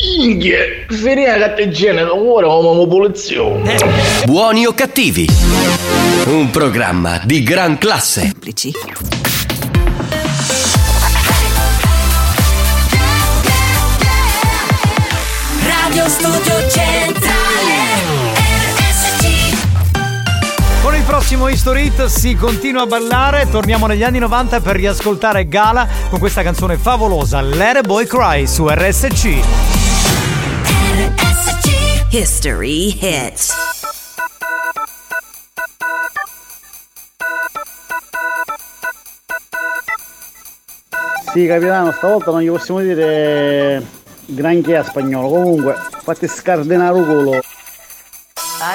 Speaker 18: Inghie, ferina cattegiana, ora come popolazione.
Speaker 7: Eh.
Speaker 2: Buoni o cattivi? Un programma di gran classe.
Speaker 36: Radio Studio Centrale RSC
Speaker 7: Con il prossimo History Hit si continua a ballare, torniamo negli anni 90 per riascoltare Gala con questa canzone favolosa Let a Boy Cry su RSC.
Speaker 65: History hits.
Speaker 64: Sì, capitano, stavolta non gli possiamo dire granché a spagnolo. Comunque, fate scardinare il culo.
Speaker 29: I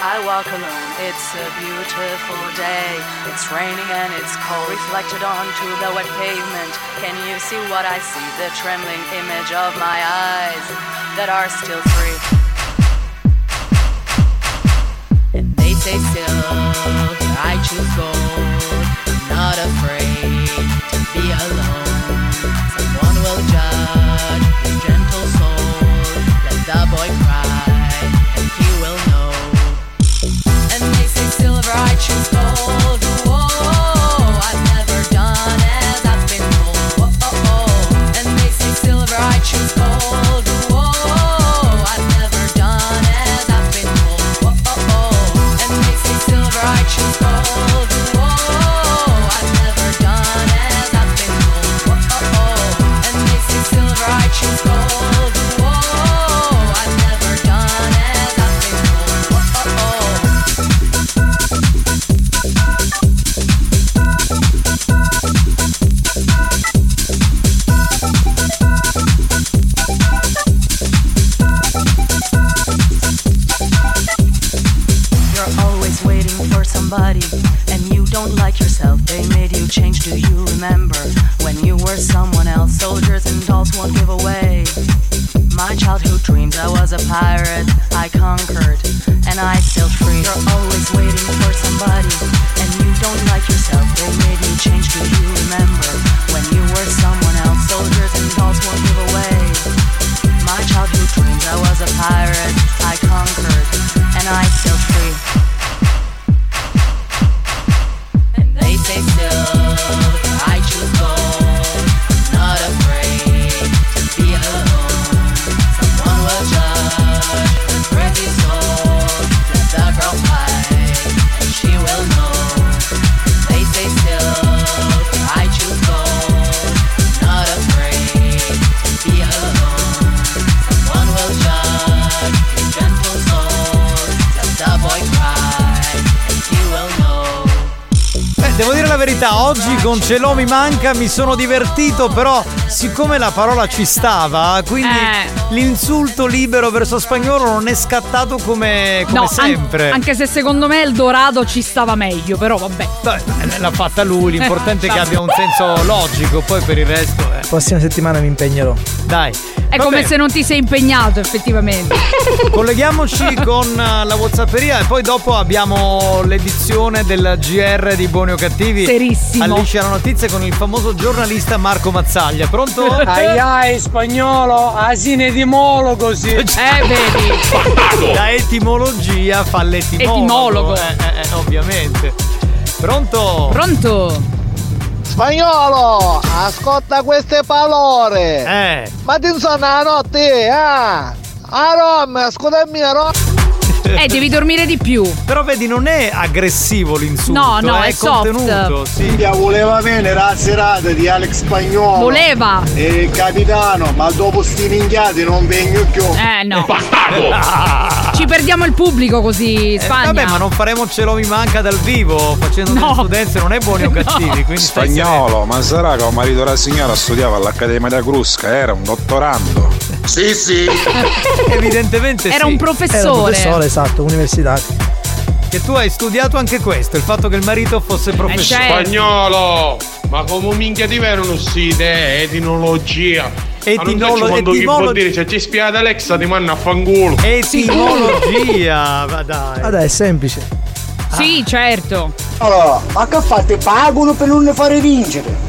Speaker 29: I walk alone. It's a beautiful day. It's raining and it's cold. Reflected onto the wet pavement. Can you see what I see? The trembling image of my eyes that are still free. They say silk, I choose gold. I'm not afraid to be alone. Someone will judge his gentle soul. Let the boy cry, and he will know. And they say silver, I choose gold. Whoa, I've never done as I've been told. Whoa, and they say silver, I choose gold. Whoa, I've never done as I've been told. Whoa, and they say silver, I choose gold. Whoa, I've never done as I've been told. Whoa, and they say silver, I choose gold. Whoa, I've never done as I've been told. Whoa. You're always waiting for somebody, and you don't like yourself. They made you change. Do you remember when you were someone else? Soldiers and dolls won't give away. My childhood dreams, I was a pirate, I conquered, and I felt free. You're always waiting for somebody, and you don't like yourself. They made you change. Do you remember when you were someone else? Soldiers and dolls won't give away. My childhood dreams, I was a pirate, I conquered, and I felt free.
Speaker 7: Eh, verità, oggi con Ce l'ho mi manca mi sono divertito, però siccome la parola ci stava, quindi
Speaker 8: Eh.
Speaker 7: l'insulto libero verso spagnolo non è scattato come, come
Speaker 8: No, an-
Speaker 7: sempre.
Speaker 8: anche se secondo me il dorado ci stava meglio, però vabbè.
Speaker 7: Beh, Eh, L'ha fatta lui, l'importante è che abbia un senso logico, poi per il resto... eh,
Speaker 20: Prossima settimana mi impegnerò.
Speaker 7: Dai.
Speaker 8: È
Speaker 7: Va
Speaker 8: come
Speaker 7: bene.
Speaker 8: se non ti sei impegnato effettivamente.
Speaker 7: Colleghiamoci con eh, la Whatsapperia e poi dopo abbiamo l'edizione della GR di Buoni o Cattivi.
Speaker 8: Serissimo.
Speaker 7: Alice la notizia con il famoso giornalista Marco Mazzaglia.
Speaker 5: [LAUGHS]
Speaker 7: Pronto?
Speaker 18: Ai ai spagnolo, asine di molo così.
Speaker 8: Eh vedi.
Speaker 7: Da etimologia fa l'etimologo.
Speaker 18: Etimologo.
Speaker 7: Eh, eh, eh, ovviamente. Pronto?
Speaker 8: Pronto?
Speaker 18: Spagnolo, ascolta queste parole.
Speaker 7: Eh.
Speaker 18: Ma ti insonna la notte, ah. A Roma, ascoltami a Roma.
Speaker 8: Eh, devi dormire di più.
Speaker 7: Però vedi, non è aggressivo l'insulto.
Speaker 8: No, no,
Speaker 7: eh,
Speaker 8: è soft.
Speaker 7: contenuto. Sì.
Speaker 18: voleva bene la serata di Alex Spagnolo.
Speaker 8: Voleva.
Speaker 18: E capitano, ma dopo sti minchiati non vengo più.
Speaker 8: Eh no. Eh,
Speaker 7: Ah.
Speaker 8: Ci perdiamo il pubblico così,
Speaker 7: Eh,
Speaker 8: Spagna.
Speaker 7: vabbè, ma non faremo Ce l'ho mi manca dal vivo, facendo delle studenze, non è buoni
Speaker 8: [LAUGHS]
Speaker 7: o cattivi, quindi stai
Speaker 15: Spagnolo, ma sarà che il marito della signora studiava all'Accademia da Crusca, era un dottorando. Sì, sì.
Speaker 7: Evidentemente
Speaker 8: Era
Speaker 7: sì.
Speaker 8: un professore.
Speaker 20: Era un professore, esatto, universitario.
Speaker 7: Che tu hai studiato anche questo, il fatto che il marito
Speaker 8: Eh,
Speaker 7: fosse
Speaker 8: certo.
Speaker 7: professore.
Speaker 5: Spagnolo! Ma come minchia ti vedono queste idee? Etinologia.
Speaker 7: Etinolo-
Speaker 5: eh, ma non so quando chi
Speaker 7: etimologi-
Speaker 5: può dire, cioè ci spiate Alexa ti manda a fanculo. [LAUGHS]
Speaker 7: Etimologia, ma dai.
Speaker 20: Ah dai, è semplice.
Speaker 8: Sì, certo.
Speaker 18: Allora, ma che fate? Pagano per non le fare vincere.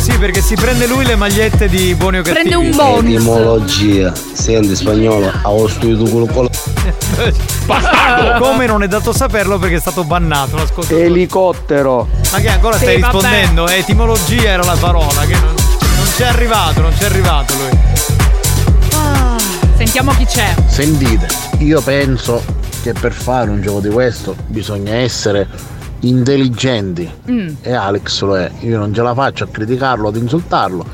Speaker 7: Sì, perché si prende lui le magliette di buoni o cattivi.
Speaker 8: Prende un bonus.
Speaker 18: Etimologia. Senti spagnolo, ho studiato quello con
Speaker 7: Bastardo! [LAUGHS] Come non è dato saperlo perché è stato bannato l'ascolto.
Speaker 18: Elicottero.
Speaker 7: Ma che ancora
Speaker 18: Sì,
Speaker 7: stai
Speaker 18: vabbè.
Speaker 7: rispondendo? Eh, Etimologia era la parola, che non, non c'è arrivato, non c'è arrivato lui. Ah.
Speaker 8: Sentiamo chi c'è.
Speaker 18: Sentite, io penso che per fare un gioco di questo bisogna essere intelligenti.
Speaker 8: Mm.
Speaker 18: E Alex lo è. Io non ce la faccio a criticarlo, ad insultarlo,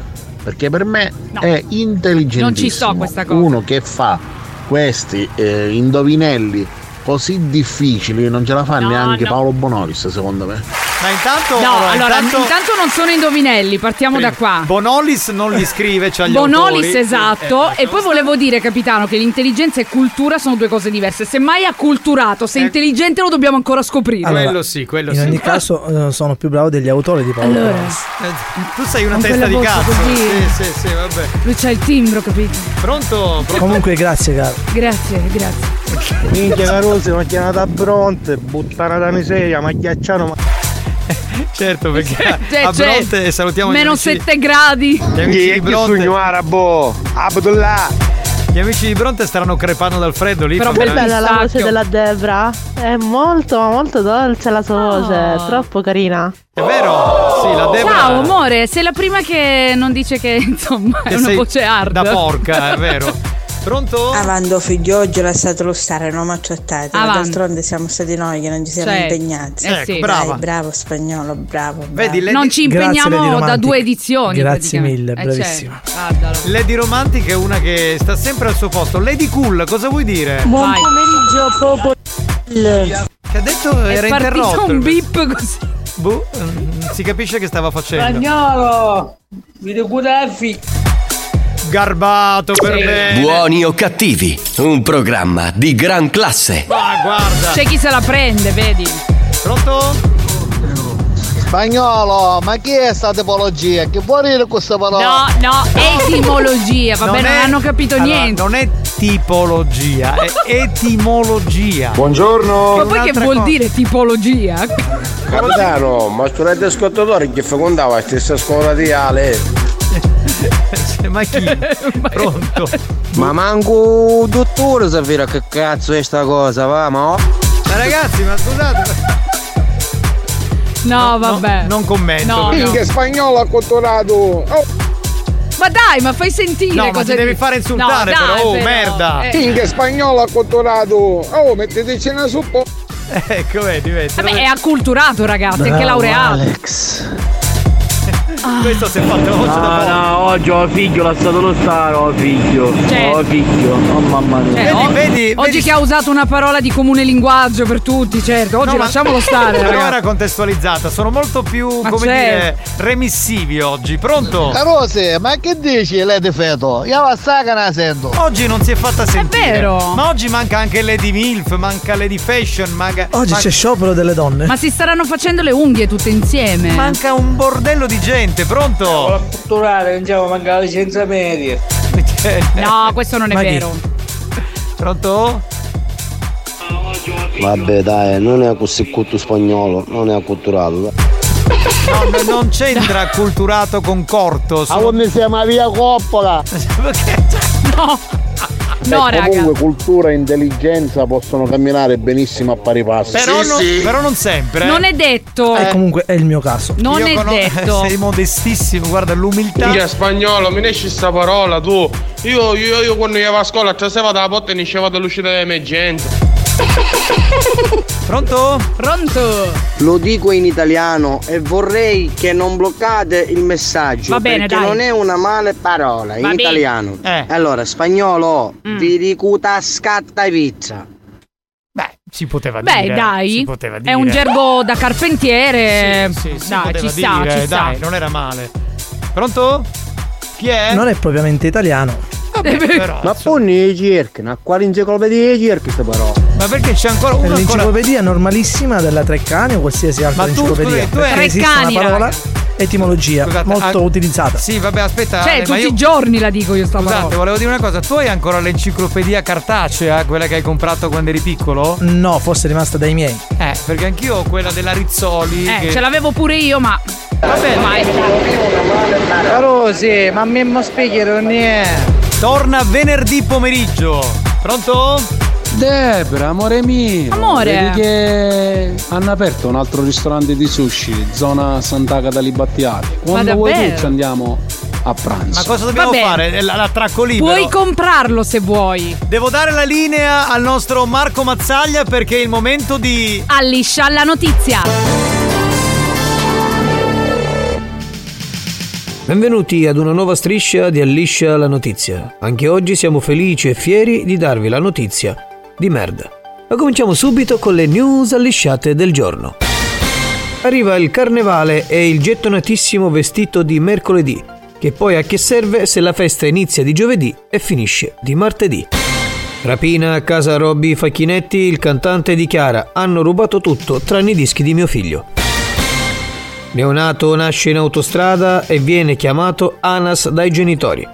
Speaker 18: perché per me è intelligentissimo.
Speaker 8: Non ci sto questa cosa.
Speaker 18: Uno che fa questi eh, indovinelli così difficili non ce la fa
Speaker 8: No,
Speaker 18: neanche
Speaker 8: no.
Speaker 18: Paolo Bonolis, secondo me.
Speaker 7: Ma intanto.
Speaker 8: No, allora,
Speaker 7: intanto-
Speaker 8: intanto, non sono indovinelli, partiamo da qua.
Speaker 7: Bonolis non li scrive, c'ha gli
Speaker 8: Bonolis,
Speaker 7: autori.
Speaker 8: esatto.
Speaker 7: Eh,
Speaker 8: e poi volevo dire, capitano, che l'intelligenza e cultura sono due cose diverse. Semmai è acculturato,
Speaker 7: Eh.
Speaker 8: se è intelligente lo dobbiamo ancora scoprire.
Speaker 20: Allora,
Speaker 7: Quello sì, quello
Speaker 20: in
Speaker 7: sì.
Speaker 20: ogni caso eh, sono più bravo degli autori di Paolo
Speaker 8: Allora.
Speaker 20: Bonolis.
Speaker 7: eh, tu sei una
Speaker 8: Con
Speaker 7: testa di
Speaker 8: quella
Speaker 7: cazzo.
Speaker 8: voce così.
Speaker 7: Sì, sì, sì, vabbè.
Speaker 8: Lui c'ha il timbro, capito?
Speaker 7: Pronto? Pronto?
Speaker 20: Comunque grazie caro.
Speaker 8: Grazie, grazie.
Speaker 18: Minchia Carosi, ma chiamata a Bronte, buttana da miseria, ma ghiacciano, ma.
Speaker 7: [LAUGHS] Certo, perché
Speaker 8: Cioè,
Speaker 7: a
Speaker 8: cioè,
Speaker 7: Bronte salutiamo gli
Speaker 8: Meno
Speaker 7: amici-
Speaker 8: 7 gradi.
Speaker 7: Gli amici di Bronte. arabo, Abdullah. Gli amici di Bronte staranno crepando dal freddo lì.
Speaker 8: Però
Speaker 7: fa
Speaker 8: che
Speaker 7: veramente-
Speaker 8: bella
Speaker 33: Bella la voce
Speaker 8: Sacchio.
Speaker 33: della Debra. È molto, ma molto dolce la sua
Speaker 8: Ah.
Speaker 33: voce. Troppo carina.
Speaker 7: È vero? Sì, la Debra.
Speaker 8: Ciao amore, sei la prima che non dice che [LAUGHS] insomma è
Speaker 7: Che
Speaker 8: una
Speaker 7: sei
Speaker 8: voce hard.
Speaker 7: Da porca, è vero.
Speaker 8: [LAUGHS]
Speaker 7: Pronto?
Speaker 1: Avando figlioggiola è stato lo stare, non maltrattato. Ma
Speaker 8: Avanti.
Speaker 1: d'altronde siamo stati noi che non ci siamo
Speaker 8: Cioè,
Speaker 1: impegnati.
Speaker 8: eh Ecco, sì.
Speaker 1: Dai,
Speaker 8: brava.
Speaker 1: bravo spagnolo, bravo. bravo.
Speaker 7: Vedi, lei-
Speaker 8: Non ci
Speaker 7: Grazie, Lady
Speaker 8: impegniamo da
Speaker 7: Romantic.
Speaker 8: due edizioni.
Speaker 7: Grazie
Speaker 8: praticamente.
Speaker 7: mille,
Speaker 8: Eh, cioè,
Speaker 7: bravissima.
Speaker 8: guardalo.
Speaker 7: Lady Romantic è una che sta sempre al suo posto. Lady Cool, cosa vuoi dire?
Speaker 8: Buon Vai.
Speaker 1: pomeriggio, popolo.
Speaker 7: Che ha detto
Speaker 8: È
Speaker 7: era
Speaker 8: partito
Speaker 7: interrotto.
Speaker 8: un beep così.
Speaker 7: Boh, mm, si capisce che stava facendo.
Speaker 18: Spagnolo! Mi devo fi.
Speaker 7: Garbato per bene.
Speaker 2: Buoni o cattivi, un programma di gran classe.
Speaker 7: Ma guarda.
Speaker 8: C'è chi se la prende, vedi?
Speaker 7: Pronto?
Speaker 18: Spagnolo, ma chi è sta tipologia? Che vuol dire questa
Speaker 8: No,
Speaker 18: parola?
Speaker 8: no, etimologia, vabbè, non
Speaker 7: è-
Speaker 8: hanno capito
Speaker 7: allora,
Speaker 8: niente.
Speaker 7: Non è tipologia,
Speaker 8: [LAUGHS]
Speaker 7: è etimologia.
Speaker 8: Ma
Speaker 18: Buongiorno!
Speaker 8: poi che vuol dire tipologia?
Speaker 18: Capitano, ma studente ascoltatore che fecondava la stessa scuola di Ale.
Speaker 7: Eh, ma
Speaker 8: [LAUGHS]
Speaker 7: chi? Pronto?
Speaker 18: Ma manco un dottore sapeva che cazzo è sta cosa, va, ma
Speaker 7: Ma ragazzi, ma scusate.
Speaker 8: No, vabbè.
Speaker 7: non commento.
Speaker 8: No, no.
Speaker 7: perché-
Speaker 18: spagnolo accottolato!
Speaker 8: Ma dai, ma fai sentire
Speaker 7: No, ma
Speaker 8: cosa
Speaker 7: ti devi
Speaker 8: dici.
Speaker 7: fare insultare,
Speaker 8: No, dai,
Speaker 7: però, oh, merda.
Speaker 8: Eh.
Speaker 18: spagnolo accottolato! Oh, metteteci una suppo!
Speaker 7: Ecco, vedi, vedi.
Speaker 8: Vabbè, è acculturato, ragazzi, è anche
Speaker 18: Bravo,
Speaker 8: laureato.
Speaker 18: Alex.
Speaker 7: Questo si è fatto la voce da
Speaker 5: No, no, oggi ho figlio, lasciato lo stare, ho figlio.
Speaker 8: Certo.
Speaker 5: Ho figlio, oh mamma mia.
Speaker 8: Cioè, o- oggi che ha usato una parola di comune linguaggio per tutti, certo. Oggi
Speaker 7: No, ma-
Speaker 8: lasciamolo
Speaker 7: [LAUGHS]
Speaker 8: stare,
Speaker 7: Però
Speaker 8: ragazzi.
Speaker 7: era contestualizzata, sono molto più,
Speaker 8: Ma
Speaker 7: come
Speaker 8: certo.
Speaker 7: dire, remissivi oggi.
Speaker 18: Oh.
Speaker 7: Pronto?
Speaker 66: Carose, ma che dici lei di feto? Io la saga la sento.
Speaker 7: Oggi non si è fatta sentire.
Speaker 8: vero.
Speaker 7: Ma oggi manca anche Lady Milf, manca Lady Fashion, manca.
Speaker 67: Oggi
Speaker 7: manca-
Speaker 67: c'è sciopero delle donne.
Speaker 8: Ma si staranno facendo le unghie tutte insieme.
Speaker 7: Manca un bordello di gente, pronto?
Speaker 5: Fatturare, andiamo, manca la licenza
Speaker 7: [LAUGHS]
Speaker 5: media.
Speaker 8: No, questo non è
Speaker 7: Ma chi?
Speaker 8: vero.
Speaker 7: Pronto?
Speaker 18: Vabbè dai, non è così cotto spagnolo, non è acculturato.
Speaker 7: No, no, non
Speaker 8: [LAUGHS]
Speaker 7: c'entra culturato con corto.
Speaker 66: Ma
Speaker 7: sono-
Speaker 66: come si chiama via
Speaker 7: [LAUGHS]
Speaker 66: Coppola? Eh,
Speaker 8: No. No,
Speaker 18: e
Speaker 8: raga.
Speaker 18: comunque cultura e intelligenza possono camminare benissimo a pari passo.
Speaker 7: Però, non, però non sempre. eh.
Speaker 8: Non è detto.
Speaker 67: E comunque è il mio caso.
Speaker 8: Non
Speaker 7: Io
Speaker 8: è
Speaker 7: conos- [LAUGHS]
Speaker 8: detto.
Speaker 7: Sei modestissimo, guarda l'umiltà.
Speaker 68: Minchia spagnolo, mi ne esce sta parola tu. Io, io, io quando io vado a scuola, traseva dalla botte e ne usciva dall'uscita dell'emergenza.
Speaker 7: Pronto?
Speaker 8: Pronto?
Speaker 11: Lo dico in italiano e vorrei che non bloccate il messaggio.
Speaker 8: Va bene,
Speaker 11: perché
Speaker 8: dai.
Speaker 11: non è una male parola, in
Speaker 8: Va bene.
Speaker 11: italiano.
Speaker 7: Eh.
Speaker 11: Allora, spagnolo,
Speaker 7: Mm.
Speaker 11: vi ricuta scatta pizza.
Speaker 7: Si poteva
Speaker 8: Beh,
Speaker 7: dire.
Speaker 8: dai.
Speaker 7: Si poteva dire.
Speaker 8: È un gergo da carpentiere.
Speaker 7: Sì, sì, si
Speaker 8: dai,
Speaker 7: poteva
Speaker 8: ci sta,
Speaker 7: dire, eh,
Speaker 8: ci sta.
Speaker 7: Dai, non era male. Pronto? Chi è?
Speaker 67: Non è propriamente italiano.
Speaker 7: però,
Speaker 5: ma poi ne cerchi, una quale enciclopedia ne cerchi questa parola?
Speaker 7: Ma perché c'è ancora
Speaker 67: È
Speaker 7: uno ancora.
Speaker 67: l'enciclopedia normalissima della Treccani o qualsiasi altra
Speaker 7: Ma tu,
Speaker 67: enciclopedia.
Speaker 7: scusi, tu
Speaker 67: perché
Speaker 7: hai-
Speaker 67: esiste
Speaker 7: Treccani,
Speaker 67: una parola etimologia molto
Speaker 7: ah-
Speaker 67: utilizzata.
Speaker 7: Sì, vabbè, aspetta.
Speaker 8: Cioè,
Speaker 7: Ale, ma
Speaker 8: tutti
Speaker 7: io-
Speaker 8: i giorni la dico io sta
Speaker 7: Scusate,
Speaker 8: parola.
Speaker 7: volevo dire una cosa. Tu hai ancora l'enciclopedia cartacea, quella che hai comprato quando eri piccolo?
Speaker 67: No, fosse rimasta dai miei.
Speaker 7: Eh, perché anch'io ho quella della Rizzoli.
Speaker 8: Eh,
Speaker 7: che-
Speaker 8: ce l'avevo pure io, ma.
Speaker 7: Vabbè,
Speaker 5: Carose, ma mi mo spieghi non è.
Speaker 7: Torna venerdì pomeriggio. Pronto?
Speaker 5: Debra, amore mio.
Speaker 8: Amore.
Speaker 5: Vedi che hanno aperto un altro ristorante di sushi, zona Sant'Agata Libattiati. Quando vuoi
Speaker 8: davvero?
Speaker 5: tu ci andiamo a pranzo.
Speaker 7: Ma cosa dobbiamo
Speaker 8: Vabbè.
Speaker 7: fare? L- L'attracco libero.
Speaker 8: Puoi comprarlo se vuoi.
Speaker 7: Devo dare la linea al nostro Marco Mazzaglia perché è il momento di.
Speaker 8: Alliscia la notizia.
Speaker 20: Benvenuti ad una nuova striscia di Alliscia la notizia. Anche oggi siamo felici e fieri di darvi la notizia di merda. Ma cominciamo subito con le news allisciate del giorno. Arriva il carnevale e il gettonatissimo vestito di mercoledì, che poi a che serve se la festa inizia di giovedì e finisce di martedì. Rapina a casa Robby Facchinetti, il cantante dichiara: Hanno rubato tutto tranne i dischi di mio figlio. Neonato nasce in autostrada e viene chiamato Anas dai genitori.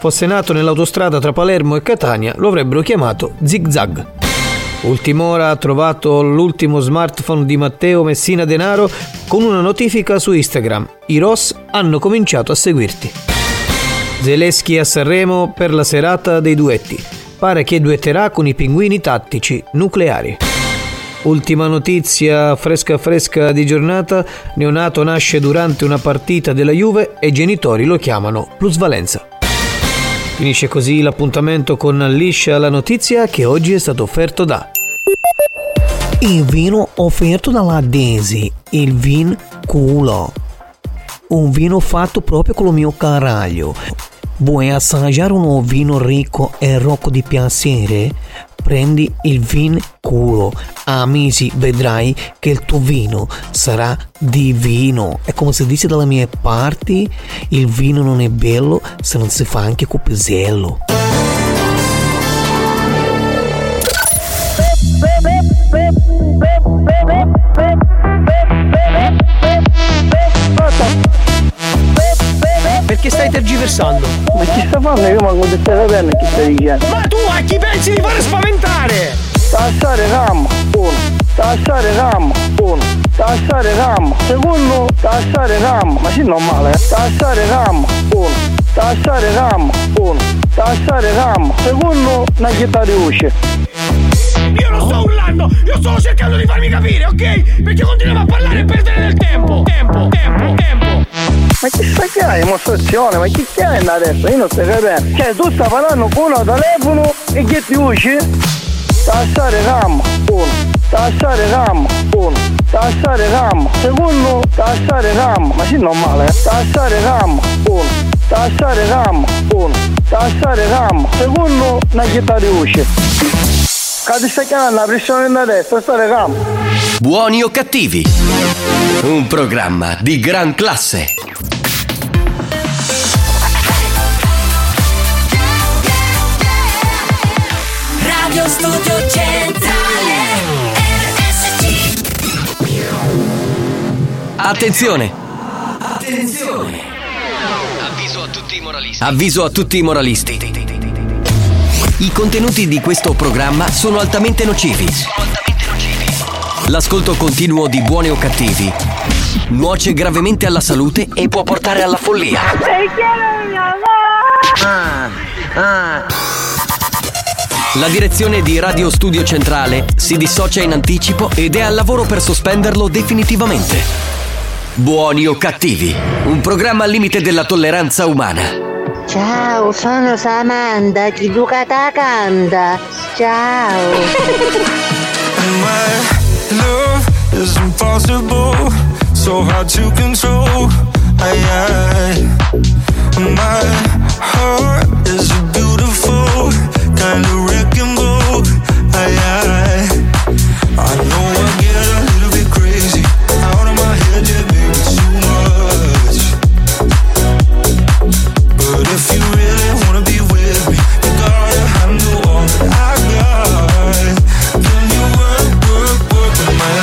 Speaker 20: Fosse nato nell'autostrada tra Palermo e Catania, lo avrebbero chiamato Zig Zag. Ultim'ora ha trovato l'ultimo smartphone di Matteo Messina Denaro con una notifica su Instagram. I Ross hanno cominciato a seguirti. Zelensky a Sanremo per la serata dei duetti. Pare che duetterà con i pinguini tattici nucleari. Ultima notizia fresca fresca di giornata, neonato nasce durante una partita della Juve e i genitori lo chiamano plusvalenza. Finisce così l'appuntamento con Liscia la notizia che oggi è stato offerto da Il vino offerto dalla Desi, il vin culo. Un vino fatto proprio con il mio caraglio. Vuoi assaggiare un vino ricco e rocco di piacere? Prendi il vin culo. Amici, vedrai che il tuo vino sarà divino. E come si dice dalle mie parti, il vino non è bello se non si fa anche con pisello.
Speaker 5: Perché stai tergiversando?
Speaker 11: Ma chi sta facendo? Io manco di stai sapendo chi sta dicendo.
Speaker 5: Ma tu a chi pensi di fare spaventare?
Speaker 11: Tassare RAM, uno. Tassare RAM, uno. Tassare RAM, secondo. Tassare RAM, ma sì normale. eh. Tassare RAM, uno. Tassare RAM, uno. Tassare RAM, secondo. Una chitarra di usce.
Speaker 5: Io non sto urlando, io sto cercando di farmi capire, ok? Perché continuiamo a parlare e perdere del tempo. Tempo, tempo, tempo.
Speaker 11: Ma che sta che hai dimostrazione? Ma chi che è adesso? Io non sto capendo. Cioè tu stai parlando con uno al telefono e che ti usci? Tassare RAM, uno.
Speaker 31: tassare RAM, 1, tassare RAM, secondo, tassare RAM, ma sì normale, eh. tassare RAM, 1, tassare RAM, 1, tassare RAM, secondo, una chietà di usci. Cade sta chiamando la pressione da destra, tassare RAM.
Speaker 2: Buoni o cattivi? Un programma di gran classe.
Speaker 36: Radio Studio Centrale RSC
Speaker 2: Attenzione!
Speaker 36: Attenzione
Speaker 2: Avviso a tutti i moralisti. Avviso a tutti i moralisti. I contenuti di questo programma sono altamente nocivi. L'ascolto continuo di buoni o cattivi nuoce gravemente alla salute e può portare alla follia. La direzione di Radio Studio Centrale si dissocia in anticipo ed è al lavoro per sospenderlo definitivamente. Buoni o cattivi, un programma al limite della tolleranza umana.
Speaker 23: Ciao, sono Samantha, chi Luca ta canta. Ciao. [LAUGHS]
Speaker 59: My love is impossible, so hard to control. Aye, aye. My heart is a beautiful kind of wrecking ball. Aye, aye. I know I get a little bit crazy, out of my head, yeah, baby, too much. But if you really wanna be with me, you gotta handle all that I got. Can you work, work, work with my love?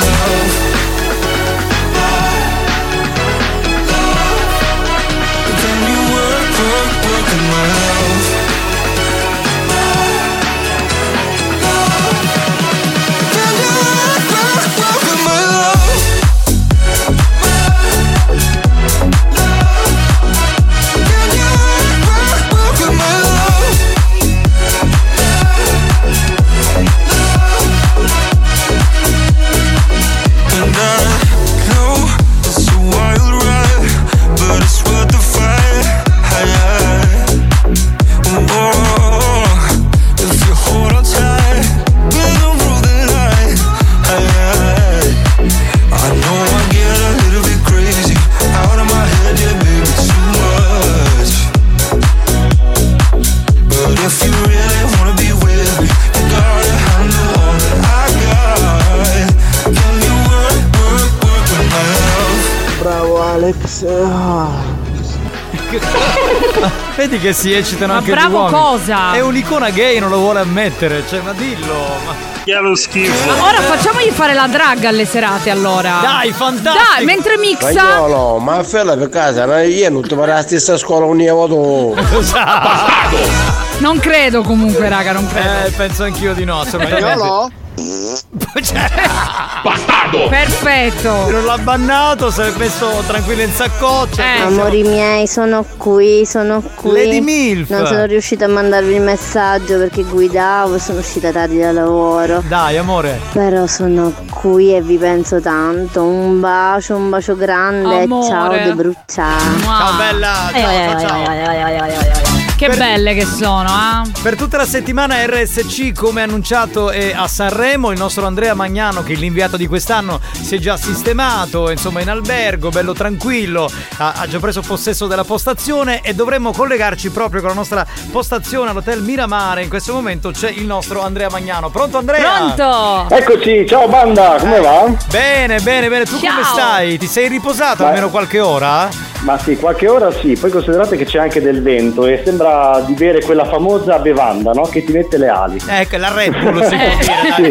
Speaker 59: Can you work, work, work with my love? Can you work, work, work with my love? I know I get a little bit crazy out of my head, yeah, baby, too much. But if you really wanna be with me, you gotta handle all that I got. Can you work, work, work with my love?
Speaker 23: Bravo Alex.
Speaker 7: Vedi che si eccitano
Speaker 23: Ma
Speaker 7: anche gli
Speaker 23: bravo
Speaker 7: uomini.
Speaker 8: cosa?
Speaker 7: È un'icona gay, non lo vuole ammettere. Cioè, ma dillo. Ma...
Speaker 6: Che è lo schifo.
Speaker 8: Ma Ora facciamogli fare la drag alle serate allora.
Speaker 7: Dai, fantastico.
Speaker 8: Dai, mentre mixa.
Speaker 11: Spagnolo, ma fella per casa, ma io non ti la stessa scuola ogni volta.
Speaker 8: Non credo comunque, raga, non credo.
Speaker 7: Eh, penso anch'io di no. [LAUGHS] Cioè,
Speaker 8: Spagnolo?
Speaker 7: Bastardo!
Speaker 8: Perfetto!
Speaker 7: Non l'ha bannato, si è messo tranquillo in saccoccia.
Speaker 8: Eh.
Speaker 23: Amori miei, sono qui, sono qui.
Speaker 7: Lady Milf.
Speaker 23: Non sono riuscita a mandarvi il messaggio perché guidavo, sono uscita tardi dal lavoro.
Speaker 7: Dai, amore.
Speaker 23: Però sono qui e vi penso tanto. Un bacio, un bacio grande.
Speaker 8: Amore.
Speaker 23: Ciao, De Bruccia.
Speaker 7: Ciao bella,
Speaker 23: Eh, eh,
Speaker 7: ciao, ciao,
Speaker 23: eh,
Speaker 7: ciao.
Speaker 8: Che belle che sono, ah!
Speaker 7: Per tutta la settimana RSC, come annunciato è a Sanremo, il nostro Andrea Magnano, che è l'inviato di quest'anno, si è già sistemato, insomma in albergo, bello tranquillo, ha, ha già preso possesso della postazione e dovremmo collegarci proprio con la nostra postazione all'hotel Miramare. In questo momento c'è il nostro Andrea Magnano. Pronto Andrea?
Speaker 8: Pronto!
Speaker 11: Eccoci, ciao banda, come va?
Speaker 7: Bene, bene, bene. Tu come stai? Ti sei riposato almeno qualche ora?
Speaker 6: Ma sì, qualche ora sì, poi considerate che c'è anche del vento e sembra di bere quella famosa bevanda, no? Che ti mette le ali.
Speaker 7: Ecco, la Red Bull si può
Speaker 6: Eh,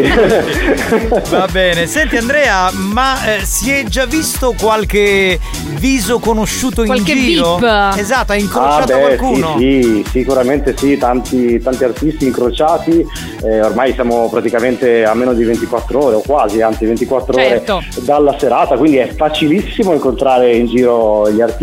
Speaker 6: [LAUGHS]
Speaker 7: dire. dai. Va bene. Senti Andrea, ma eh, si è già visto qualche viso conosciuto
Speaker 8: Qualche
Speaker 7: in giro?
Speaker 8: VIP.
Speaker 7: Esatto, hai incrociato
Speaker 6: Ah, beh,
Speaker 7: qualcuno?
Speaker 6: Sì, sì, sicuramente sì, tanti, tanti artisti incrociati, eh, ormai siamo praticamente a meno di 24 ore o quasi, anzi 24
Speaker 8: Certo.
Speaker 6: ore dalla serata, quindi è facilissimo incontrare in giro gli artisti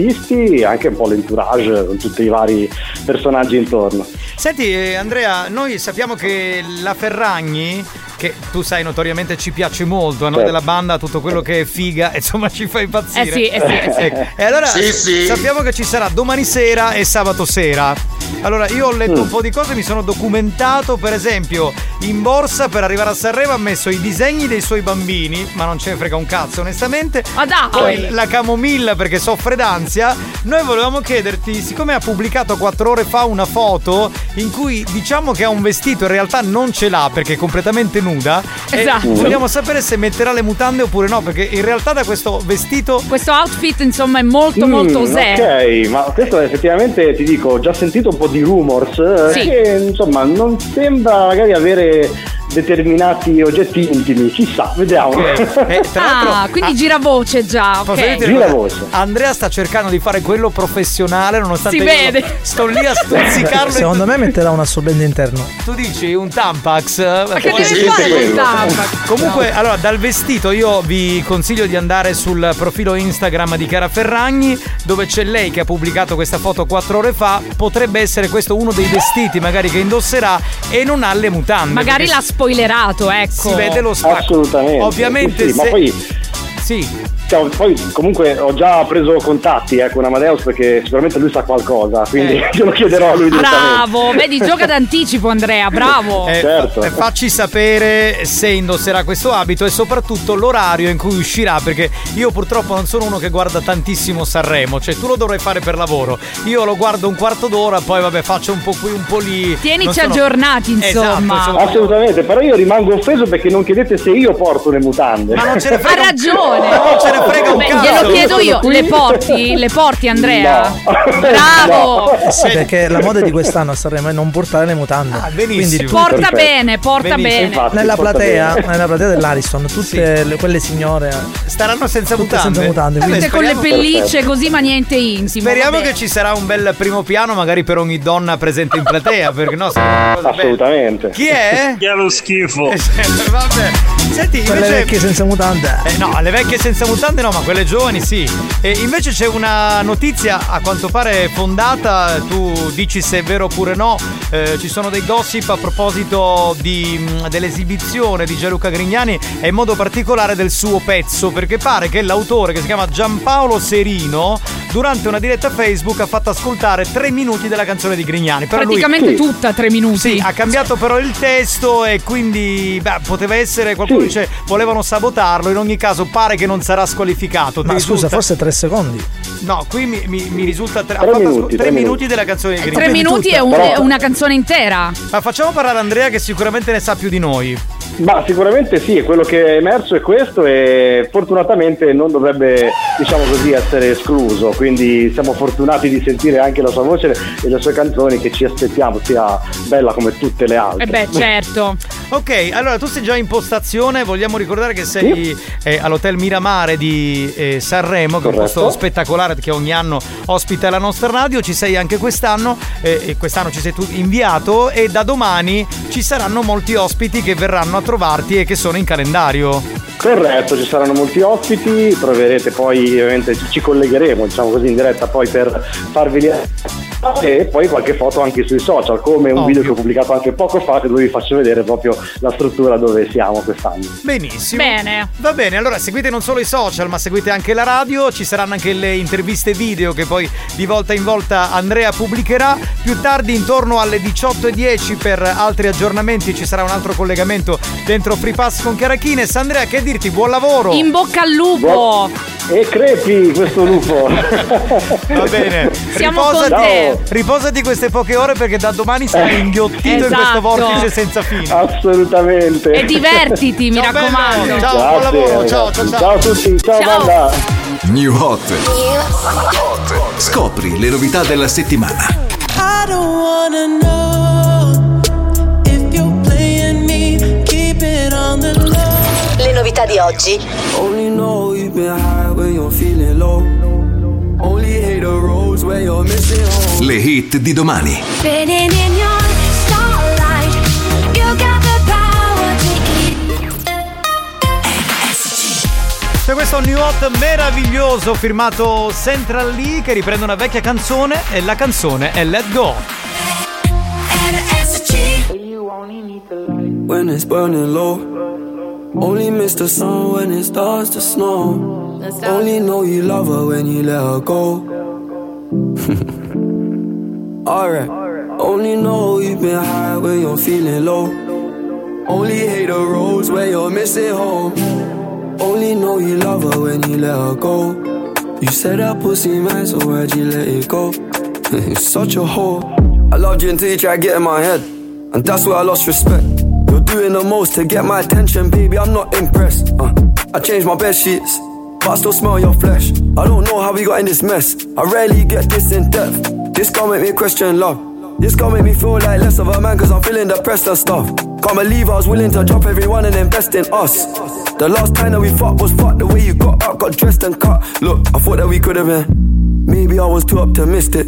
Speaker 6: e anche un po' l'entourage con tutti i vari personaggi intorno.
Speaker 7: Senti eh, Andrea, noi sappiamo che la Ferragni che tu sai notoriamente ci piace molto, a noi
Speaker 6: Certo.
Speaker 7: della banda tutto quello che è figa, [LAUGHS] insomma ci fa impazzire.
Speaker 8: Eh sì, eh sì, eh sì.
Speaker 7: Ecco, [LAUGHS] E allora
Speaker 6: Sì, sì.
Speaker 7: sappiamo che ci sarà domani sera e sabato sera. Allora io ho letto un po' di cose, mi sono documentato, per esempio in borsa per arrivare a Sanremo ha messo i disegni dei suoi bambini, ma non ce ne frega un cazzo onestamente.
Speaker 8: Ma dai!
Speaker 7: Poi la camomilla perché soffre d'ansia. Noi volevamo chiederti, siccome ha pubblicato quattro ore fa una foto in cui diciamo che ha un vestito, in realtà non ce l'ha perché è completamente nuda. e
Speaker 8: Esatto.
Speaker 7: vogliamo sapere se metterà le mutande oppure no, perché in realtà da questo vestito...
Speaker 8: Questo outfit insomma è molto molto
Speaker 6: Mm,
Speaker 8: zen.
Speaker 6: Ok, ma questo effettivamente ti dico, ho già sentito un po' di rumors eh,
Speaker 8: Sì.
Speaker 6: che insomma non sembra magari avere determinati oggetti intimi, chissà, vediamo.
Speaker 8: Eh, ah, quindi gira voce già,
Speaker 7: Posso
Speaker 8: ok.
Speaker 7: dirti una cosa? Andrea sta cercando di fare quello professionale nonostante
Speaker 8: Si
Speaker 7: io
Speaker 8: vede.
Speaker 7: sto lì a
Speaker 5: [LAUGHS]
Speaker 7: stuzzicarlo e
Speaker 20: Secondo me metterà un assorbente interno.
Speaker 7: Tu dici un Tampax? Ma
Speaker 20: che deve fare col Tampax?
Speaker 7: Comunque, allora, dal vestito io vi consiglio di andare sul profilo Instagram di Chiara Ferragni, dove c'è lei che ha pubblicato questa foto quattro ore fa. Potrebbe essere questo uno dei vestiti magari che indosserà e non ha le mutande.
Speaker 8: Magari
Speaker 7: perché
Speaker 8: l'ha spoilerato, ecco.
Speaker 7: Si vede lo spacco.
Speaker 6: Assolutamente. Sì,
Speaker 7: Ovviamente
Speaker 6: sì,
Speaker 7: se...
Speaker 6: ma poi-
Speaker 7: Sì.
Speaker 6: Cioè, poi comunque ho già preso contatti eh, con Amadeus perché sicuramente lui sa qualcosa, quindi [LAUGHS]
Speaker 7: Eh.
Speaker 6: glielo chiederò a lui direttamente.
Speaker 8: Bravo, vedi, gioca d'anticipo Andrea, bravo.
Speaker 7: Eh,
Speaker 6: Certo.
Speaker 8: Certo.
Speaker 7: eh, Facci sapere se indosserà questo abito e soprattutto l'orario in cui uscirà, perché io purtroppo non sono uno che guarda tantissimo Sanremo, cioè tu lo dovrai fare per lavoro. Io lo guardo un quarto d'ora, poi vabbè faccio un po' qui, un po' lì. Non
Speaker 8: Tienici
Speaker 7: sono-
Speaker 8: aggiornati,
Speaker 7: Esatto,
Speaker 8: insomma.
Speaker 6: Assolutamente, però io rimango offeso perché non chiedete se io porto le mutande.
Speaker 7: Ma non ce ne
Speaker 8: ha
Speaker 7: frega un-
Speaker 8: ragione.
Speaker 7: non ce ne frega un
Speaker 8: Beh,
Speaker 7: cazzo.
Speaker 8: Glielo chiedo io,
Speaker 7: Qui-
Speaker 8: le porti? Le porti Andrea? Bravo!
Speaker 20: Eh Sì, perché la moda di quest'anno a Sanremo è non portare le mutande.
Speaker 7: Ah,
Speaker 8: benissimo.
Speaker 20: Quindi tu-
Speaker 8: Porta Perfetto. bene, porta Benissimo. bene. Infatti,
Speaker 20: nella,
Speaker 8: porta
Speaker 20: platea,
Speaker 8: bene.
Speaker 20: nella platea dell'Ariston, tutte le- quelle signore
Speaker 7: staranno senza
Speaker 20: tutte
Speaker 7: mutande.
Speaker 20: senza mutande.
Speaker 7: Eh,
Speaker 20: quindi-
Speaker 8: Tutte con le
Speaker 7: speriamo-
Speaker 8: pellicce così ma niente intimo.
Speaker 7: Speriamo
Speaker 8: vabbè.
Speaker 7: che ci sarà un bel primo piano magari per ogni donna presente in platea, perché no
Speaker 6: Assolutamente.
Speaker 7: Chi è? Esatto.
Speaker 6: Chi è lo schifo?
Speaker 7: Vabbè. Senti,
Speaker 20: Quelle
Speaker 7: invece
Speaker 20: vecchie senza mutande.
Speaker 7: Eh, no, alle vecchie senza mutande no, ma quelle giovani sì. E invece c'è una notizia a quanto pare fondata, tu dici se è vero oppure no. Eh, ci sono dei gossip a proposito di, mh, dell'esibizione di Gianluca Grignani e in modo particolare del suo pezzo, perché pare che l'autore che si chiama Giampaolo Serino durante una diretta Facebook ha fatto ascoltare tre minuti della canzone di Grignani. Però lui-
Speaker 8: Praticamente tutta tre minuti.
Speaker 7: sì, ha cambiato però il testo e quindi beh, poteva essere qualcuno dice volevano sabotarlo, in ogni caso pare che non sarà squalificato. Ti
Speaker 20: Ma
Speaker 7: risulta-
Speaker 20: scusa, forse tre secondi.
Speaker 7: No, qui mi, mi- mi risulta tre, ha
Speaker 20: Tre
Speaker 7: fatto
Speaker 20: minuti,
Speaker 7: ascol-
Speaker 20: tre
Speaker 7: tre minuti,
Speaker 20: minuti.
Speaker 7: della canzone di Grignani.
Speaker 8: Tre minuti è un- una canzone intera.
Speaker 7: Ma facciamo parlare Andrea che sicuramente ne sa più di noi.
Speaker 6: [LAUGHS] Ma sicuramente sì, quello che è emerso è questo e fortunatamente non dovrebbe, diciamo così, essere escluso, quindi siamo fortunati di sentire anche la sua voce e le sue canzoni che ci aspettiamo sia bella come tutte le altre.
Speaker 8: certo.
Speaker 7: [LAUGHS] Ok, allora tu sei già in postazione, vogliamo ricordare che sei eh, all'Hotel Miramare di eh, Sanremo, che è un
Speaker 6: Corretto.
Speaker 7: posto spettacolare che ogni anno ospita la nostra radio, ci sei anche quest'anno eh, e quest'anno ci sei tu inviato e da domani ci saranno molti ospiti che verranno a trovarti e che sono in calendario.
Speaker 6: Corretto, ci saranno molti ospiti, troverete poi, ovviamente ci collegheremo, diciamo così, in diretta poi per farveli e poi qualche foto anche sui social, come un video che ho pubblicato anche poco fa, dove vi faccio vedere proprio la struttura dove siamo quest'anno.
Speaker 7: Benissimo. Bene. Va bene, allora seguite non solo i social, ma seguite anche la radio, ci saranno anche le interviste video che poi di volta in volta Andrea pubblicherà. Più tardi intorno alle 18.10 per altri aggiornamenti ci sarà un altro collegamento dentro Free Pass con Carachines. Andrea, che dirti? Buon lavoro!
Speaker 8: In bocca al lupo!
Speaker 6: E crepi questo lupo!
Speaker 7: Va bene.
Speaker 8: Siamo con te.
Speaker 7: Riposati queste poche ore perché da domani sarai inghiottito in questo
Speaker 8: Esatto.
Speaker 7: vortice senza fine.
Speaker 6: Assolutamente.
Speaker 8: E divertiti, mi
Speaker 7: Ciao, bello.
Speaker 8: raccomando.
Speaker 7: Ciao, buon lavoro, ciao, ciao, ciao.
Speaker 6: Ciao a tutti, ciao,
Speaker 8: Ciao.
Speaker 6: banda.
Speaker 2: New Hot. Scopri le novità della settimana.
Speaker 36: I don't wanna know if you're playing me. Keep it on the low. Le novità di oggi.
Speaker 65: Only know you've been high when you're feeling low. Only hate the roads where you're missing home.
Speaker 2: Le hit di domani.
Speaker 36: Spinning in your starlight. You got the power to
Speaker 7: C'è questo new hot meraviglioso firmato Central Lee che riprende una vecchia canzone e la canzone è Let Go.
Speaker 65: when it's burning low. Only miss the sun when it starts to snow. Only know you love her when you let her go. [LAUGHS] Alright. Only know you've been high when you're feeling low. Only hate the roads where you're missing home. Only know you love her when you let her go. You said that pussy man, so why'd you let it go? [LAUGHS] You're such a hoe.
Speaker 64: I loved you until you tried to get in my head, and that's where I lost respect. You're doing the most to get my attention, baby. I'm not impressed. Uh, I changed my bed sheets, but I still smell your flesh. I don't know how we got in this mess. I rarely get this in depth. This can't make me question love. This can't make me feel like less of a man, cause I'm feeling depressed and stuff. Can't believe I was willing to drop everyone and invest in us. The last time that we fought was fucked. The way you got up, got dressed and cut. Look, I thought that we could have been. Maybe I was too optimistic.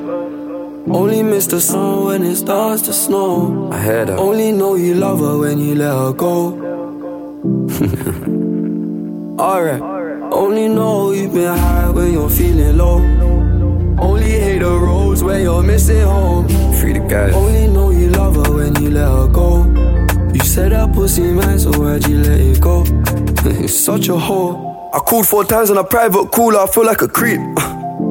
Speaker 65: Only miss the sun when it starts to snow.
Speaker 64: I heard her.
Speaker 65: Only know you love her when you let her go. Alright. Only know you've been high when you're feeling low. Only hate the roads when you're missing home.
Speaker 64: Free the guys.
Speaker 65: Only know you love her when you let her go. You said that pussy man, so why'd you let it go? [LAUGHS] You're such a hoe.
Speaker 64: I called four times on a private cooler, I feel like a creep. [SIGHS]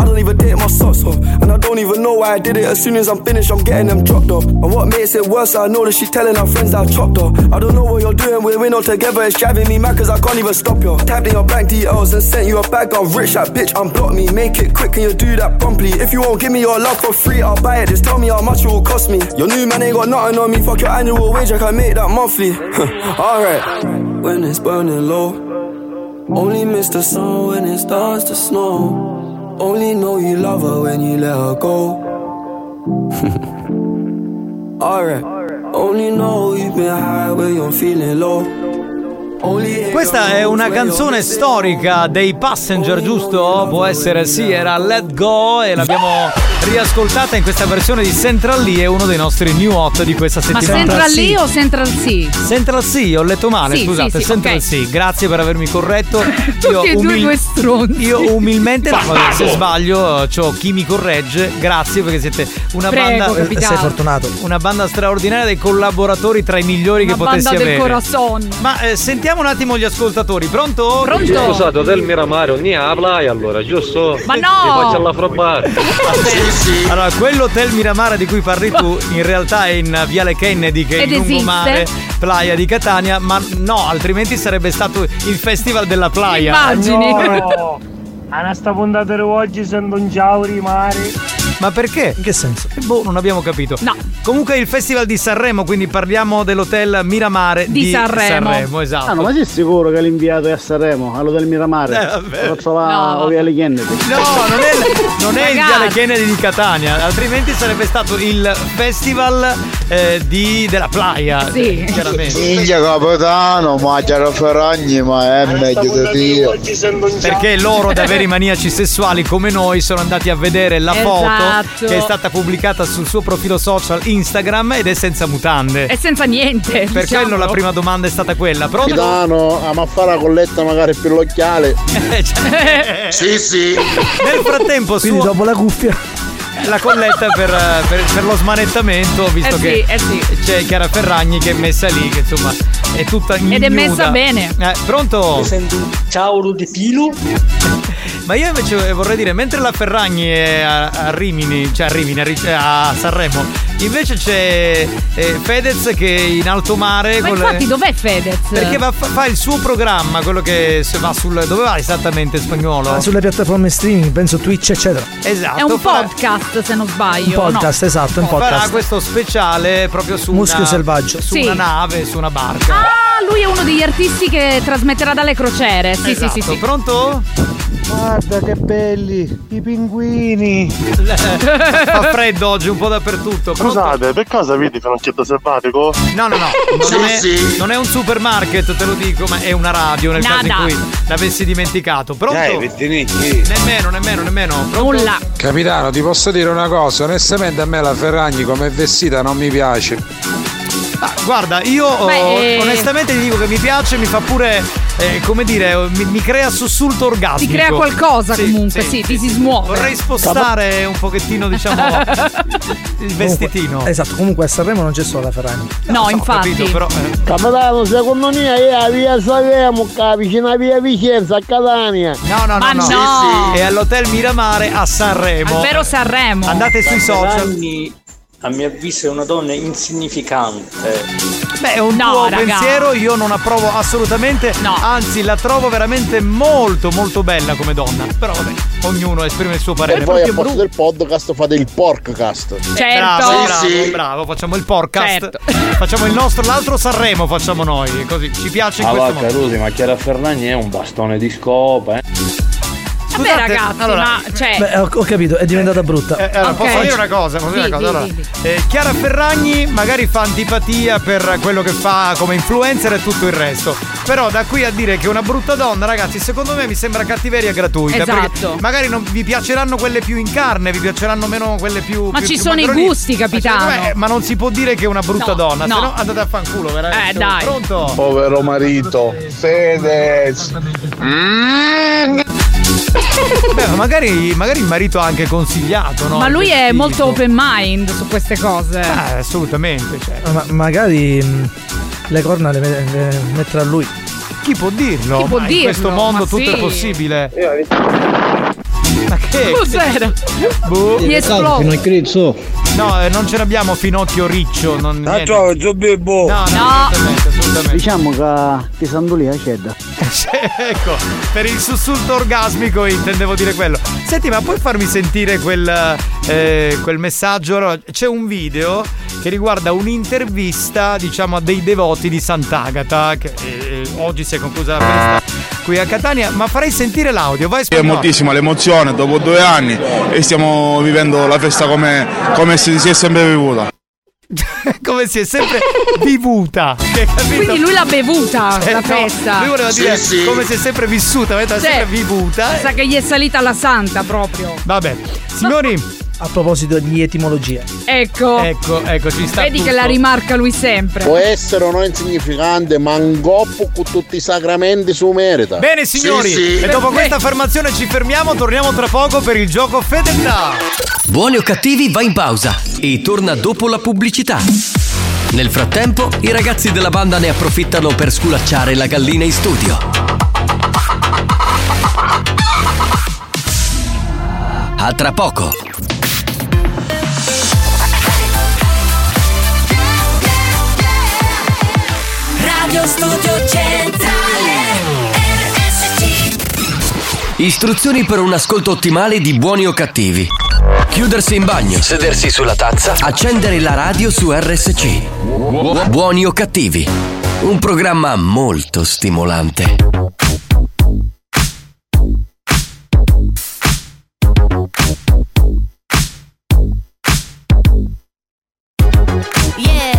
Speaker 64: I don't even take my socks off, and I don't even know why I did it. As soon as I'm finished, I'm getting them dropped off. And what makes it worse, I know that she telling her friends I chopped her. I don't know what you're doing, we're in all together. It's driving me mad, cause I can't even stop you. Tapped in your bank details and sent you a bag. I'm rich, that bitch, unblock me. Make it quick, and you do that promptly. If you won't give me your love for free, I'll buy it. Just tell me how much it will cost me. Your new man ain't got nothing on me, fuck your annual wage, I can make that monthly. [LAUGHS]
Speaker 65: Alright, when it's burning low. Only miss the sun when it starts to snow. Only know you love her when you let her go. [LAUGHS] Alright, only know you've been high when you're feeling low.
Speaker 7: Questa è una canzone storica dei Passenger, giusto? Può essere, sì, era Let Go e l'abbiamo riascoltata in questa versione di Central Lee, è uno dei nostri new hot di questa
Speaker 8: Ma
Speaker 7: settimana.
Speaker 8: Central Lee o Central C?
Speaker 7: Central C, ho letto male,
Speaker 8: Sì,
Speaker 7: scusate,
Speaker 8: sì, sì,
Speaker 7: Central
Speaker 8: ok.
Speaker 7: C, grazie per avermi
Speaker 8: [LAUGHS]
Speaker 7: corretto.
Speaker 8: e due due
Speaker 7: stronzi. Io umilmente, no, vabbè, se
Speaker 8: Bastardo!
Speaker 7: sbaglio, c'ho chi mi corregge, grazie perché siete una
Speaker 8: Prego,
Speaker 7: banda
Speaker 8: capitano. Sei
Speaker 7: fortunato. Una banda straordinaria dei collaboratori tra i migliori che potessi
Speaker 8: Banda del
Speaker 7: avere.
Speaker 8: Corazon.
Speaker 7: Ma eh, sentiamo un attimo gli ascoltatori, pronto?
Speaker 61: Scusato del Miramare ogni habla e allora giusto?
Speaker 7: Ma no!
Speaker 61: Ti faccio all'afrobare.
Speaker 7: [LAUGHS] Allora, quell'hotel Miramare di cui parli tu in realtà è in Viale Kennedy che è
Speaker 61: Ed
Speaker 7: il lungomare
Speaker 61: esiste?
Speaker 7: Playa di Catania, ma no, altrimenti sarebbe stato il festival della Playa.
Speaker 3: No, a questa puntata di oggi sento un ciao rimare.
Speaker 7: Ma perché? In che senso? Boh, non abbiamo capito. No. Comunque è il festival di Sanremo, quindi parliamo dell'hotel Miramare di, esatto.
Speaker 18: Ah, no, ma sei sicuro che l'inviato è a Sanremo, all'hotel
Speaker 7: Eh,
Speaker 18: Miramare?
Speaker 7: vabbè.
Speaker 18: Lo trova a Viale Kennedy.
Speaker 7: No, non è, non è il
Speaker 18: Ragazzi.
Speaker 7: Viale Kennedy di Catania, altrimenti sarebbe stato il festival eh, di- della playa. eh, Chiaramente.
Speaker 11: Minchia capitano, ma c'era Ferragni, ma è meglio di Dio.
Speaker 7: Perché loro, da veri maniaci sessuali come noi, sono andati a vedere la
Speaker 8: Esatto.
Speaker 7: foto che è stata pubblicata sul suo profilo social Instagram ed è senza mutande.
Speaker 18: Eh
Speaker 8: E senza niente. diciamo.
Speaker 7: per
Speaker 18: diciamo.
Speaker 8: diciamolo.
Speaker 7: quello la prima domanda è stata quella, pronto?
Speaker 18: Capitano, ama a fare la colletta magari più l'occhiale.
Speaker 7: sì, sì. Eh, cioè. Nel frattempo,
Speaker 20: Quindi
Speaker 7: suo-
Speaker 20: dopo la cuffia.
Speaker 7: la colletta per, eh, per- per lo smanettamento, visto
Speaker 8: Eh sì,
Speaker 7: che
Speaker 8: eh sì.
Speaker 7: c'è Chiara Ferragni che è messa lì, che insomma è tutta ignuda.
Speaker 8: Ed è messa bene.
Speaker 7: Eh, pronto?
Speaker 3: Ciao Rudipilo.
Speaker 7: Ma io invece vorrei dire, mentre la Ferragni è a, a Rimini, cioè a Rimini, a, Ri- a Sanremo, invece c'è eh, Fedez che è in alto mare.
Speaker 8: Ma
Speaker 7: con le-
Speaker 8: infatti dov'è Fedez?
Speaker 7: Perché va- fa, fa il suo programma, quello che se va sul. Dove va esattamente spagnolo?
Speaker 20: Ah, Sulle piattaforme streaming, penso Twitch, eccetera.
Speaker 7: Esatto.
Speaker 8: È un
Speaker 7: farà-
Speaker 8: podcast se non sbaglio.
Speaker 20: Un podcast, esatto, un
Speaker 7: Farà
Speaker 20: podcast.
Speaker 7: questo speciale proprio su
Speaker 20: Muschio
Speaker 7: una,
Speaker 20: selvaggio.
Speaker 7: su
Speaker 8: Sì.
Speaker 7: una nave, su una barca.
Speaker 8: Ah, lui è uno degli artisti che trasmetterà dalle crociere. Sì,
Speaker 7: Esatto.
Speaker 8: sì, sì, sì.
Speaker 7: Pronto?
Speaker 35: Guarda che belli, i pinguini.
Speaker 8: Ah.
Speaker 7: [LAUGHS] Fa freddo oggi un po' dappertutto.
Speaker 15: Scusate, per caso avete francetto selvatico?
Speaker 7: No, no, no. Non, è, non è un supermarket, te lo dico, ma è una radio nel caso in
Speaker 8: Nada.
Speaker 7: cui l'avessi dimenticato. Pronto?
Speaker 29: Dai,
Speaker 7: nemmeno, nemmeno, nemmeno. Pronto?
Speaker 8: Nulla.
Speaker 29: Capitano, ti posso dire una cosa, onestamente a me la Ferragni come è vestita non mi piace.
Speaker 7: Ah, guarda, io
Speaker 29: Beh,
Speaker 7: oh,
Speaker 29: eh.
Speaker 7: onestamente ti dico che mi piace, mi fa pure, eh, come dire, mi, mi crea sussulto orgasmico.
Speaker 8: Ti crea qualcosa
Speaker 7: Sì,
Speaker 8: comunque, sì, ti si smuove.
Speaker 7: Vorrei spostare un pochettino, diciamo,
Speaker 8: [LAUGHS]
Speaker 7: il vestitino.
Speaker 20: Esatto, comunque a Sanremo non c'è solo la Ferragni.
Speaker 8: No, infatti.
Speaker 7: capito, però, eh.
Speaker 35: Capitano, secondo me è a via Sanremo, qua, vicino a via Vicenza, a Catania.
Speaker 7: No, no,
Speaker 8: Ma
Speaker 7: no,
Speaker 8: Ah, no. Sì, sì.
Speaker 7: È all'hotel Miramare a Sanremo.
Speaker 8: Al vero Sanremo.
Speaker 7: Andate sui social.
Speaker 33: A mio avviso è una donna insignificante.
Speaker 7: Beh, è un
Speaker 33: No,
Speaker 7: tuo
Speaker 33: raga.
Speaker 7: pensiero, io non approvo assolutamente. Anzi, la trovo veramente molto molto bella come donna. Però vabbè, ognuno esprime il suo parere.
Speaker 18: E voi a
Speaker 7: Proprio
Speaker 18: posto del podcast fate il porkcast.
Speaker 7: Eh,
Speaker 8: Cioè, Certo.
Speaker 7: Bravo, bravo, bravo, facciamo il podcast. Facciamo il nostro, l'altro Sanremo facciamo noi, così ci piace in
Speaker 29: Ah,
Speaker 7: questo
Speaker 29: va,
Speaker 7: modo.
Speaker 29: Carusi, ma Chiara Ferragni è un bastone di scopa, eh.
Speaker 7: Eh,
Speaker 8: Vabbè ragazzi,
Speaker 7: allora-
Speaker 8: ma cioè...
Speaker 20: Beh, ho, ho capito, è diventata brutta.
Speaker 7: Eh, allora, Posso dire una cosa? Posso dire
Speaker 20: Sì,
Speaker 7: una
Speaker 20: sì,
Speaker 7: cosa? Allora,
Speaker 20: sì,
Speaker 7: eh, Chiara Ferragni magari fa antipatia per quello che fa come influencer e tutto il resto. Però da qui a dire che è una brutta donna, ragazzi, secondo me mi sembra cattiveria gratuita.
Speaker 8: Esatto.
Speaker 7: perché Magari non vi piaceranno quelle più in carne, vi piaceranno meno quelle più.
Speaker 8: Ma
Speaker 7: più-
Speaker 8: ci
Speaker 7: più
Speaker 8: sono i
Speaker 7: magrolini.
Speaker 8: gusti,
Speaker 7: Ma secondo
Speaker 8: capitano.
Speaker 7: me- Ma non si può dire che è una brutta
Speaker 8: No,
Speaker 7: donna,
Speaker 8: no.
Speaker 7: se no andate a fanculo, veramente.
Speaker 8: Eh, dai.
Speaker 7: Pronto?
Speaker 18: Povero marito, Fedez.
Speaker 7: Beh, ma magari, magari il marito ha anche consigliato, no?
Speaker 8: ma lui è
Speaker 7: Questo
Speaker 8: molto
Speaker 7: tipo.
Speaker 8: open mind su queste cose.
Speaker 7: Ah, assolutamente, cioè.
Speaker 20: Ma magari mh, Ah, mm, le corna le, me- le metterà lui.
Speaker 7: Chi può dirlo?
Speaker 20: Chi può
Speaker 7: Ma in
Speaker 20: dirlo?
Speaker 7: questo mondo
Speaker 20: Ma
Speaker 7: tutto
Speaker 20: sì.
Speaker 7: è possibile. eh, Ma che?
Speaker 8: Cos'era?
Speaker 7: Boh.
Speaker 8: Mi esplode.
Speaker 7: No, eh, non ce l'abbiamo Finocchio Riccio. Non, niente. No, no, assolutamente, assolutamente.
Speaker 63: Diciamo che ti sandulia cedda.
Speaker 7: [LAUGHS] ecco, per il sussulto orgasmico intendevo dire quello. Senti, ma puoi farmi sentire quel, eh, quel messaggio? Allora, c'è un video che riguarda un'intervista, diciamo, a dei devoti di Sant'Agata, che eh, oggi si è conclusa la festa qui a Catania, ma farei sentire l'audio, vai
Speaker 29: È
Speaker 7: spagnolo.
Speaker 29: moltissima l'emozione dopo due anni e stiamo vivendo la festa come, come si, si è sempre vivuta.
Speaker 7: [LAUGHS] Come si è sempre vivuta. Che, capito?
Speaker 8: Quindi lui l'ha bevuta
Speaker 7: Eh,
Speaker 8: la
Speaker 7: no,
Speaker 8: festa.
Speaker 7: Lui voleva dire Eh? come si è sempre vissuta, ma è
Speaker 8: Sì.
Speaker 7: sempre vivuta.
Speaker 8: Sa che gli è salita la santa proprio.
Speaker 7: Vabbè, signori.
Speaker 20: A proposito di etimologia.
Speaker 8: Ecco.
Speaker 7: Ecco, ecco, ci sta.
Speaker 8: Vedi che la rimarca lui sempre.
Speaker 18: Può essere o non insignificante, ma un goppo con tutti i sacramenti su merita.
Speaker 7: Bene signori, e dopo questa affermazione ci fermiamo, torniamo tra poco per il gioco fedeltà.
Speaker 2: Buoni o cattivi va in pausa e torna dopo la pubblicità. Nel frattempo, i ragazzi della banda ne approfittano per sculacciare la gallina in studio. A tra poco.
Speaker 36: Radio Studio Centrale RSC
Speaker 2: Istruzioni per un ascolto ottimale di buoni o cattivi. Chiudersi in bagno, sedersi sulla tazza, accendere la radio su RSC. Buoni o cattivi. Un programma molto stimolante.
Speaker 4: Yeah,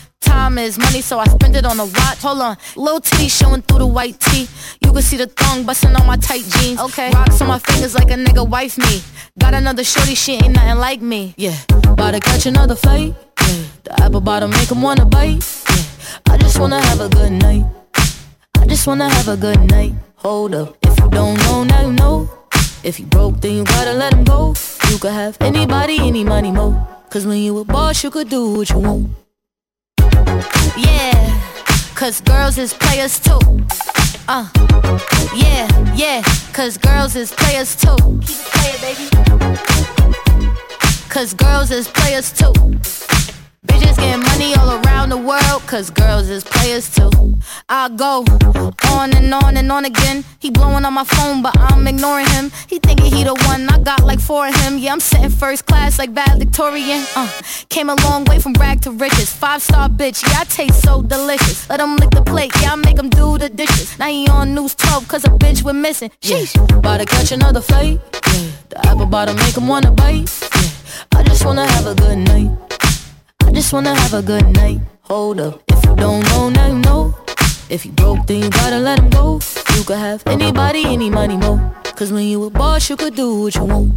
Speaker 4: Time is money, so I spend it on a watch. Hold on, little T showing through the white tee. You can see the thong busting on my tight jeans. Okay, rocks on my fingers like a nigga wife me. Got another shorty, she ain't nothing like me. Yeah, about to catch another fight. Yeah, the apple bottom make 'em wanna bite. Yeah, I just wanna have a good night. I just wanna have a good night. Hold up, if you don't know, now you know. If you broke, then you gotta let him go. You could have anybody, any money, mo. Cause when you a boss, you could do what you want. Yeah, cause girls is players too. Uh, yeah, yeah, cause girls is players too. Keep it playing, baby. Cause girls is players too. Bitches friends getting money all around the world, cause girls is players too. I go on and on and on again. He blowing on my phone, but I'm ignoring him. He thinking he the one, I got like four of him. Yeah, I'm sitting first class like bad Victorian. Uh, came a long way from rag to riches. Five star bitch, yeah, I taste so delicious. Let him lick the plate, yeah, I make him do the dishes. Now he on news 12, cause a bitch we're missing. Sheesh.
Speaker 1: About to catch another fight. Yeah. The apple bottom make 'em wanna bite. Yeah. I just wanna have a good night. I just wanna have a good night. Hold up. If you don't know, now you know. If you broke, then you gotta let him go. You could have anybody, any money, mo. Cause when you a boss, you could do what you want.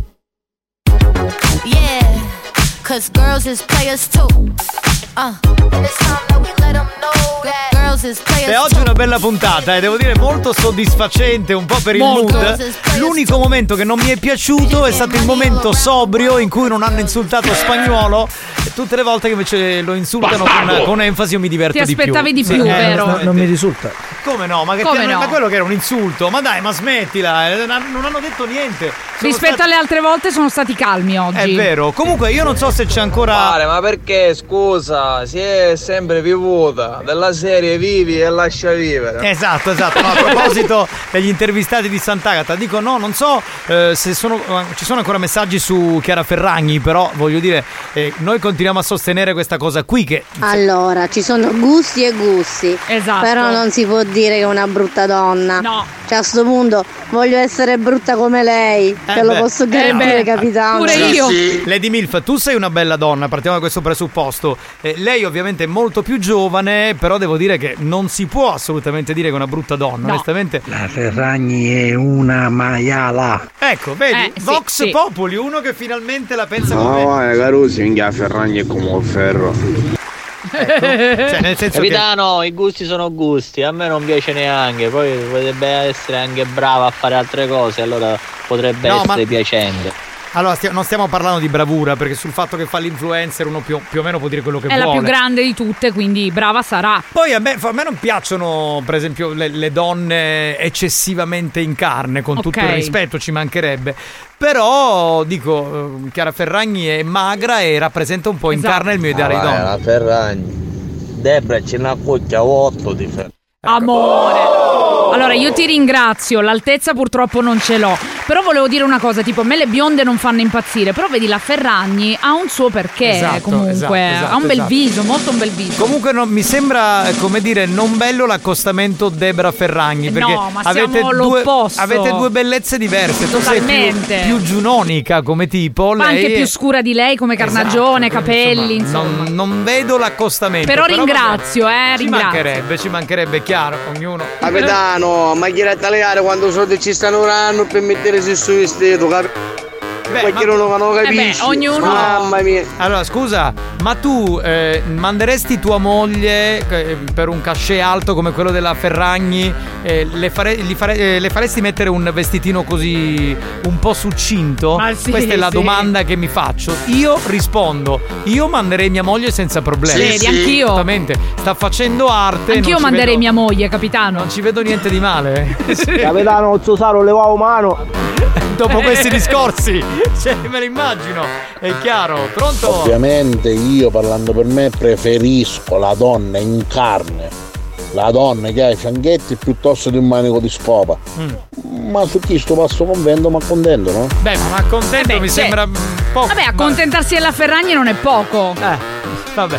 Speaker 4: Yeah, cause girls is players too. Uh, and it's time that we let 'em know that girls is players
Speaker 7: Beh, oggi è una bella puntata e devo dire molto soddisfacente, un po' per il
Speaker 4: Molto.
Speaker 7: mood. L'unico momento che non mi è piaciuto è stato il momento sobrio in cui non hanno insultato spagnolo. E Tutte le volte che invece lo insultano con,
Speaker 8: Bastardo!
Speaker 7: con enfasi io mi diverto
Speaker 8: Ti
Speaker 7: di più.
Speaker 8: aspettavi di
Speaker 7: Sì,
Speaker 8: più,
Speaker 7: eh,
Speaker 8: vero?
Speaker 7: esattamente.
Speaker 20: mi risulta.
Speaker 7: Come no? Ma, che
Speaker 8: Come
Speaker 7: ti-
Speaker 8: no?
Speaker 7: ma quello che era un insulto, ma dai, ma smettila, eh, non non hanno detto niente. Sono
Speaker 8: Rispetto alle altre volte sono stati calmi oggi.
Speaker 7: È vero, comunque io non so se c'è ancora.
Speaker 5: ma perché scusa, si è sempre vivuta della serie vivi e lascia vivere.
Speaker 7: Esatto, esatto. No, a
Speaker 5: [LAUGHS]
Speaker 7: proposito degli intervistati di Sant'Agata, dico no, non so eh, se sono, eh, ci sono ancora messaggi su Chiara Ferragni, però voglio dire, eh, noi continuiamo a sostenere questa cosa qui che
Speaker 23: Allora, ci sono gusti e gusti.
Speaker 8: Esatto.
Speaker 23: Però non si può dire che è una brutta donna. No. Cioè, a sto punto voglio essere brutta come lei. Te lo
Speaker 7: beh.
Speaker 23: posso
Speaker 7: Eh,
Speaker 23: garantire,
Speaker 7: beh.
Speaker 23: capitano.
Speaker 7: Lady Milf, tu sei una bella donna, partiamo da questo presupposto. Eh, lei ovviamente è molto più giovane, però devo dire che non si può assolutamente dire che è una brutta donna, onestamente.
Speaker 63: La Ferragni è una maiala.
Speaker 7: Ecco,
Speaker 8: Eh,
Speaker 7: vedi, Vox Populi, uno che finalmente la pensa come
Speaker 63: No,
Speaker 11: eh,
Speaker 63: Carusi, minchia Ferragni è come un ferro.
Speaker 8: [LAUGHS]
Speaker 7: Cioè, nel senso che-
Speaker 33: Capitano, i gusti sono gusti, a me non piace neanche, poi potrebbe essere anche brava a fare altre cose, allora potrebbe
Speaker 7: No, ma-
Speaker 33: essere piacente.
Speaker 7: Allora, stia- non stiamo parlando di bravura, perché sul fatto che fa l'influencer uno più, più o meno può dire quello che
Speaker 8: È la
Speaker 7: vuole.
Speaker 8: più grande di tutte, quindi brava sarà.
Speaker 7: Poi a me, a me non piacciono, per esempio, le, le donne eccessivamente in carne, con tutto
Speaker 8: Ok.
Speaker 7: il rispetto, ci mancherebbe. Però, dico, eh, Chiara Ferragni è magra e rappresenta un po'
Speaker 8: Esatto.
Speaker 7: in carne il mio ideale di
Speaker 5: Dai,
Speaker 7: donna.
Speaker 5: Ah, la Ferragni. Debra ce n'ha cocchia 8 di Ferragni.
Speaker 7: Ecco. Oh!
Speaker 8: Amore. Allora, io ti ringrazio, l'altezza purtroppo non ce l'ho. Però volevo dire una cosa, tipo, a me le bionde non fanno impazzire, però vedi la Ferragni ha un suo perché
Speaker 7: Esatto,
Speaker 8: comunque,
Speaker 7: esatto,
Speaker 8: ha
Speaker 7: esatto,
Speaker 8: un bel
Speaker 7: esatto.
Speaker 8: viso, molto un bel viso.
Speaker 7: Comunque non- mi sembra, eh, come dire, non bello l'accostamento Debra Ferragni, perché
Speaker 8: Eh, No, ma siamo
Speaker 7: avete, due,
Speaker 8: l'opposto.
Speaker 7: avete due bellezze diverse. Tu
Speaker 8: Totalmente.
Speaker 7: sei più, più giunonica come tipo,
Speaker 8: Ma
Speaker 7: lei
Speaker 8: anche
Speaker 7: è-
Speaker 8: più scura di lei come carnagione, capelli, insomma.
Speaker 7: Non, non vedo l'accostamento.
Speaker 8: Però ringrazio,
Speaker 7: vabbè.
Speaker 8: eh,
Speaker 7: Ci
Speaker 8: ringrazio.
Speaker 7: mancherebbe, ci mancherebbe, chiaro, ognuno.
Speaker 5: Capitano, ma chi era italiano quando soldi ci stanno urando per mettersi su vestito, capito? Perché non lo fanno
Speaker 7: Eh
Speaker 8: Eh
Speaker 5: capire. Mamma mia.
Speaker 7: Allora, scusa, ma tu eh, manderesti tua moglie eh, per un cachet alto come quello della Ferragni? eh, le, fare- gli fare- eh, le faresti mettere un vestitino così un po' succinto?
Speaker 31: Ma sì,
Speaker 7: Questa è la
Speaker 31: sì.
Speaker 7: domanda che mi faccio. Io rispondo, io manderei mia moglie senza problemi.
Speaker 8: Sì, Vedi, sì. anch'io.
Speaker 7: Esattamente. Sta facendo arte.
Speaker 8: Anch'io
Speaker 7: non ci
Speaker 8: manderei
Speaker 7: vedo-
Speaker 8: mia moglie, capitano.
Speaker 7: [LAUGHS] Non ci vedo niente di
Speaker 8: [LAUGHS]
Speaker 7: male.
Speaker 35: Capitano, Zosaro,
Speaker 20: [LAUGHS]
Speaker 35: levavo mano.
Speaker 7: [LAUGHS] Dopo questi discorsi, cioè, me lo immagino, è chiaro. Pronto?
Speaker 18: Ovviamente io parlando per me preferisco la donna in carne, la donna che ha i fianchetti piuttosto di un manico di scopa. Ma su chi sto passo convento mi accontento, no?
Speaker 7: Mm. Beh, ma contento mi
Speaker 8: cioè-
Speaker 7: sembra mm, poco. Eh,
Speaker 8: Vabbè, accontentarsi della Ferragni non è poco.
Speaker 7: Vabbè.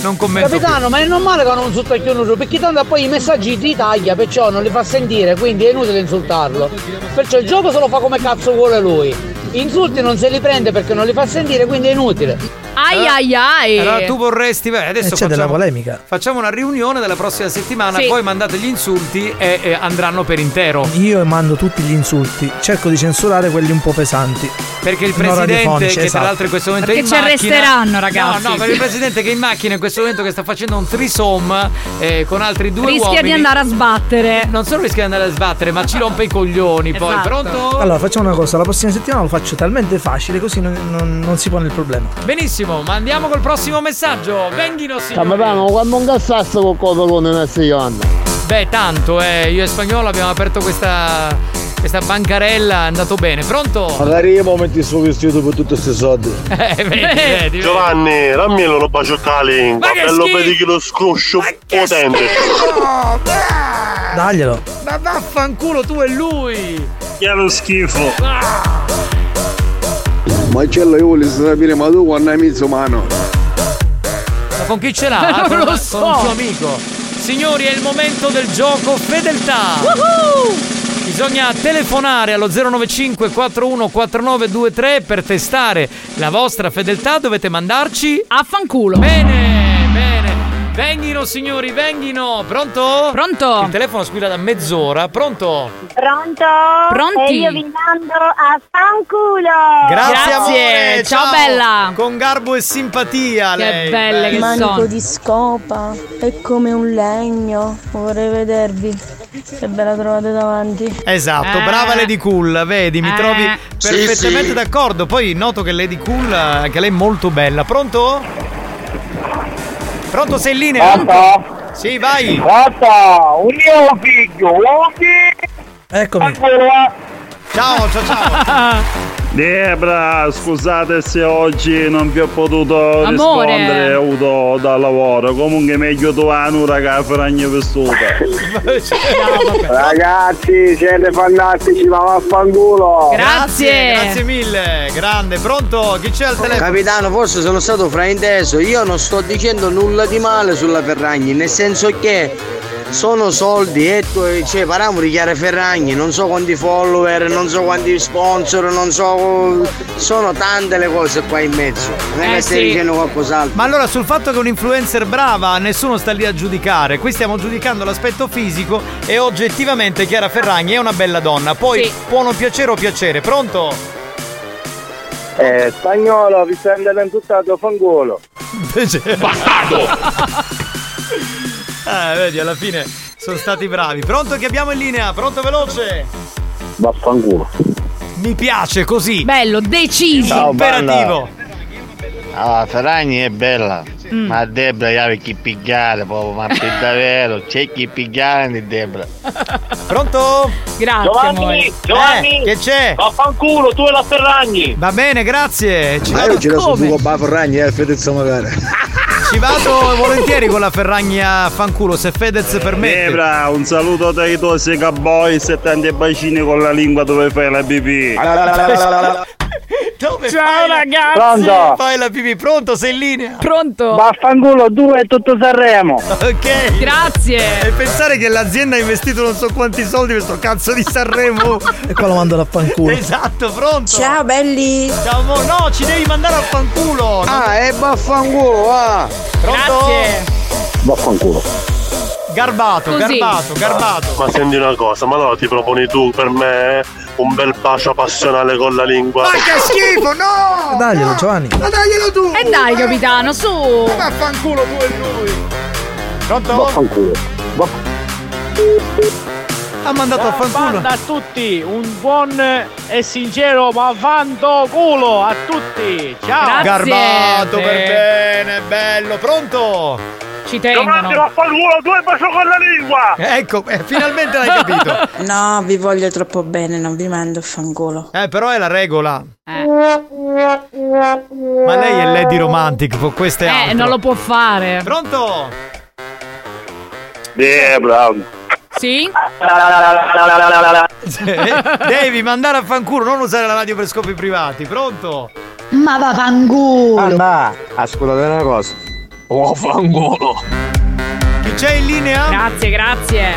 Speaker 7: Non commento.
Speaker 62: Capitano, ma è normale che non sottacchio nudo, perché tanto poi i messaggi li taglia, perciò non li fa sentire, quindi è inutile insultarlo. Perciò il gioco se lo fa come cazzo vuole lui. Insulti non se li prende perché non li fa sentire, quindi è inutile.
Speaker 8: Ai ai ai.
Speaker 7: Allora tu vorresti. beh,
Speaker 20: E
Speaker 7: adesso
Speaker 20: Eh, c'è della
Speaker 7: facciamo,
Speaker 20: polemica.
Speaker 7: facciamo una riunione della prossima settimana,
Speaker 20: Sì.
Speaker 7: poi mandate gli insulti e, e andranno per intero.
Speaker 20: Io mando tutti gli insulti, cerco di censurare quelli un po' pesanti.
Speaker 7: Perché il
Speaker 20: No,
Speaker 7: presidente,
Speaker 20: radiofonici,
Speaker 7: che tra
Speaker 20: esatto.
Speaker 7: l'altro in questo momento
Speaker 8: Perché
Speaker 7: è
Speaker 8: ci
Speaker 7: in macchina
Speaker 8: arresteranno, ragazzi.
Speaker 7: No, no, perché il presidente che è in macchina in questo momento che sta facendo un threesome eh, con altri due
Speaker 8: Rischia
Speaker 7: uomini.
Speaker 8: di andare a sbattere.
Speaker 7: Non solo rischia di andare a sbattere, ma ci rompe i coglioni poi.
Speaker 8: Esatto.
Speaker 7: Pronto?
Speaker 20: Allora, facciamo una cosa, la prossima settimana lo faccio talmente facile così non, non- non si pone il problema.
Speaker 7: Benissimo, ma andiamo col prossimo messaggio. Venghino signori.
Speaker 35: Capitano, quando un cassasso con copelone nella Sion.
Speaker 7: Beh, tanto, eh, io e Spagnolo abbiamo aperto questa Questa bancarella è andato bene. Pronto?
Speaker 11: Magari io mi metto il suo vestito per tutti questi soldi.
Speaker 7: [LAUGHS] Eh, vedi, vedi.
Speaker 15: Giovanni, rammelo lo bacio a lingua,
Speaker 7: Ma che
Speaker 15: bello
Speaker 7: schifo!
Speaker 15: vedi che lo scroscio potente.
Speaker 20: [LAUGHS]
Speaker 69: Daglielo.
Speaker 7: Ma vaffanculo tu e lui.
Speaker 15: Che lo schifo.
Speaker 63: Marcello io voglio sapere ma tu quando hai mezzo mano
Speaker 7: Ma con chi ce l'ha?
Speaker 63: Non
Speaker 7: con,
Speaker 63: lo
Speaker 7: con
Speaker 63: so.
Speaker 7: un suo amico. Signori, è il momento del gioco fedeltà. Bisogna telefonare allo 095 414923 per testare la vostra fedeltà. Dovete mandarci
Speaker 8: Affanculo.
Speaker 7: Bene, bene. Venghino signori, venghino. Pronto?
Speaker 8: Pronto.
Speaker 7: Il telefono squilla da mezz'ora. Pronto?
Speaker 70: Pronto?
Speaker 7: Pronti?
Speaker 70: E io vi mando a fanculo!
Speaker 7: amore, Con garbo e simpatia lei.
Speaker 29: Manico di scopa è come un legno. Vorrei vedervi se ve la trovate davanti.
Speaker 7: Esatto,
Speaker 29: Eh.
Speaker 7: brava Lady Cool, vedi, mi
Speaker 29: Eh.
Speaker 7: trovi
Speaker 29: Sì,
Speaker 7: perfettamente
Speaker 29: sì.
Speaker 7: d'accordo. Poi noto che Lady Cool, eh, anche lei è molto bella. Pronto? Pronto, sei in linea? Pronto? Sì, vai.
Speaker 11: Pronto, io ho un figlio, un figlio.
Speaker 69: Eccomi.
Speaker 7: Ciao,
Speaker 69: [LAUGHS]
Speaker 7: ciao, ciao.
Speaker 15: Debra, scusate se oggi non vi ho potuto
Speaker 8: Amore.
Speaker 15: rispondere, ho avuto da lavoro. Comunque meglio tu Anura che a Fragno Vestuta.
Speaker 11: Ragazzi, siete fantastici, ma vaffanculo.
Speaker 7: Grazie, grazie mille. Grande, pronto? Chi c'è al telefono?
Speaker 31: Oh, Capitano, forse sono stato frainteso. Io non sto dicendo nulla di male sulla Ferragni, nel senso che sono soldi e tu, cioè, parliamo di Chiara Ferragni, non so quanti follower, non so quanti sponsor, non so. Sono tante le cose qua in mezzo. Non è
Speaker 7: Eh,
Speaker 31: che stai
Speaker 7: sì.
Speaker 31: dicendo qualcos'altro.
Speaker 7: Ma allora sul fatto che è un influencer brava nessuno sta lì a giudicare, qui stiamo giudicando l'aspetto fisico e oggettivamente Chiara Ferragni è una bella donna, poi può non piacere o piacere, pronto?
Speaker 11: Eh, spagnolo, vi stai andando in tutta la tua fangolo.
Speaker 7: [LAUGHS] Eh, vedi, alla fine sono stati bravi. Pronto che abbiamo in linea, pronto veloce?
Speaker 11: Vaffanculo.
Speaker 7: Mi piace così.
Speaker 8: Bello, deciso.
Speaker 20: Ciao,
Speaker 7: Imperativo.
Speaker 20: Ah, Ferragni è bella, ma Debra aveva chi pigliare, proprio, ma
Speaker 7: [LAUGHS]
Speaker 20: per davvero, c'è chi pigliare di Debra.
Speaker 7: Pronto?
Speaker 8: Grazie.
Speaker 20: Giovanni, amore. Giovanni,
Speaker 7: Eh, che c'è? Vaffanculo, tu e la Ferragni. Va bene, grazie. Ci
Speaker 11: Ma
Speaker 7: vado,
Speaker 11: io giro su
Speaker 7: come?
Speaker 11: tuo papà Ferragni, eh, Fedezza magari.
Speaker 7: Ci vado volentieri con la Ferragni a fanculo, se Fedez permette.
Speaker 15: Debra, un saluto dai tuoi segaboys e tanti bacini con la lingua dove fai la pipì.
Speaker 7: Dove
Speaker 71: Ciao,
Speaker 7: fai la-
Speaker 71: ragazzi.
Speaker 11: Pronto?
Speaker 7: Fai la pipì, pronto? Sei in linea?
Speaker 8: Pronto?
Speaker 11: Vaffanculo, tu e tutto Sanremo.
Speaker 7: Ok.
Speaker 8: Grazie.
Speaker 7: E pensare che l'azienda ha investito non so quanti soldi per sto cazzo di Sanremo.
Speaker 69: E qua lo mando a fanculo.
Speaker 7: esatto, pronto. Ciao belli. Ciao amore. No, ci devi mandare a fanculo.
Speaker 31: Ah, e vaffanculo, va!
Speaker 7: Pronto?
Speaker 11: Vaffanculo.
Speaker 7: Garbato,
Speaker 15: Così.
Speaker 7: garbato, garbato.
Speaker 15: Ma senti una cosa, ma allora ti proponi tu per me eh, un bel bacio passionale con la lingua?
Speaker 69: che
Speaker 7: schifo,
Speaker 11: Ah,
Speaker 7: no!
Speaker 69: Daglielo, Giovanni.
Speaker 8: Ma
Speaker 7: daglielo tu!
Speaker 8: E dai, capitano, su! Ma
Speaker 7: vaffanculo tu e lui! Pronto?
Speaker 11: Vaffanculo.
Speaker 7: Ha mandato a fanculo.
Speaker 5: Manda a tutti un buon e sincero ma vando culo a tutti. Ciao.
Speaker 7: Garbato per bene, bello, pronto?
Speaker 8: Ci
Speaker 5: Giovanni,
Speaker 15: vaffanculo, tu e bacio con la lingua!
Speaker 7: Ecco, eh, finalmente l'hai
Speaker 8: [LAUGHS]
Speaker 7: capito.
Speaker 29: [LAUGHS] No, vi voglio troppo bene, non vi mando a fangolo.
Speaker 7: Eh, però è la regola.
Speaker 8: Eh.
Speaker 7: Ma lei è Lady Romantic con queste
Speaker 8: Eh,
Speaker 7: altre.
Speaker 8: non lo può fare.
Speaker 7: Pronto?
Speaker 15: Debra,
Speaker 8: Sì?
Speaker 7: Eh, Devi mandare a fanculo, non usare la radio per scopi privati. Pronto?
Speaker 11: Ma va
Speaker 20: Ah,
Speaker 11: fanculo. Ma ascoltate una cosa. Oh, fanculo.
Speaker 7: Chi c'è in linea?
Speaker 8: Grazie, grazie.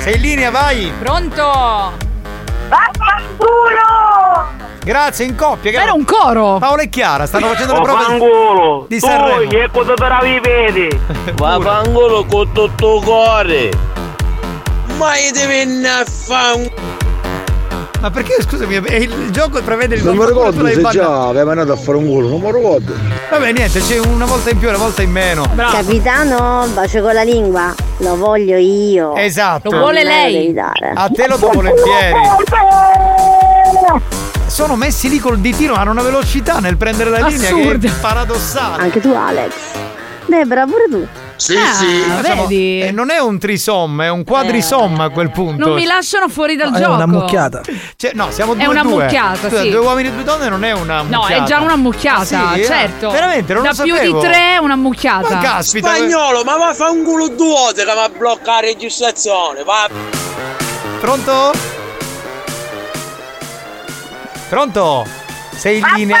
Speaker 7: Sei in linea, vai.
Speaker 8: Pronto?
Speaker 7: Grazie, in coppia. Era
Speaker 8: un coro.
Speaker 7: Paola e Chiara stanno facendo le
Speaker 5: Oh,
Speaker 7: prove
Speaker 5: Vaffanculo,
Speaker 7: di
Speaker 5: tu
Speaker 7: Sanremo.
Speaker 5: e cosa te
Speaker 7: [LAUGHS]
Speaker 5: la vivedi?
Speaker 20: Vaffanculo con tutto il cuore.
Speaker 5: Ma io devi a
Speaker 7: Ma perché, scusami, è il, il gioco prevede il
Speaker 11: Non mi
Speaker 7: vaffanculo, tu
Speaker 11: ricordo
Speaker 7: l'hai
Speaker 11: se
Speaker 7: bannato.
Speaker 11: già aveva andato a fare un culo, non mi ricordo.
Speaker 7: Vabbè, niente, c'è una volta in più, una volta in meno.
Speaker 23: Capitano, bacio con la lingua, lo voglio io.
Speaker 7: Esatto.
Speaker 23: Non me devi dare.
Speaker 7: A te lo do volentieri. Sono messi lì col ditino, hanno una velocità nel prendere la linea che
Speaker 23: Assurda.
Speaker 7: è paradossale.
Speaker 23: Anche tu, Alex. Debra, pure tu.
Speaker 5: Sì,
Speaker 8: Ah,
Speaker 5: sì.
Speaker 8: Facciamo- vedi.
Speaker 7: Eh, non è un trisom, è un quadrisom a quel punto.
Speaker 8: Non mi lasciano fuori dal
Speaker 7: No, Ah, è
Speaker 8: gioco.
Speaker 7: una mucchiata. Cioè, no, siamo
Speaker 8: È
Speaker 7: due
Speaker 8: una
Speaker 7: due.
Speaker 8: mucchiata,
Speaker 7: Scusa,
Speaker 8: sì.
Speaker 7: Due uomini e due donne non è una
Speaker 8: No,
Speaker 7: mucchiata.
Speaker 8: è già una mucchiata,
Speaker 7: Ah, sì?
Speaker 8: certo.
Speaker 7: Veramente, non
Speaker 8: da
Speaker 7: lo sapevo.
Speaker 8: più di tre è una mucchiata.
Speaker 7: Ma caspita. Spagnolo,
Speaker 35: ma va fa un culo due volte che mi blocca la registrazione, va.
Speaker 7: Pronto? Pronto? Sei in linea.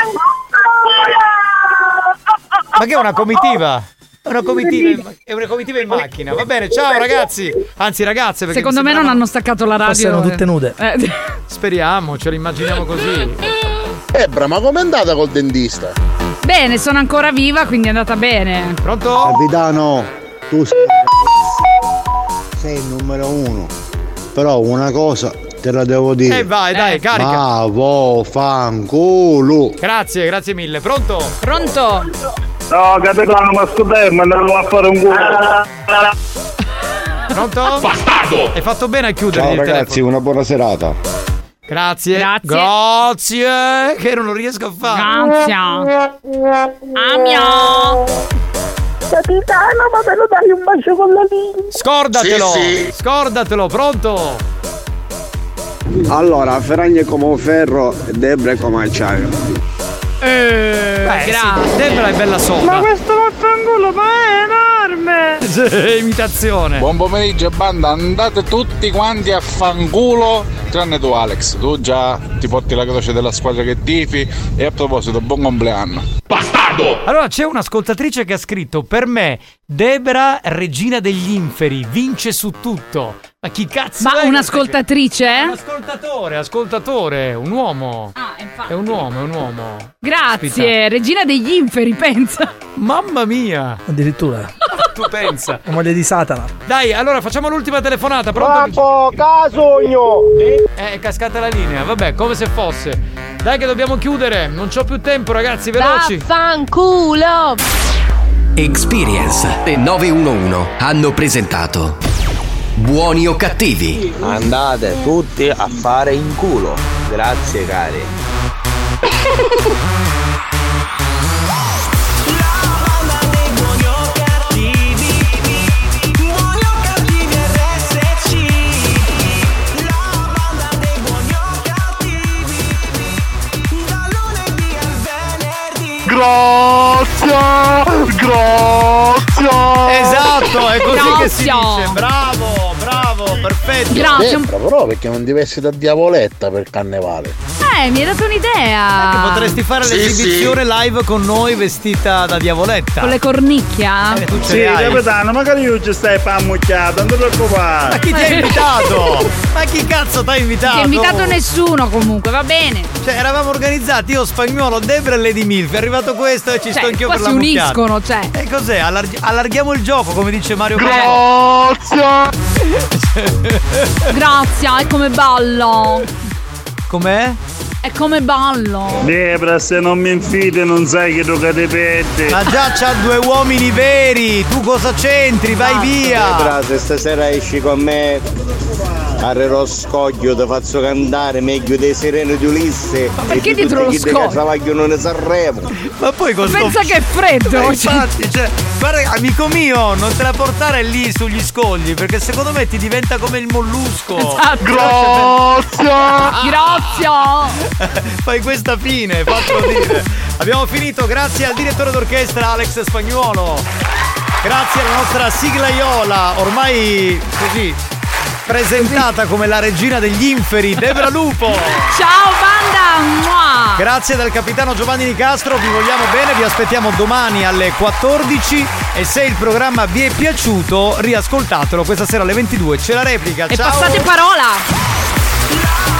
Speaker 7: Ma che è una comitiva? È una comitiva, in- è una comitiva in macchina. Va bene, ciao ragazzi. Anzi, ragazze, perché
Speaker 8: Secondo
Speaker 7: mi
Speaker 8: me non
Speaker 7: sembrava-
Speaker 8: hanno staccato la radio.
Speaker 7: Forse erano tutte nude.
Speaker 8: Eh.
Speaker 7: [LAUGHS] Speriamo, ce l'immaginiamo così.
Speaker 18: Ebra, Eh, ma com'è andata col dentista?
Speaker 8: Bene, sono ancora viva, quindi è andata bene.
Speaker 7: Pronto?
Speaker 35: Capitano, tu sei, sei il numero uno. Però una cosa te la devo dire.
Speaker 7: E Eh, vai,
Speaker 11: Eh,
Speaker 7: dai, carica.
Speaker 35: Ma vo fanculo.
Speaker 7: Grazie, grazie mille. Pronto?
Speaker 8: Pronto?
Speaker 15: No, capitano, ma sto te, ma andiamo a fare un culo.
Speaker 7: Pronto? Bastardo! Hai fatto bene a chiudere
Speaker 35: Ciao
Speaker 7: il
Speaker 35: ragazzi,
Speaker 7: telefono.
Speaker 35: una buona serata.
Speaker 7: Grazie. Grazie. Eh, Che non lo riesco a fare.
Speaker 8: Amio.
Speaker 64: Capitano, ma me lo dai un bacio con la lingua?
Speaker 7: Scordatelo.
Speaker 63: Sì, sì.
Speaker 7: Scordatelo, pronto?
Speaker 63: Allora, Ferragni è come un ferro e Debra è come acciaio.
Speaker 7: Eh,
Speaker 63: grazie.
Speaker 7: Debra è bella
Speaker 36: Ma
Speaker 7: sola.
Speaker 36: questo vaffanculo ma è enorme!
Speaker 7: Imitazione.
Speaker 11: Buon pomeriggio banda, andate tutti quanti a fanculo, tranne tu Alex, tu già ti porti la croce della squadra che tifi e a proposito, buon compleanno.
Speaker 7: Allora c'è un'ascoltatrice che ha scritto per me Debra, regina degli inferi, vince su tutto. Ma chi cazzo
Speaker 8: Ma
Speaker 7: è?
Speaker 8: un'ascoltatrice? eh?
Speaker 7: Un ascoltatore, ascoltatore, un uomo.
Speaker 8: Ah, infatti.
Speaker 7: È un uomo, è un
Speaker 8: [LAUGHS]
Speaker 7: uomo.
Speaker 8: Grazie,
Speaker 7: Caspita.
Speaker 8: regina degli inferi, pensa.
Speaker 7: Mamma mia.
Speaker 20: Addirittura.
Speaker 7: Tu pensa.
Speaker 20: La moglie di Satana.
Speaker 7: Dai, allora facciamo l'ultima telefonata, pronto?
Speaker 35: casogno!
Speaker 7: Eh, è cascata la linea, vabbè, come se fosse. Dai che dobbiamo chiudere, non c'ho più tempo ragazzi, veloci.
Speaker 4: Vaffanculo!
Speaker 2: Experience e 911 hanno presentato Buoni o cattivi?
Speaker 35: Andate tutti a fare in culo. Grazie cari.
Speaker 36: [LAUGHS]
Speaker 15: Grazia! Grazia!
Speaker 7: Esatto, è così che si
Speaker 8: Grazie.
Speaker 7: dice. Bravo, bravo, perfetto.
Speaker 18: Debra, Eh, però perché non ti vesti da diavoletta per carnevale?
Speaker 8: Eh, mi hai dato un'idea.
Speaker 7: Potresti fare
Speaker 18: Sì,
Speaker 7: l'esibizione live con noi vestita da diavoletta.
Speaker 8: Con le cornicchia?
Speaker 7: Eh, tu ce
Speaker 8: Sì,
Speaker 7: le hai.
Speaker 15: Capitano, magari io ci stai pammucchiato, non ti preoccupare.
Speaker 7: Ma chi ti ha
Speaker 8: [LAUGHS]
Speaker 7: invitato? Ma chi cazzo ti ha invitato?
Speaker 8: Ti ha invitato nessuno comunque, va bene.
Speaker 7: Cioè, eravamo organizzati io, spagnolo, Debra e Lady Milf. È arrivato questo e ci sto
Speaker 8: Cioè,
Speaker 7: anch'io
Speaker 8: qua
Speaker 7: per
Speaker 8: si
Speaker 7: la mucchiata.
Speaker 8: uniscono, cioè.
Speaker 7: E cos'è? Allarg- allarghiamo il gioco, come dice Mario Grazie!
Speaker 8: Grazie, è come ballo.
Speaker 7: Com'è?
Speaker 8: È come ballo.
Speaker 15: Debra, se non mi infide non sai che tocca te pette.
Speaker 7: Ma già c'ha due uomini veri! Tu cosa c'entri? Vai via!
Speaker 35: Debra, se stasera esci con me Arrerò scoglio, ti faccio cantare meglio dei Sereno di Ulisse
Speaker 8: perché
Speaker 35: e di
Speaker 8: dietro
Speaker 35: tutti chi
Speaker 8: lo
Speaker 35: dei
Speaker 8: scoglio?
Speaker 35: Castavaglio non Sanremo.
Speaker 7: Ma poi con sto-
Speaker 8: Pensa che è
Speaker 7: Eh,
Speaker 8: freddo. cioè.
Speaker 7: infatti, cioè, guarda, amico mio, non te la portare lì sugli scogli, perché secondo me ti diventa come il mollusco.
Speaker 8: Esatto. Grazie.
Speaker 7: [LAUGHS] Fai questa fine, fatelo dire. Abbiamo finito, grazie al direttore d'orchestra Alex Spagnuolo. Grazie alla nostra sigla Iola, ormai così presentata come la regina degli inferi, Debra Lupo.
Speaker 8: [LAUGHS] Ciao banda. Mua.
Speaker 7: Grazie dal capitano Giovanni Nicastro, vi vogliamo bene, vi aspettiamo domani alle 14 e se il programma vi è piaciuto riascoltatelo questa sera alle 22, c'è la replica.
Speaker 8: E
Speaker 7: Ciao!
Speaker 8: passate parola.